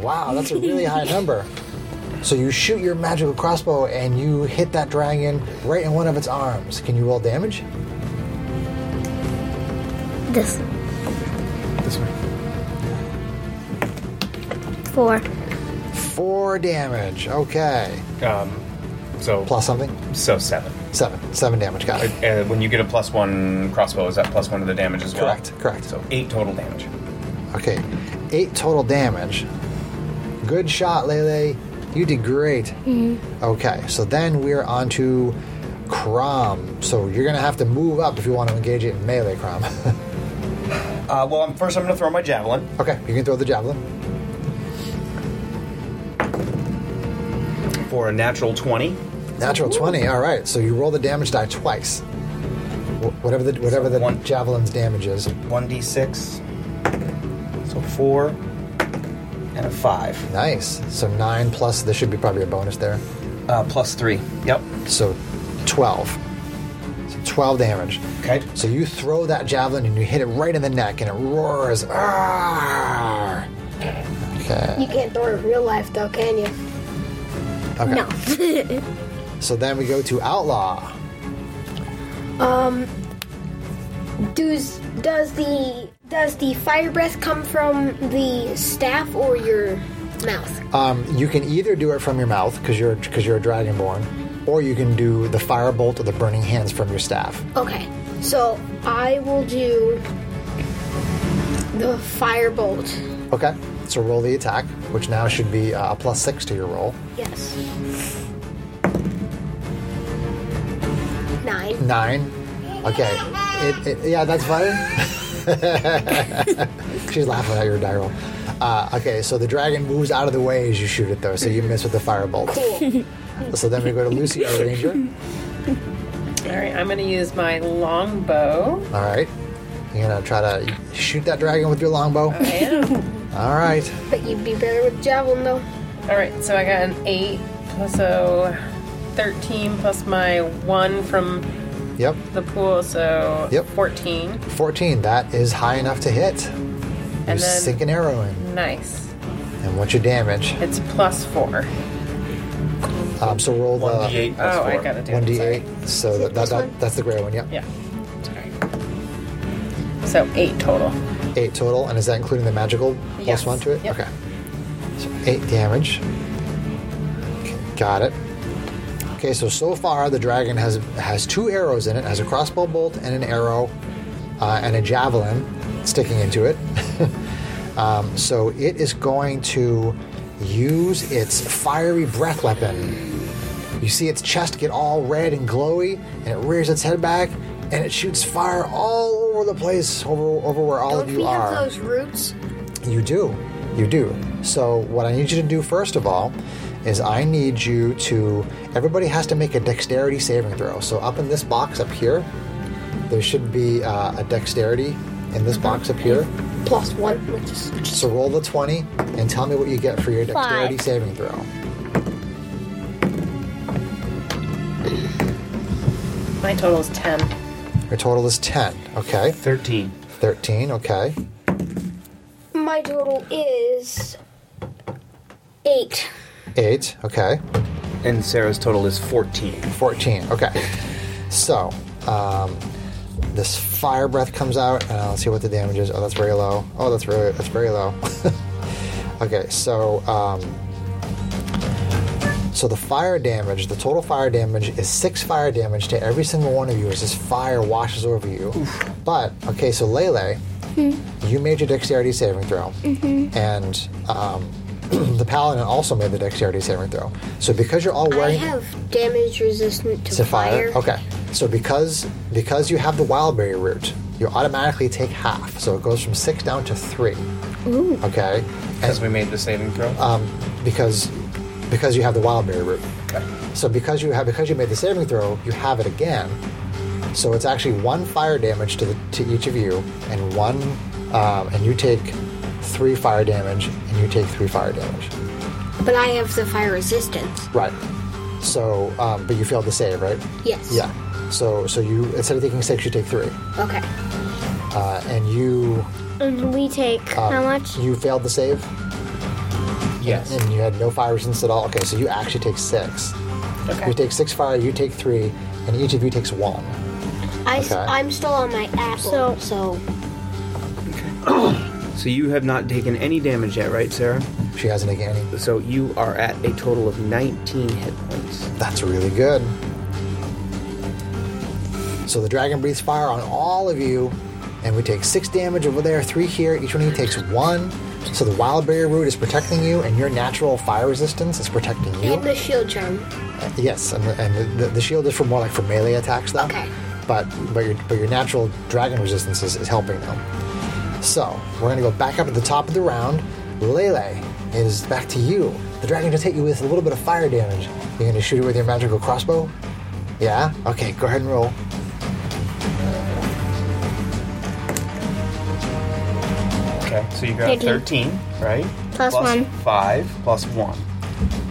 [SPEAKER 1] Wow, that's a really high number. So you shoot your magical crossbow and you hit that dragon right in one of its arms. Can you roll damage?
[SPEAKER 4] This.
[SPEAKER 5] this one.
[SPEAKER 4] 4.
[SPEAKER 1] Four damage. Okay.
[SPEAKER 5] Um, so
[SPEAKER 1] Plus something?
[SPEAKER 5] so seven.
[SPEAKER 1] Seven. Seven damage. Got it.
[SPEAKER 5] Uh, when you get a plus one crossbow, is that plus one to the damage as well?
[SPEAKER 1] Correct, correct.
[SPEAKER 5] So eight total damage.
[SPEAKER 1] Okay. Eight total damage. Good shot, Lele. You did great. Okay, so then we're on to Crom. So you're going to have to move up if you want to engage it in melee, Crom.
[SPEAKER 5] Uh, well, I'm, first I'm going to throw my javelin.
[SPEAKER 1] okay, you can throw the javelin.
[SPEAKER 5] for a natural 20.
[SPEAKER 1] Natural 20. All right, so you roll the damage die twice. Wh- Whatever the whatever the
[SPEAKER 5] One.
[SPEAKER 1] javelin's damage is.
[SPEAKER 5] 1d6. So 4 and a 5.
[SPEAKER 1] Nice. So 9 plus, there should be probably a bonus there.
[SPEAKER 5] Uh, plus 3. Yep.
[SPEAKER 1] So 12. So 12 damage.
[SPEAKER 5] Okay.
[SPEAKER 1] So you throw that javelin and you hit it right in the neck and it roars. Arr! Okay.
[SPEAKER 6] You can't throw it in real life, though, can you?
[SPEAKER 1] okay. No. so then we go to Outlaw.
[SPEAKER 6] Um, does does the does the fire breath come from the staff or your mouth?
[SPEAKER 1] Um, you can either do it from your mouth because you're because you're a dragonborn, or you can do the firebolt or the burning hands from your staff.
[SPEAKER 6] Okay, so I will do the firebolt.
[SPEAKER 1] Okay. So roll the attack, which now should be uh, a plus six to your roll.
[SPEAKER 6] Yes. Nine.
[SPEAKER 1] Nine. Okay. It, it, yeah, that's funny. She's laughing at your die roll. Uh, okay, so the dragon moves out of the way as you shoot it, though, so you miss with the firebolt. So then we go to Lucy, our ranger.
[SPEAKER 7] All right, I'm going to use my longbow.
[SPEAKER 1] All right. You're going to try to shoot that dragon with your longbow. All right.
[SPEAKER 6] But you'd be better with javelin, though.
[SPEAKER 7] All right, so I got an 8 plus a 13 plus my 1 from
[SPEAKER 1] Yep.
[SPEAKER 7] the pool, so
[SPEAKER 1] Yep.
[SPEAKER 7] 14.
[SPEAKER 1] 14. That is high enough to hit. You
[SPEAKER 7] And then-
[SPEAKER 1] sink an arrow in.
[SPEAKER 7] Nice.
[SPEAKER 1] And what's your damage?
[SPEAKER 7] It's plus 4.
[SPEAKER 1] Um, so roll the
[SPEAKER 5] 1d8 plus
[SPEAKER 7] oh,
[SPEAKER 5] 4.
[SPEAKER 7] I got to do it. sorry.
[SPEAKER 1] 1d8. So that, that, that, that's the gray one, yep.
[SPEAKER 7] Yeah. Sorry. So 8 total.
[SPEAKER 1] Eight total, and is that including the magical plus
[SPEAKER 7] Yes.
[SPEAKER 1] one to it?
[SPEAKER 7] Yep.
[SPEAKER 1] Okay. So eight damage. Okay, Got it. Okay, so so far the dragon has has two arrows in it, has a crossbow bolt and an arrow, uh, and a javelin sticking into it. um, so it is going to use its fiery breath weapon. You see its chest get all red and glowy, and it rears its head back, and it shoots fire all over the place, over over where all
[SPEAKER 6] Don't
[SPEAKER 1] of
[SPEAKER 6] we
[SPEAKER 1] you are.
[SPEAKER 6] have those roots?
[SPEAKER 1] You do. You do. So, what I need you to do first of all is I need you to. Everybody has to make a dexterity saving throw. So, up in this box up here, there should be uh, a dexterity in this box up here.
[SPEAKER 6] Plus one, which is
[SPEAKER 1] So, roll the 20 and tell me what you get for your dexterity
[SPEAKER 4] Five.
[SPEAKER 1] saving throw.
[SPEAKER 7] My total is 10.
[SPEAKER 1] Your total is 10. Okay.
[SPEAKER 5] 13.
[SPEAKER 1] 13. Okay.
[SPEAKER 6] my total is eight.
[SPEAKER 1] 8. Okay.
[SPEAKER 3] And Sarah's total is 14.
[SPEAKER 1] 14, okay. So, um, this fire breath comes out. Uh, let's see what the damage is. Oh, that's very low. Oh, that's very, that's very low. okay, so um, so the fire damage, the total fire damage is six fire damage to every single one of you as this fire washes over you. But okay, so Lele, you made your dexterity saving throw,
[SPEAKER 2] Mhm.
[SPEAKER 1] and um, the paladin also made the dexterity saving throw. So because you're all
[SPEAKER 6] I
[SPEAKER 1] wearing
[SPEAKER 6] have damage resistant to,
[SPEAKER 1] to
[SPEAKER 6] fire.
[SPEAKER 1] fire. Okay. So because because you have the wildberry root, you automatically take half. So it goes from six down to three.
[SPEAKER 6] Ooh.
[SPEAKER 1] Okay.
[SPEAKER 5] Because we made the saving throw.
[SPEAKER 1] Um, because because you have the wildberry root. So because you have because you made the saving throw, you have it again. So it's actually one fire damage to the, to each of you, and one um, and you take three fire damage, and you take three fire damage.
[SPEAKER 6] But I have the fire resistance.
[SPEAKER 1] Right. So, um, but you failed the save, right?
[SPEAKER 6] Yes.
[SPEAKER 1] Yeah. So, so you instead of taking six, you take three,
[SPEAKER 6] Okay.
[SPEAKER 1] uh, and you.
[SPEAKER 4] And we take
[SPEAKER 1] um,
[SPEAKER 4] how much?
[SPEAKER 1] You failed the save.
[SPEAKER 5] Yes.
[SPEAKER 1] And, you had no fire resistance at all. Okay, so you actually take six.
[SPEAKER 4] Okay.
[SPEAKER 1] You take six fire. You take three, and each of you takes one.
[SPEAKER 6] I, s-
[SPEAKER 1] Okay.
[SPEAKER 6] I'm still on my apple, so,
[SPEAKER 3] Mm. So you have not taken any damage yet, right, Sarah?
[SPEAKER 1] She hasn't taken any.
[SPEAKER 3] So you are at a total of 19 hit points.
[SPEAKER 1] That's really good. So the dragon breathes fire on all of you, and we take six damage over there, three here. Each one of you takes one. So the wild berry root is protecting you, and your natural fire resistance is protecting you.
[SPEAKER 6] and the shield charm.
[SPEAKER 1] Uh, Yes, and, the, and the, the shield is for more like for melee attacks, though. Okay. But but your but your natural dragon resistance is, is helping them. So we're gonna go back up to the top of the round. Lele it is back to you. The dragon just hit you with a little bit of fire damage. You're gonna shoot it with your magical crossbow. Yeah. Okay. Go ahead and roll.
[SPEAKER 5] Okay, so you got
[SPEAKER 4] Thirteen.
[SPEAKER 5] 13, right?
[SPEAKER 4] Plus one.
[SPEAKER 5] 5 plus 1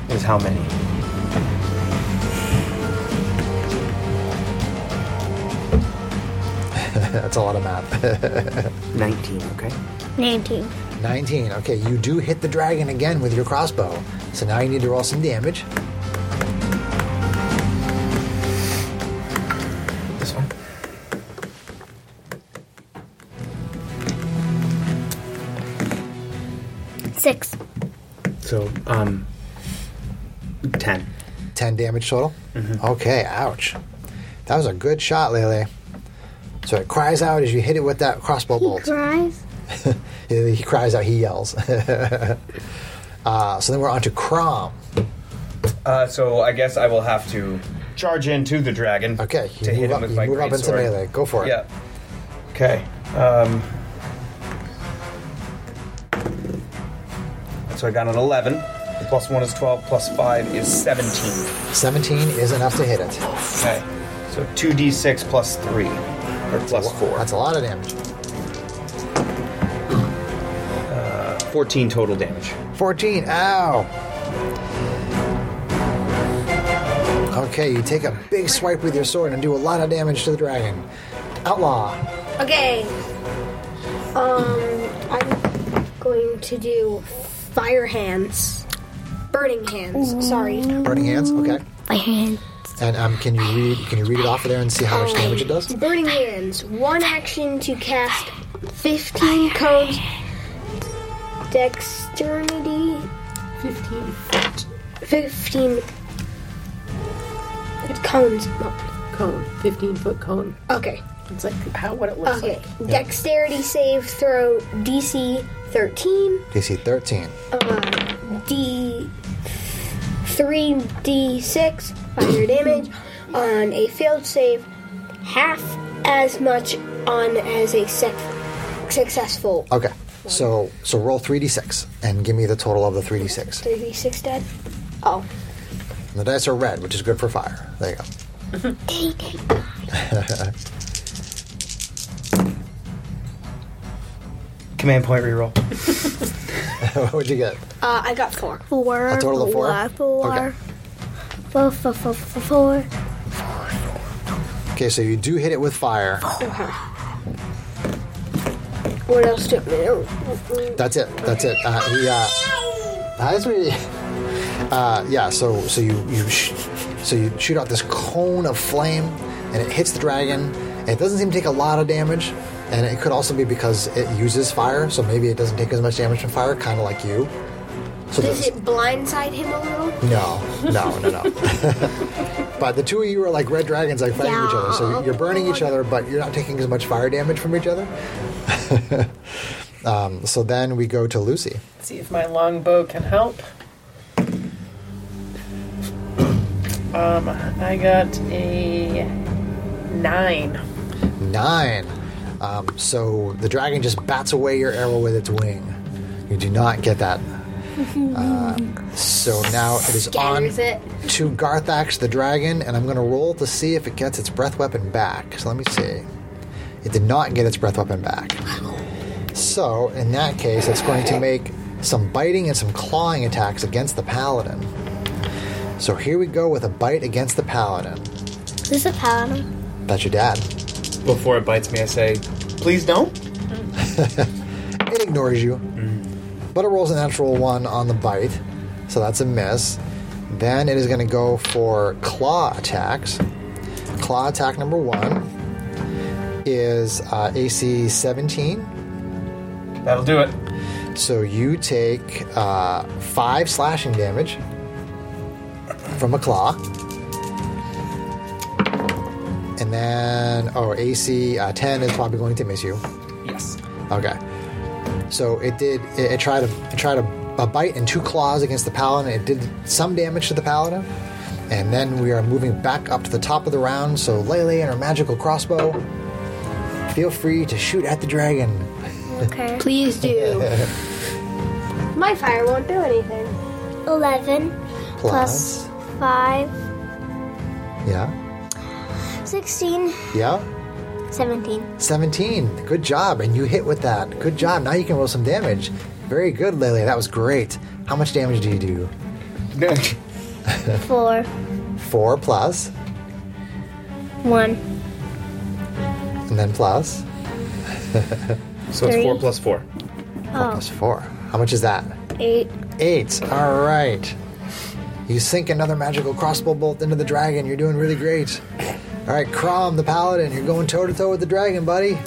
[SPEAKER 5] is how many?
[SPEAKER 1] That's a lot of math.
[SPEAKER 3] Nineteen. Okay.
[SPEAKER 4] Nineteen.
[SPEAKER 1] 19. Okay, you do hit the dragon again with your crossbow. So now you need to roll some damage.
[SPEAKER 5] This one.
[SPEAKER 4] Six.
[SPEAKER 3] So, um, 10.
[SPEAKER 1] 10 damage total?
[SPEAKER 5] Mm-hmm.
[SPEAKER 1] Okay, ouch. That was a good shot, Lele. So it cries out as you hit it with that crossbow bolt.
[SPEAKER 4] Cries.
[SPEAKER 1] He, he cries out, he yells. uh, so then we're on to Crom.
[SPEAKER 5] Uh, so I guess I will have to charge into the dragon. Okay,
[SPEAKER 1] you
[SPEAKER 5] to hit
[SPEAKER 1] move
[SPEAKER 5] him
[SPEAKER 1] up-
[SPEAKER 5] with
[SPEAKER 1] you
[SPEAKER 5] my
[SPEAKER 1] move up into
[SPEAKER 5] greatsword.
[SPEAKER 1] melee. Go for it.
[SPEAKER 5] Yeah. Okay. Um, so I got an eleven. Plus one is twelve. Plus five is seventeen.
[SPEAKER 1] 17 is enough to hit it.
[SPEAKER 5] Okay. So two d six plus three, or plus four. That's
[SPEAKER 1] a lot of damage.
[SPEAKER 5] Uh, Fourteen total damage.
[SPEAKER 1] 14, ow! Okay, you take a big swipe with your sword and do a lot of damage to the dragon. Outlaw.
[SPEAKER 6] Okay. Um, I'm going to do fire hands, burning hands. Sorry.
[SPEAKER 1] Burning hands? Okay.
[SPEAKER 6] My hands.
[SPEAKER 1] And um, can you read can you read it off of there and see how much damage it does?
[SPEAKER 6] Burning hands. One action to cast 15 cones. Dexterity. 15. 15 cones.
[SPEAKER 7] Cone. 15 foot cone.
[SPEAKER 6] Okay.
[SPEAKER 7] It's like how what it looks
[SPEAKER 6] Okay.
[SPEAKER 7] like.
[SPEAKER 6] Dexterity save throw DC 13.
[SPEAKER 1] DC 13.
[SPEAKER 6] Um, D. 3d6 fire damage on a failed save, half as much on as a sec- successful.
[SPEAKER 1] Okay. So so roll 3d6 and give me the total of the 3d6.
[SPEAKER 6] 3d6 dead. Oh.
[SPEAKER 1] And the dice are red, which is good for fire. There you go.
[SPEAKER 5] Command point reroll.
[SPEAKER 1] What'd you get?
[SPEAKER 6] Uh, I got four.
[SPEAKER 4] Four.
[SPEAKER 1] A total of four?
[SPEAKER 4] Four.
[SPEAKER 1] Okay.
[SPEAKER 4] Four, four, four, four, four.
[SPEAKER 1] Okay, so you do hit it with fire.
[SPEAKER 6] What else oh, did
[SPEAKER 1] That's it. That's it. Uh, he, uh, that's what he- Uh, yeah, so so you you sh- so you shoot out this cone of flame, and it hits the dragon. And it doesn't seem to take a lot of damage, and it could also be because it uses fire, so maybe it doesn't take as much damage from fire, kind of like you. So
[SPEAKER 6] Does
[SPEAKER 1] that's-
[SPEAKER 6] it blindside him a little?
[SPEAKER 1] no, no, no, no. but the two of you are like red dragons, like fighting each other. So you're burning each other, but you're not taking as much fire damage from each other. um, so then we go to Lucy.
[SPEAKER 7] See if my longbow can help. Um, I got a nine.
[SPEAKER 1] Nine. Um, so the dragon just bats away your arrow with its wing. You do not get that. Uh, so now it is on
[SPEAKER 2] Scatters it.
[SPEAKER 1] to Garthax the dragon, and I'm going to roll to see if it gets its breath weapon back. So let me see. It did not get its breath weapon back. So in that case, it's going to make some biting and some clawing attacks against the paladin. So here we go with a bite against the paladin.
[SPEAKER 4] Is this a paladin?
[SPEAKER 1] That's your dad.
[SPEAKER 5] Before it bites me, I say, please don't.
[SPEAKER 1] It ignores you, but it rolls a natural one on the bite, so that's a miss. Then it is going to go for claw attacks. Claw attack number one is uh, AC 17.
[SPEAKER 5] That'll do it.
[SPEAKER 1] So you take uh, five slashing damage from a claw. And then, oh, AC uh, 10 is probably going to miss you.
[SPEAKER 5] Yes.
[SPEAKER 1] Okay. So it did. It, it tried to it tried a, a bite and two claws against the paladin. It did some damage to the paladin, and then we are moving back up to the top of the round. So Lele and her magical crossbow. Feel free to shoot at the dragon.
[SPEAKER 4] Okay.
[SPEAKER 6] Please do.
[SPEAKER 4] My fire won't do anything. 11
[SPEAKER 1] Plus.
[SPEAKER 4] plus 5,
[SPEAKER 1] Yeah.
[SPEAKER 4] 16,
[SPEAKER 1] Yeah.
[SPEAKER 4] 17.
[SPEAKER 1] Seventeen. Good job, and you hit with that. Good job. Now you can roll some damage. Very good, Lele. That was great. How much damage do you do?
[SPEAKER 4] 4,
[SPEAKER 1] Four plus,
[SPEAKER 4] 1,
[SPEAKER 1] and then plus.
[SPEAKER 10] So it's four
[SPEAKER 4] Three.
[SPEAKER 10] plus four.
[SPEAKER 1] Four plus four. How much is that?
[SPEAKER 4] 8.
[SPEAKER 1] Eight. All right. You sink another magical crossbow bolt into the dragon. You're doing really great. All right, Crom, the paladin. You're going toe to toe with the dragon, buddy.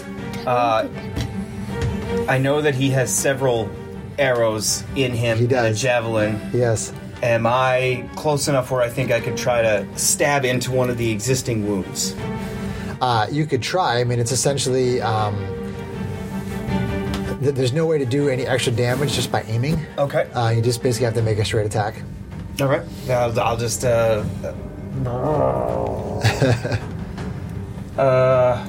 [SPEAKER 5] Uh, I know that he has several arrows in him.
[SPEAKER 1] He
[SPEAKER 5] and a
[SPEAKER 1] does.
[SPEAKER 5] javelin.
[SPEAKER 1] Yes.
[SPEAKER 5] Am I close enough where I think I could try to stab into one of the existing wounds?
[SPEAKER 1] Uh, you could try. I mean, it's essentially um, th- there's no way to do any extra damage just by aiming.
[SPEAKER 5] Okay.
[SPEAKER 1] Uh, you just basically have to make a straight attack.
[SPEAKER 5] All right. I'll, I'll just. Uh, uh,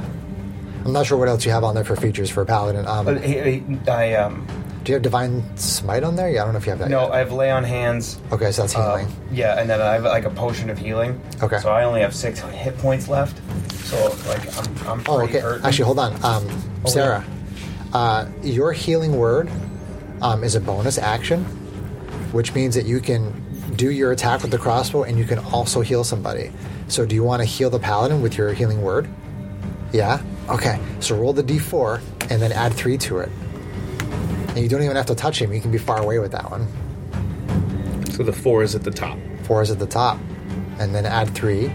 [SPEAKER 1] I'm not sure what else you have on there for features for a paladin. Um,
[SPEAKER 5] but he- he- I um.
[SPEAKER 1] do you have divine smite on there? Yeah, I don't know if you have that.
[SPEAKER 5] No, I have lay on hands.
[SPEAKER 1] yet. Okay, so that's
[SPEAKER 5] Uh,
[SPEAKER 1] healing.
[SPEAKER 5] yeah, and then I have like a potion of healing.
[SPEAKER 1] Okay.
[SPEAKER 5] So I only have six hit points left. So like I'm, I'm pretty
[SPEAKER 1] Oh, okay.
[SPEAKER 5] hurt.
[SPEAKER 1] Actually, hold on. Um,
[SPEAKER 5] yeah.
[SPEAKER 1] Sarah, uh, your healing word um, is a bonus action, which means that you can do your attack with the crossbow and you can also heal somebody. So, do you want to heal the paladin with your healing word? Yeah? Okay. So, roll the d4 and then add three to it. And you don't even have to touch him, you can be far away with that one.
[SPEAKER 10] So the four is at the top.
[SPEAKER 1] Four is at the top. And then add three.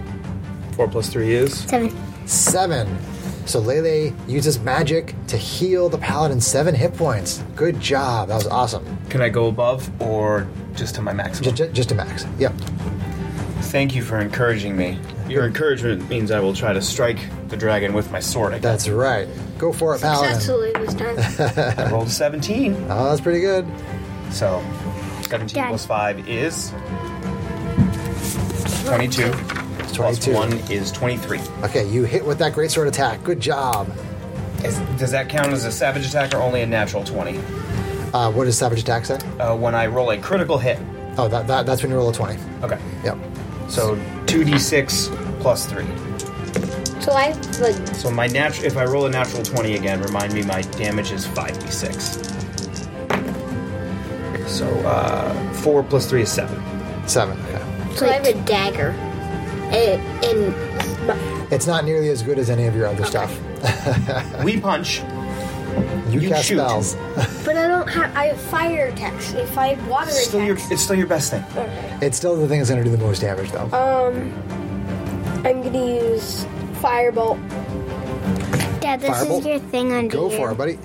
[SPEAKER 10] Four plus three is
[SPEAKER 4] 7.
[SPEAKER 1] Seven. So Lele uses magic to heal the paladin seven hit points. Good job. That was awesome.
[SPEAKER 5] Can I go above or just to my maximum?
[SPEAKER 1] Just, just a max. Yep.
[SPEAKER 5] Thank you for encouraging me. Your encouragement means I will try to strike the dragon with my sword. again.
[SPEAKER 1] That's right. Go for it, paladin.
[SPEAKER 6] Successfully this time.
[SPEAKER 5] I rolled a 17,
[SPEAKER 1] Oh, that's pretty good.
[SPEAKER 5] so 17
[SPEAKER 4] Dad.
[SPEAKER 5] plus 5 is 22.
[SPEAKER 1] It's
[SPEAKER 5] Plus
[SPEAKER 1] 22.
[SPEAKER 5] 1 is 23.
[SPEAKER 1] Okay, you hit with that greatsword attack. Good job.
[SPEAKER 5] Is, does that count as a savage attack or only a natural 20?
[SPEAKER 1] Uh, what does savage attack say?
[SPEAKER 5] Uh, when I roll a critical hit.
[SPEAKER 1] Oh, that, that, that's when you roll a 20.
[SPEAKER 5] Okay.
[SPEAKER 1] Yep.
[SPEAKER 5] So 2d6 plus 3.
[SPEAKER 6] So I like
[SPEAKER 5] So my natu- if I roll a natural 20 again, remind me my damage is 5d6. So uh, 4 plus 3 is 7.
[SPEAKER 1] Seven. Okay.
[SPEAKER 6] so I have a dagger. And, and
[SPEAKER 1] It's not nearly as good as any of your other stuff.
[SPEAKER 5] We punch.
[SPEAKER 1] You, cast
[SPEAKER 3] shoot.
[SPEAKER 1] spells.
[SPEAKER 6] But I don't have. I have fire attacks. If I have water
[SPEAKER 3] It's still your,
[SPEAKER 6] attacks.
[SPEAKER 3] it's still your best thing.
[SPEAKER 6] Okay.
[SPEAKER 1] It's still the thing that's going to do the most damage, though.
[SPEAKER 6] Um, I'm gonna use firebolt.
[SPEAKER 4] Dad, this
[SPEAKER 1] Firebolt?
[SPEAKER 4] is your thing under
[SPEAKER 1] Go
[SPEAKER 4] you.
[SPEAKER 1] for it, buddy.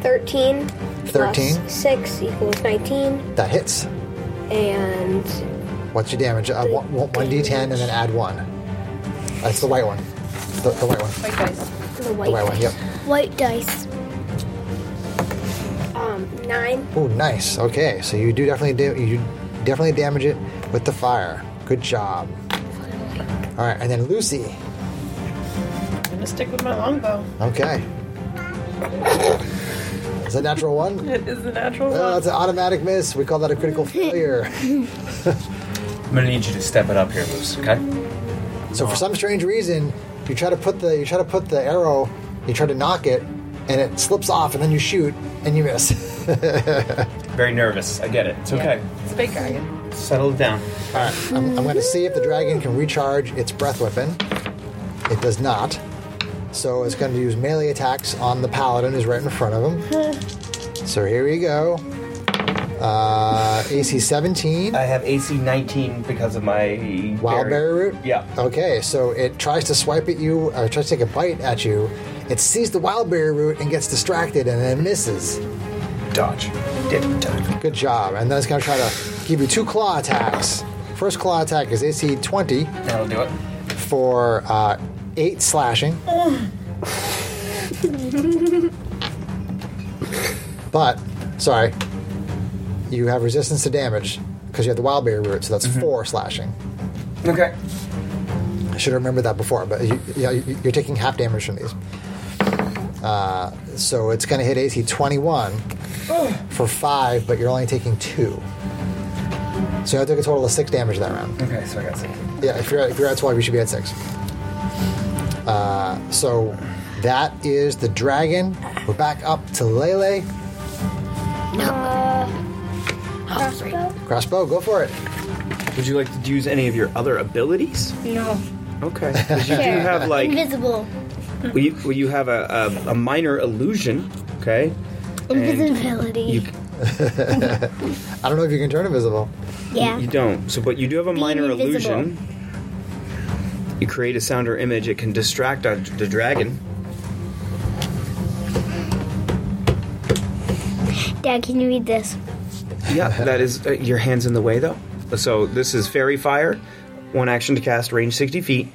[SPEAKER 6] 13.
[SPEAKER 1] 13.
[SPEAKER 6] Plus 6 equals 19.
[SPEAKER 1] That hits.
[SPEAKER 6] And
[SPEAKER 1] What's your damage? Uh, one, one, 1d10 and then add 1. That's the white one. The, the white one.
[SPEAKER 8] White dice.
[SPEAKER 6] the white,
[SPEAKER 1] The white one, yep.
[SPEAKER 4] White dice.
[SPEAKER 6] Um, 9.
[SPEAKER 1] Oh, nice. Okay, so you do definitely da- you definitely damage it with the fire. Good job. All right, and then Lucy.
[SPEAKER 7] I'm gonna stick with my longbow.
[SPEAKER 1] Okay. Is that natural one?
[SPEAKER 7] It is the natural one.
[SPEAKER 1] Oh, it's an automatic miss. We call that a critical failure.
[SPEAKER 5] I'm gonna need you to step it up here, Luce. Okay.
[SPEAKER 1] So for some strange reason, you try to put the you try to put the arrow, you try to knock it, and it slips off, and then you shoot and you miss.
[SPEAKER 5] Very nervous. I get it. It's okay.
[SPEAKER 7] It's a big dragon.
[SPEAKER 5] Settle it down.
[SPEAKER 1] All right, I'm, I'm going to see if the dragon can recharge its breath weapon. It does not. So it's going to use melee attacks on the paladin who's right in front of him. so here we go. Uh, AC 17,
[SPEAKER 5] I have AC 19 because of my
[SPEAKER 1] wildberry root.
[SPEAKER 5] Yeah.
[SPEAKER 1] Okay, so it tries to swipe at you, or tries to take a bite at you. It sees the wildberry root and gets distracted and then misses.
[SPEAKER 5] Dodge. Did it dodge.
[SPEAKER 1] Good job. And then it's going to try to give you two claw attacks. First claw attack is AC 20.
[SPEAKER 5] That'll do it.
[SPEAKER 1] for uh, eight slashing. but, sorry, you have resistance to damage because you have the wild berry root, so that's four slashing.
[SPEAKER 5] Okay.
[SPEAKER 1] I should have remembered that before, but you, yeah, you- you're taking half damage from these. Uh, so it's going to hit AC 21 for five, but you're only taking two. So I took a total of six damage that round.
[SPEAKER 5] Okay, so I got six.
[SPEAKER 1] Yeah, if you're at, if you're at 12, you should be at 6. Uh, so that is the dragon. We're back up to Lele.
[SPEAKER 4] Crossbow?
[SPEAKER 1] Crossbow, go for it.
[SPEAKER 5] Would you like to use any of your other abilities?
[SPEAKER 7] No.
[SPEAKER 5] Okay. 'Cause you do
[SPEAKER 4] Sure.
[SPEAKER 5] have like
[SPEAKER 4] Invisible.
[SPEAKER 5] well, you, well, you have a, a, a minor illusion. Okay. And
[SPEAKER 4] Invisibility.
[SPEAKER 5] you,
[SPEAKER 1] I don't know if you can turn invisible.
[SPEAKER 4] yeah.
[SPEAKER 5] you don't. So, but you do have a minor
[SPEAKER 8] invisible.
[SPEAKER 5] illusion. You create a sound or image. It can distract a, the dragon.
[SPEAKER 4] Dad, can you read this?
[SPEAKER 5] Yeah, that is uh, your hands in the way though. So this is fairy fire, one action to cast, range sixty feet,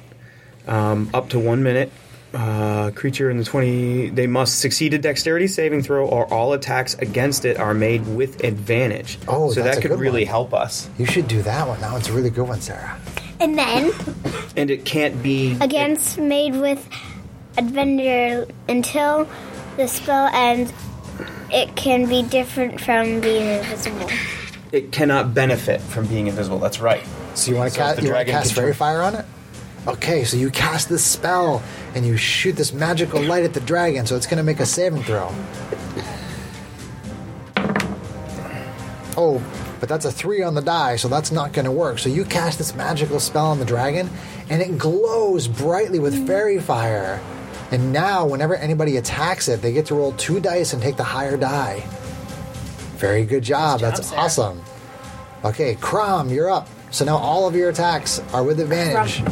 [SPEAKER 5] um, up to one minute. Uh, creature in the twenty, they must succeed a dexterity saving throw, or all attacks against it are made with advantage.
[SPEAKER 1] Oh,
[SPEAKER 5] so
[SPEAKER 1] that's
[SPEAKER 5] that
[SPEAKER 1] a
[SPEAKER 5] could
[SPEAKER 1] good
[SPEAKER 5] really
[SPEAKER 1] one.
[SPEAKER 5] help us.
[SPEAKER 1] You should do that one. That one's a really good one, Sarah.
[SPEAKER 4] And then,
[SPEAKER 5] And it can't be
[SPEAKER 4] against made with adventure until the spell ends, it can be different from being invisible.
[SPEAKER 5] It, it cannot benefit from being invisible. That's right.
[SPEAKER 1] So you want to
[SPEAKER 5] if
[SPEAKER 1] cast
[SPEAKER 5] the
[SPEAKER 1] you want to
[SPEAKER 5] dragon
[SPEAKER 1] cast
[SPEAKER 5] could
[SPEAKER 1] fairy
[SPEAKER 5] turn-
[SPEAKER 1] fire on it? Okay, so you cast this spell and you shoot this magical light at the dragon, so it's going to make a saving throw. Oh, but that's a three on the die, so that's not going to work. So you cast this magical spell on the dragon, and it glows brightly with fairy fire. And now, whenever anybody attacks it, they get to roll two dice and take the higher die. Very good job. that's awesome. Okay, Crom, you're up. So now all of your attacks are with advantage.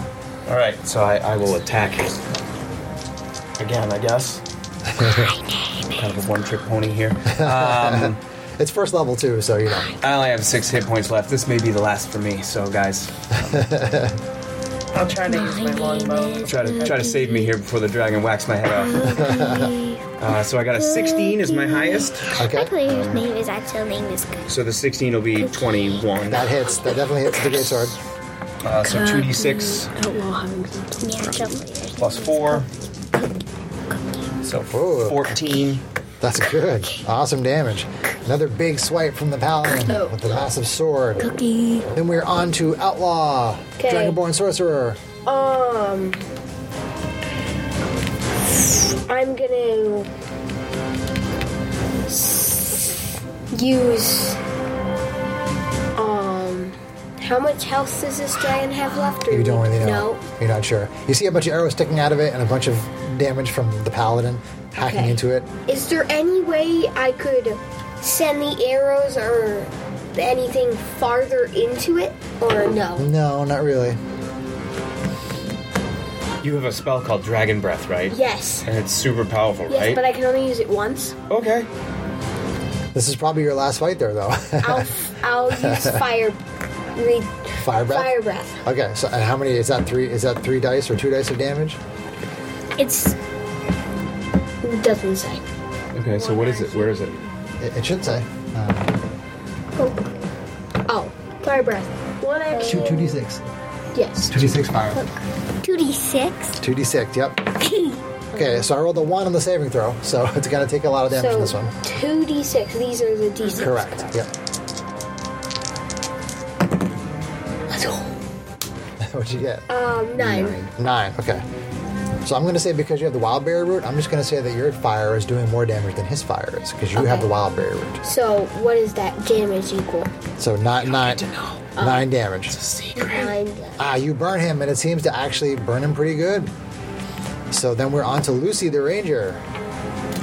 [SPEAKER 5] All right, so I, I will attack again. I guess. kind of a one-trick pony here. Um,
[SPEAKER 1] It's first level too, so you know.
[SPEAKER 5] I only have six hit points left. This may be the last for me. So, guys,
[SPEAKER 7] I'll try to use my longbow.
[SPEAKER 5] try to try to save me here before the dragon whacks my head off. Uh, so I got a 16 is my highest.
[SPEAKER 4] I
[SPEAKER 6] Ah,
[SPEAKER 1] Okay,
[SPEAKER 4] believe his name is actual name is good.
[SPEAKER 5] So the 16 will be 21.
[SPEAKER 1] that hits. That definitely hits the great sword.
[SPEAKER 5] Uh, so 2d6
[SPEAKER 4] Yeah, I don't believe it.
[SPEAKER 5] plus four. So
[SPEAKER 1] Ooh.
[SPEAKER 5] 14.
[SPEAKER 1] That's good. Awesome damage. Another big swipe from the paladin
[SPEAKER 6] Oh.
[SPEAKER 1] with the massive sword. Then we're on to outlaw,
[SPEAKER 6] Okay.
[SPEAKER 1] dragonborn sorcerer.
[SPEAKER 6] Um, I'm gonna s- use um How much health does this dragon have left? Or
[SPEAKER 1] You don't really know.
[SPEAKER 6] No.
[SPEAKER 1] You're not sure. You see a bunch of arrows sticking out of it and a bunch of damage from the paladin hacking
[SPEAKER 6] Okay.
[SPEAKER 1] into it.
[SPEAKER 6] Is there any way I could send the arrows or anything farther into it, or no?
[SPEAKER 1] No, not really.
[SPEAKER 5] You have a spell called Dragon Breath, right?
[SPEAKER 6] Yes.
[SPEAKER 5] And it's super powerful,
[SPEAKER 6] Yes,
[SPEAKER 5] right?
[SPEAKER 6] but I can only use it once.
[SPEAKER 5] Okay.
[SPEAKER 1] This is probably your last fight there, though.
[SPEAKER 6] I'll, I'll use fire. Re-
[SPEAKER 1] Fire breath.
[SPEAKER 6] Fire breath.
[SPEAKER 1] Okay, so and how many is that? Three? Is that three dice or two dice of damage?
[SPEAKER 6] It's doesn't say.
[SPEAKER 5] Okay, so what is it? Where is it?
[SPEAKER 1] It, it should say.
[SPEAKER 6] Oh. oh, fire breath. One action.
[SPEAKER 1] Two d six.
[SPEAKER 6] Yes.
[SPEAKER 1] Two d six fire.
[SPEAKER 4] Two d six.
[SPEAKER 1] Two d six. Yep. Okay, so I rolled a one on the saving throw, so it's gonna take a lot of damage
[SPEAKER 6] so
[SPEAKER 1] in this one.
[SPEAKER 6] two d six. These are the d six.
[SPEAKER 1] Correct. Yep.
[SPEAKER 6] Let's go.
[SPEAKER 1] What'd you get?
[SPEAKER 6] Um, nine.
[SPEAKER 1] Nine. Okay. So I'm going to say because you have the wild berry root, I'm just going to say that your fire is doing more damage than his fire is because you have the wild berry root.
[SPEAKER 6] So what is that damage equal?
[SPEAKER 1] So not nine, nine damage.
[SPEAKER 6] Nine.
[SPEAKER 1] Ah, you burn him, and it seems to actually burn him pretty good. So then we're on to Lucy the ranger.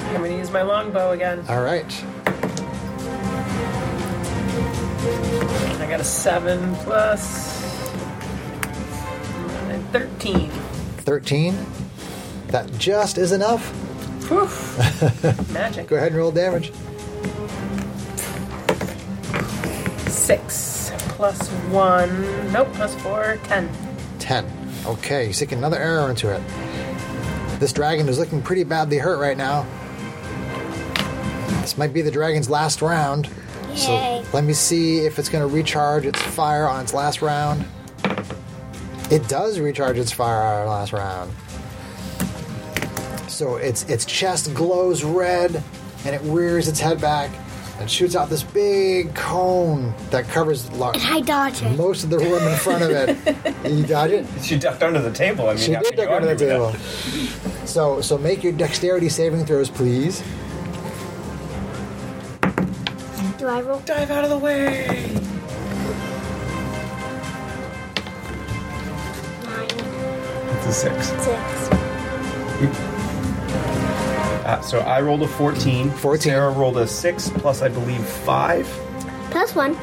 [SPEAKER 7] I'm gonna use my longbow again.
[SPEAKER 1] All right.
[SPEAKER 7] I got a seven plus and thirteen.
[SPEAKER 1] 13. That just is enough.
[SPEAKER 7] Whew. Magic.
[SPEAKER 1] Go ahead and roll damage.
[SPEAKER 7] Six plus one. Nope, plus four. Ten.
[SPEAKER 1] 10. Okay, you stick another arrow into it. This dragon is looking pretty badly hurt right now. This might be the dragon's last round.
[SPEAKER 4] Yay.
[SPEAKER 1] So let me see if it's going to recharge its fire on its last round. It does recharge its fire on its last round. So its its chest glows red, and it rears its head back and shoots out this big cone that covers lo-
[SPEAKER 4] I dodge it.
[SPEAKER 1] most of the room in front of it. you dodge it.
[SPEAKER 5] She ducked under the table. I mean,
[SPEAKER 1] She
[SPEAKER 5] how
[SPEAKER 1] did
[SPEAKER 5] can you
[SPEAKER 1] duck under the
[SPEAKER 5] argue
[SPEAKER 1] table.
[SPEAKER 5] with that?
[SPEAKER 1] So, so make your dexterity saving throws, please.
[SPEAKER 4] Do I roll?
[SPEAKER 7] Dive out of the way.
[SPEAKER 4] Nine,
[SPEAKER 5] It's a six.
[SPEAKER 4] six.
[SPEAKER 5] Uh, so I rolled a 14.
[SPEAKER 1] 14.
[SPEAKER 5] Sarah rolled a six plus, I believe, five.
[SPEAKER 4] Plus one.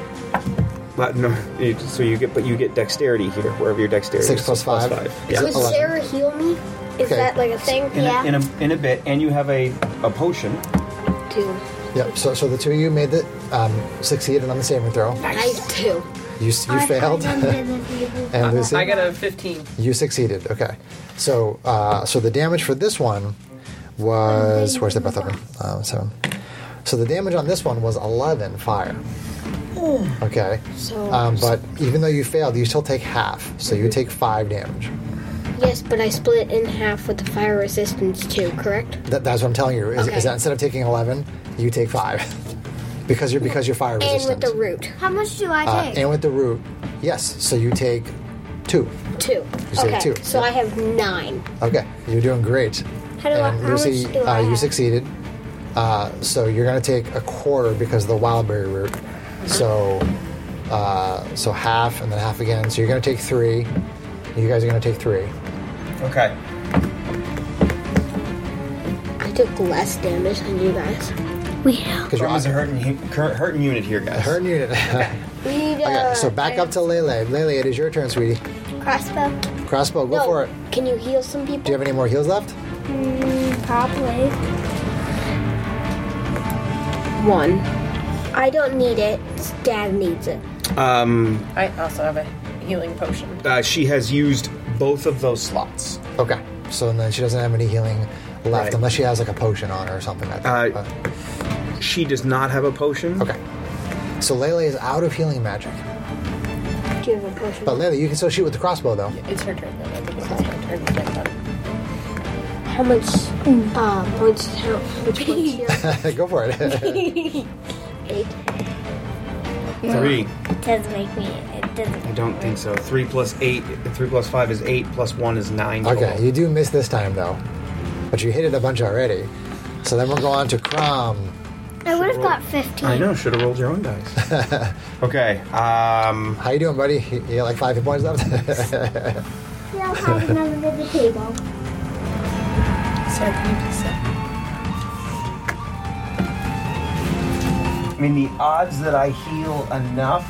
[SPEAKER 5] But no, you- so you get, but you get dexterity here, wherever your dexterity.
[SPEAKER 1] Six
[SPEAKER 5] is,
[SPEAKER 1] plus
[SPEAKER 5] so plus
[SPEAKER 1] five.
[SPEAKER 5] five. Yeah.
[SPEAKER 6] Would
[SPEAKER 1] Eleven.
[SPEAKER 6] Sarah heal me? Is
[SPEAKER 1] Okay.
[SPEAKER 6] that like a thing?
[SPEAKER 5] In,
[SPEAKER 4] Yeah.
[SPEAKER 5] a, in a in a bit, and you have a a potion.
[SPEAKER 6] Two.
[SPEAKER 1] Yep. So, so the two of you made the um, succeeded on the saving throw.
[SPEAKER 6] I two.
[SPEAKER 1] You s- you failed, and Lucy,
[SPEAKER 7] I got a fifteen.
[SPEAKER 1] you succeeded. Okay. So, uh, so the damage for this one was where's the breath open? Um, seven. So the damage on this one was eleven fire. Okay.
[SPEAKER 6] So
[SPEAKER 1] Um, but even though you failed, you still take half. So you take five damage.
[SPEAKER 6] yes, but I split in half with the fire resistance too. Correct.
[SPEAKER 1] That, that's what I'm telling you. Is,
[SPEAKER 6] Okay.
[SPEAKER 1] is that instead of taking eleven, you take five because you're because you're fire
[SPEAKER 6] And with
[SPEAKER 1] resistant.
[SPEAKER 6] the root
[SPEAKER 4] How much do
[SPEAKER 1] Uh,
[SPEAKER 4] I take?
[SPEAKER 1] and with the root, yes. So you take two.
[SPEAKER 6] two.
[SPEAKER 1] said
[SPEAKER 6] okay.
[SPEAKER 1] two,
[SPEAKER 6] So
[SPEAKER 1] yeah.
[SPEAKER 6] I have nine.
[SPEAKER 1] Okay, you're doing great.
[SPEAKER 4] How do I-
[SPEAKER 1] and
[SPEAKER 4] how
[SPEAKER 1] Lucy,
[SPEAKER 4] much do
[SPEAKER 1] uh,
[SPEAKER 4] I
[SPEAKER 1] you
[SPEAKER 4] have?
[SPEAKER 1] succeeded. Uh, so you're going to take a quarter because of the wild berry root.
[SPEAKER 4] Uh-huh.
[SPEAKER 1] So, uh, so half and then half again. So you're going to take three. You guys are going to take three.
[SPEAKER 5] Okay.
[SPEAKER 6] I took less damage than you guys.
[SPEAKER 4] we know.
[SPEAKER 1] Because you're
[SPEAKER 5] Rom
[SPEAKER 1] on
[SPEAKER 5] is a hurting hu- cur- hurting unit here, guys.
[SPEAKER 1] Her unit.
[SPEAKER 6] We need.
[SPEAKER 1] okay,
[SPEAKER 6] uh,
[SPEAKER 1] so back up to Lele. Lele, it is your turn, sweetie.
[SPEAKER 4] Crossbow.
[SPEAKER 1] Crossbow, go
[SPEAKER 6] no,
[SPEAKER 1] for it.
[SPEAKER 6] Can you heal some people?
[SPEAKER 1] Do you have any more heals left?
[SPEAKER 4] Mm, probably.
[SPEAKER 6] One. I don't need it. Dad needs it.
[SPEAKER 5] Um,
[SPEAKER 7] I also have a healing potion.
[SPEAKER 5] uh, she has used both of those slots.
[SPEAKER 1] Okay. So then she doesn't have any healing left
[SPEAKER 5] Right.
[SPEAKER 1] unless she has like a potion on her or something like that.
[SPEAKER 5] Uh,
[SPEAKER 1] but-
[SPEAKER 5] She does not have a potion.
[SPEAKER 1] Okay. So Lele is out of healing magic.
[SPEAKER 6] Do you have a potion?
[SPEAKER 1] But Lele, you can still shoot with the crossbow, though.
[SPEAKER 7] It's her turn. Though. I think it's my turn. to get done.
[SPEAKER 6] How much uh, points? How much points here?
[SPEAKER 1] Go for it.
[SPEAKER 6] Eight.
[SPEAKER 5] Three.
[SPEAKER 4] It does make me. It doesn't.
[SPEAKER 5] I don't think so. Three plus eight. Three plus five is eight. Plus one is nine.
[SPEAKER 1] okay,
[SPEAKER 5] total.
[SPEAKER 1] you do miss this time, though. But you hit it a bunch already. So then we'll go on to Crom.
[SPEAKER 4] I would have got 15.
[SPEAKER 5] I know. Should have rolled your own dice. okay. Um,
[SPEAKER 1] How you doing, buddy? You you got like five hit points left?
[SPEAKER 4] I'll have another at the table.
[SPEAKER 8] Sarah, can you please stop?
[SPEAKER 5] I mean, the odds that I heal enough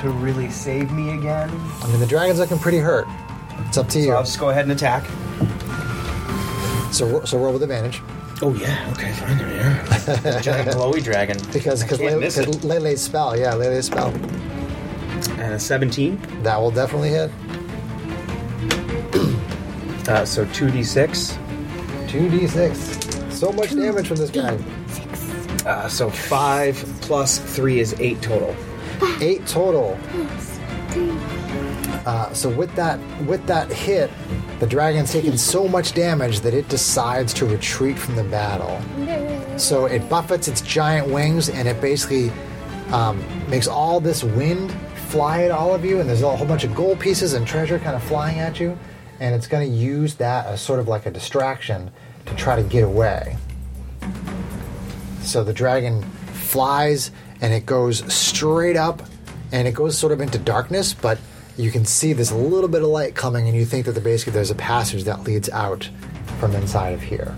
[SPEAKER 5] to really save me again.
[SPEAKER 1] I mean, the dragon's looking pretty hurt. It's up to you.
[SPEAKER 5] I'll just go ahead and attack.
[SPEAKER 1] So, ro- so roll with advantage
[SPEAKER 5] Oh yeah. Okay. Fine. Yeah. Giant glowy dragon.
[SPEAKER 1] because
[SPEAKER 5] I
[SPEAKER 1] because
[SPEAKER 5] can't miss it.
[SPEAKER 1] Lele's spell, yeah, Lele's spell,
[SPEAKER 5] And a 17.
[SPEAKER 1] that will definitely hit.
[SPEAKER 5] Uh, so 2d6.
[SPEAKER 1] Two d six. So much damage from this guy.
[SPEAKER 5] Uh, so 5 plus 3 is 8 total.
[SPEAKER 1] Eight total. Uh, so with that with that hit, the dragon's taken so much damage that it decides to retreat from the battle. So it buffets its giant wings and it basically um, makes all this wind fly at all of you, and there's a whole bunch of gold pieces and treasure kind of flying at you, and it's going to use that as sort of like a distraction to try to get away. So the dragon flies and it goes straight up and it goes sort of into darkness, but you can see this little bit of light coming, and you think that the, basically there's a passage that leads out from inside of here.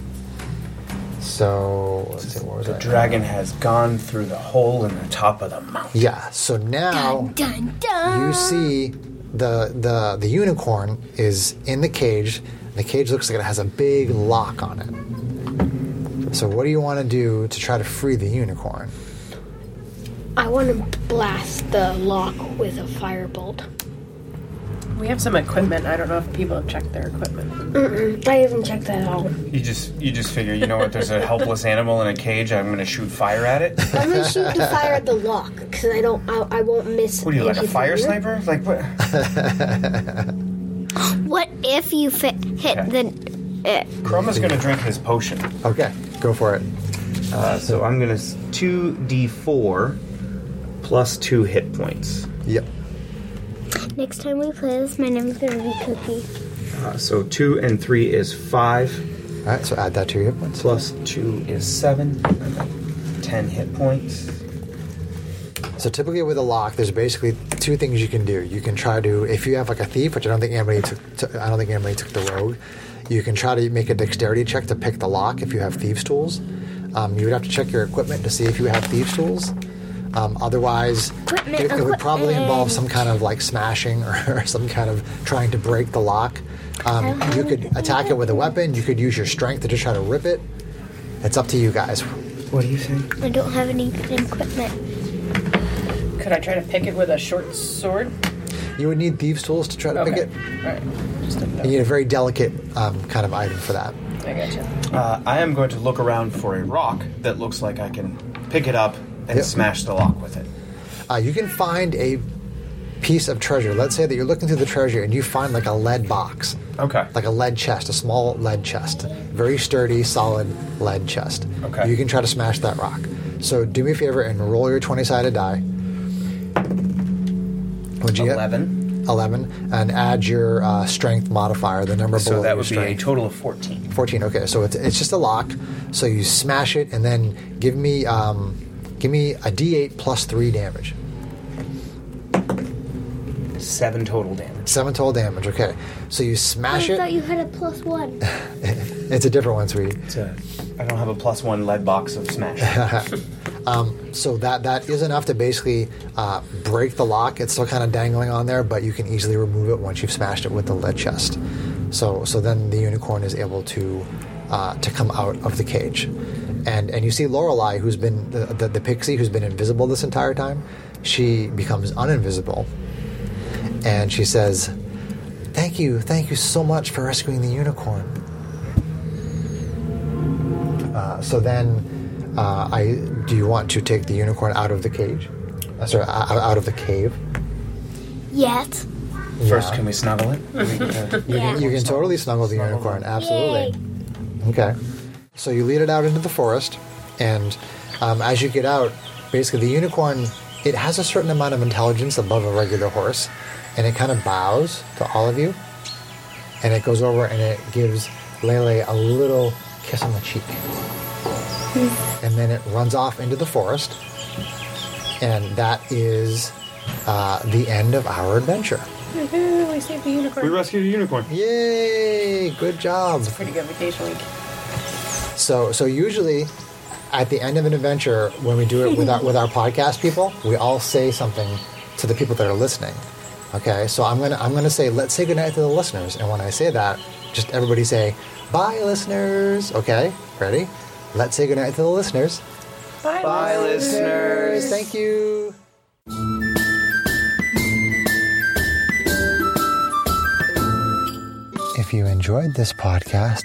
[SPEAKER 1] So let's see, what was that?
[SPEAKER 5] Dragon has gone through the hole in the top of the mountain.
[SPEAKER 1] Yeah. So now
[SPEAKER 4] Dun dun.
[SPEAKER 1] you see the the the unicorn is in the cage. and The cage looks like it has a big lock on it. So what do you want to do to try to free the unicorn?
[SPEAKER 6] I want to blast the lock with a firebolt.
[SPEAKER 7] We have some equipment. I don't know if people have checked their equipment.
[SPEAKER 6] I haven't checked that out.
[SPEAKER 5] You just you just figure, you know what, there's a helpless animal in a cage, I'm gonna shoot fire at it.
[SPEAKER 6] I'm gonna shoot the fire at the lock because I don't. I, I won't miss.
[SPEAKER 5] What are you like a
[SPEAKER 6] anything.
[SPEAKER 5] fire sniper? Like what
[SPEAKER 4] What if you fi- hit the. Uh,
[SPEAKER 5] Chroma's gonna drink his potion.
[SPEAKER 1] Okay, go for it.
[SPEAKER 5] Uh, so I'm gonna two D four plus two hit points.
[SPEAKER 1] Yep.
[SPEAKER 4] next time we play this, my name's gonna be Cookie.
[SPEAKER 5] Uh, so two and three is five,
[SPEAKER 1] All right. So add that to your hit points.
[SPEAKER 5] plus two is seven, and then ten hit points.
[SPEAKER 1] So typically with a lock, there's basically two things you can do. You can try to, if you have like a thief, which I don't think anybody took, took I don't think anybody took the rogue. You can try to make a dexterity check to pick the lock if you have thieves tools. Um, you would have to check your equipment to see if you have thieves tools. Um, otherwise,
[SPEAKER 4] Equipment,
[SPEAKER 1] it, it would probably involve
[SPEAKER 4] equipment.
[SPEAKER 1] some kind of like smashing or, some kind of trying to break the lock. Um, you could attack it with a weapon. You could use your strength to just try to rip it. It's up to you guys.
[SPEAKER 10] What do you think?
[SPEAKER 4] I don't have any equipment.
[SPEAKER 7] Could I try to pick it with a short sword?
[SPEAKER 1] You would need thieves tools to try to pick
[SPEAKER 7] Okay.
[SPEAKER 1] it.
[SPEAKER 7] All right. Just a
[SPEAKER 1] You need a very delicate um, kind of item for that.
[SPEAKER 7] I gotcha.
[SPEAKER 5] Uh, I am going to look around for a rock that looks like I can pick it up and
[SPEAKER 1] Yep.
[SPEAKER 5] smash the lock with it.
[SPEAKER 1] Uh, you can find a piece of treasure. Let's say that you're looking through the treasure and you find like a lead box,
[SPEAKER 5] Okay.
[SPEAKER 1] like a lead chest, a small lead chest, very sturdy, solid lead chest.
[SPEAKER 5] Okay.
[SPEAKER 1] You can try to smash that rock. So do me a favor and roll your twenty-sided die. What'd you get?
[SPEAKER 5] 11.
[SPEAKER 1] Eleven, and add your uh, strength modifier, the number
[SPEAKER 5] So
[SPEAKER 1] below
[SPEAKER 5] that
[SPEAKER 1] your
[SPEAKER 5] would be a
[SPEAKER 1] strength.
[SPEAKER 5] total of 14.
[SPEAKER 1] 14 okay so it's, it's just a lock so you smash it and then give me um, give me a d8 plus 3 damage
[SPEAKER 5] 7 total damage.
[SPEAKER 1] 7 total damage okay so you smash
[SPEAKER 4] I thought
[SPEAKER 1] it
[SPEAKER 4] you had a plus one.
[SPEAKER 1] it's a different one sweetie
[SPEAKER 5] It's a, I don't have a plus 1 lead box of smash.
[SPEAKER 1] so that that is enough to basically uh, break the lock it's still kind of dangling on there but you can easily remove it once you've smashed it with the lead chest so so then the unicorn is able to uh, to come out of the cage and and you see Lorelei who's been the, the, the pixie who's been invisible this entire time she becomes uninvisible and she says thank you thank you so much for rescuing the unicorn Uh, so then, uh, I do you want to take the unicorn out of the cage? Uh, sorry, o- o- out of the cave.
[SPEAKER 4] Yet.
[SPEAKER 5] First, can we snuggle it? We can, uh,
[SPEAKER 4] Yeah.
[SPEAKER 1] You can totally snuggle the unicorn. Absolutely. Okay. So you lead it out into the forest, and um, as you get out, basically the unicorn it has a certain amount of intelligence above a regular horse, and it kind of bows to all of you, and it goes over and it gives Lele a little kiss on the cheek. and then it runs off into the forest. And that is uh, the end of our adventure.
[SPEAKER 7] Woohoo, we saved the unicorn.
[SPEAKER 1] rescued a unicorn. Yay! Good job.
[SPEAKER 7] It's a pretty good vacation week.
[SPEAKER 1] So, so usually, at the end of an adventure, when we do it with our with our podcast people, we all say something to the people that are listening. Okay, so I'm gonna I'm gonna say let's say goodnight to the listeners, and when I say that, just everybody say bye, listeners. Okay, ready? Let's say goodnight to the listeners.
[SPEAKER 7] Bye,
[SPEAKER 1] listeners. Thank you. If you enjoyed this podcast,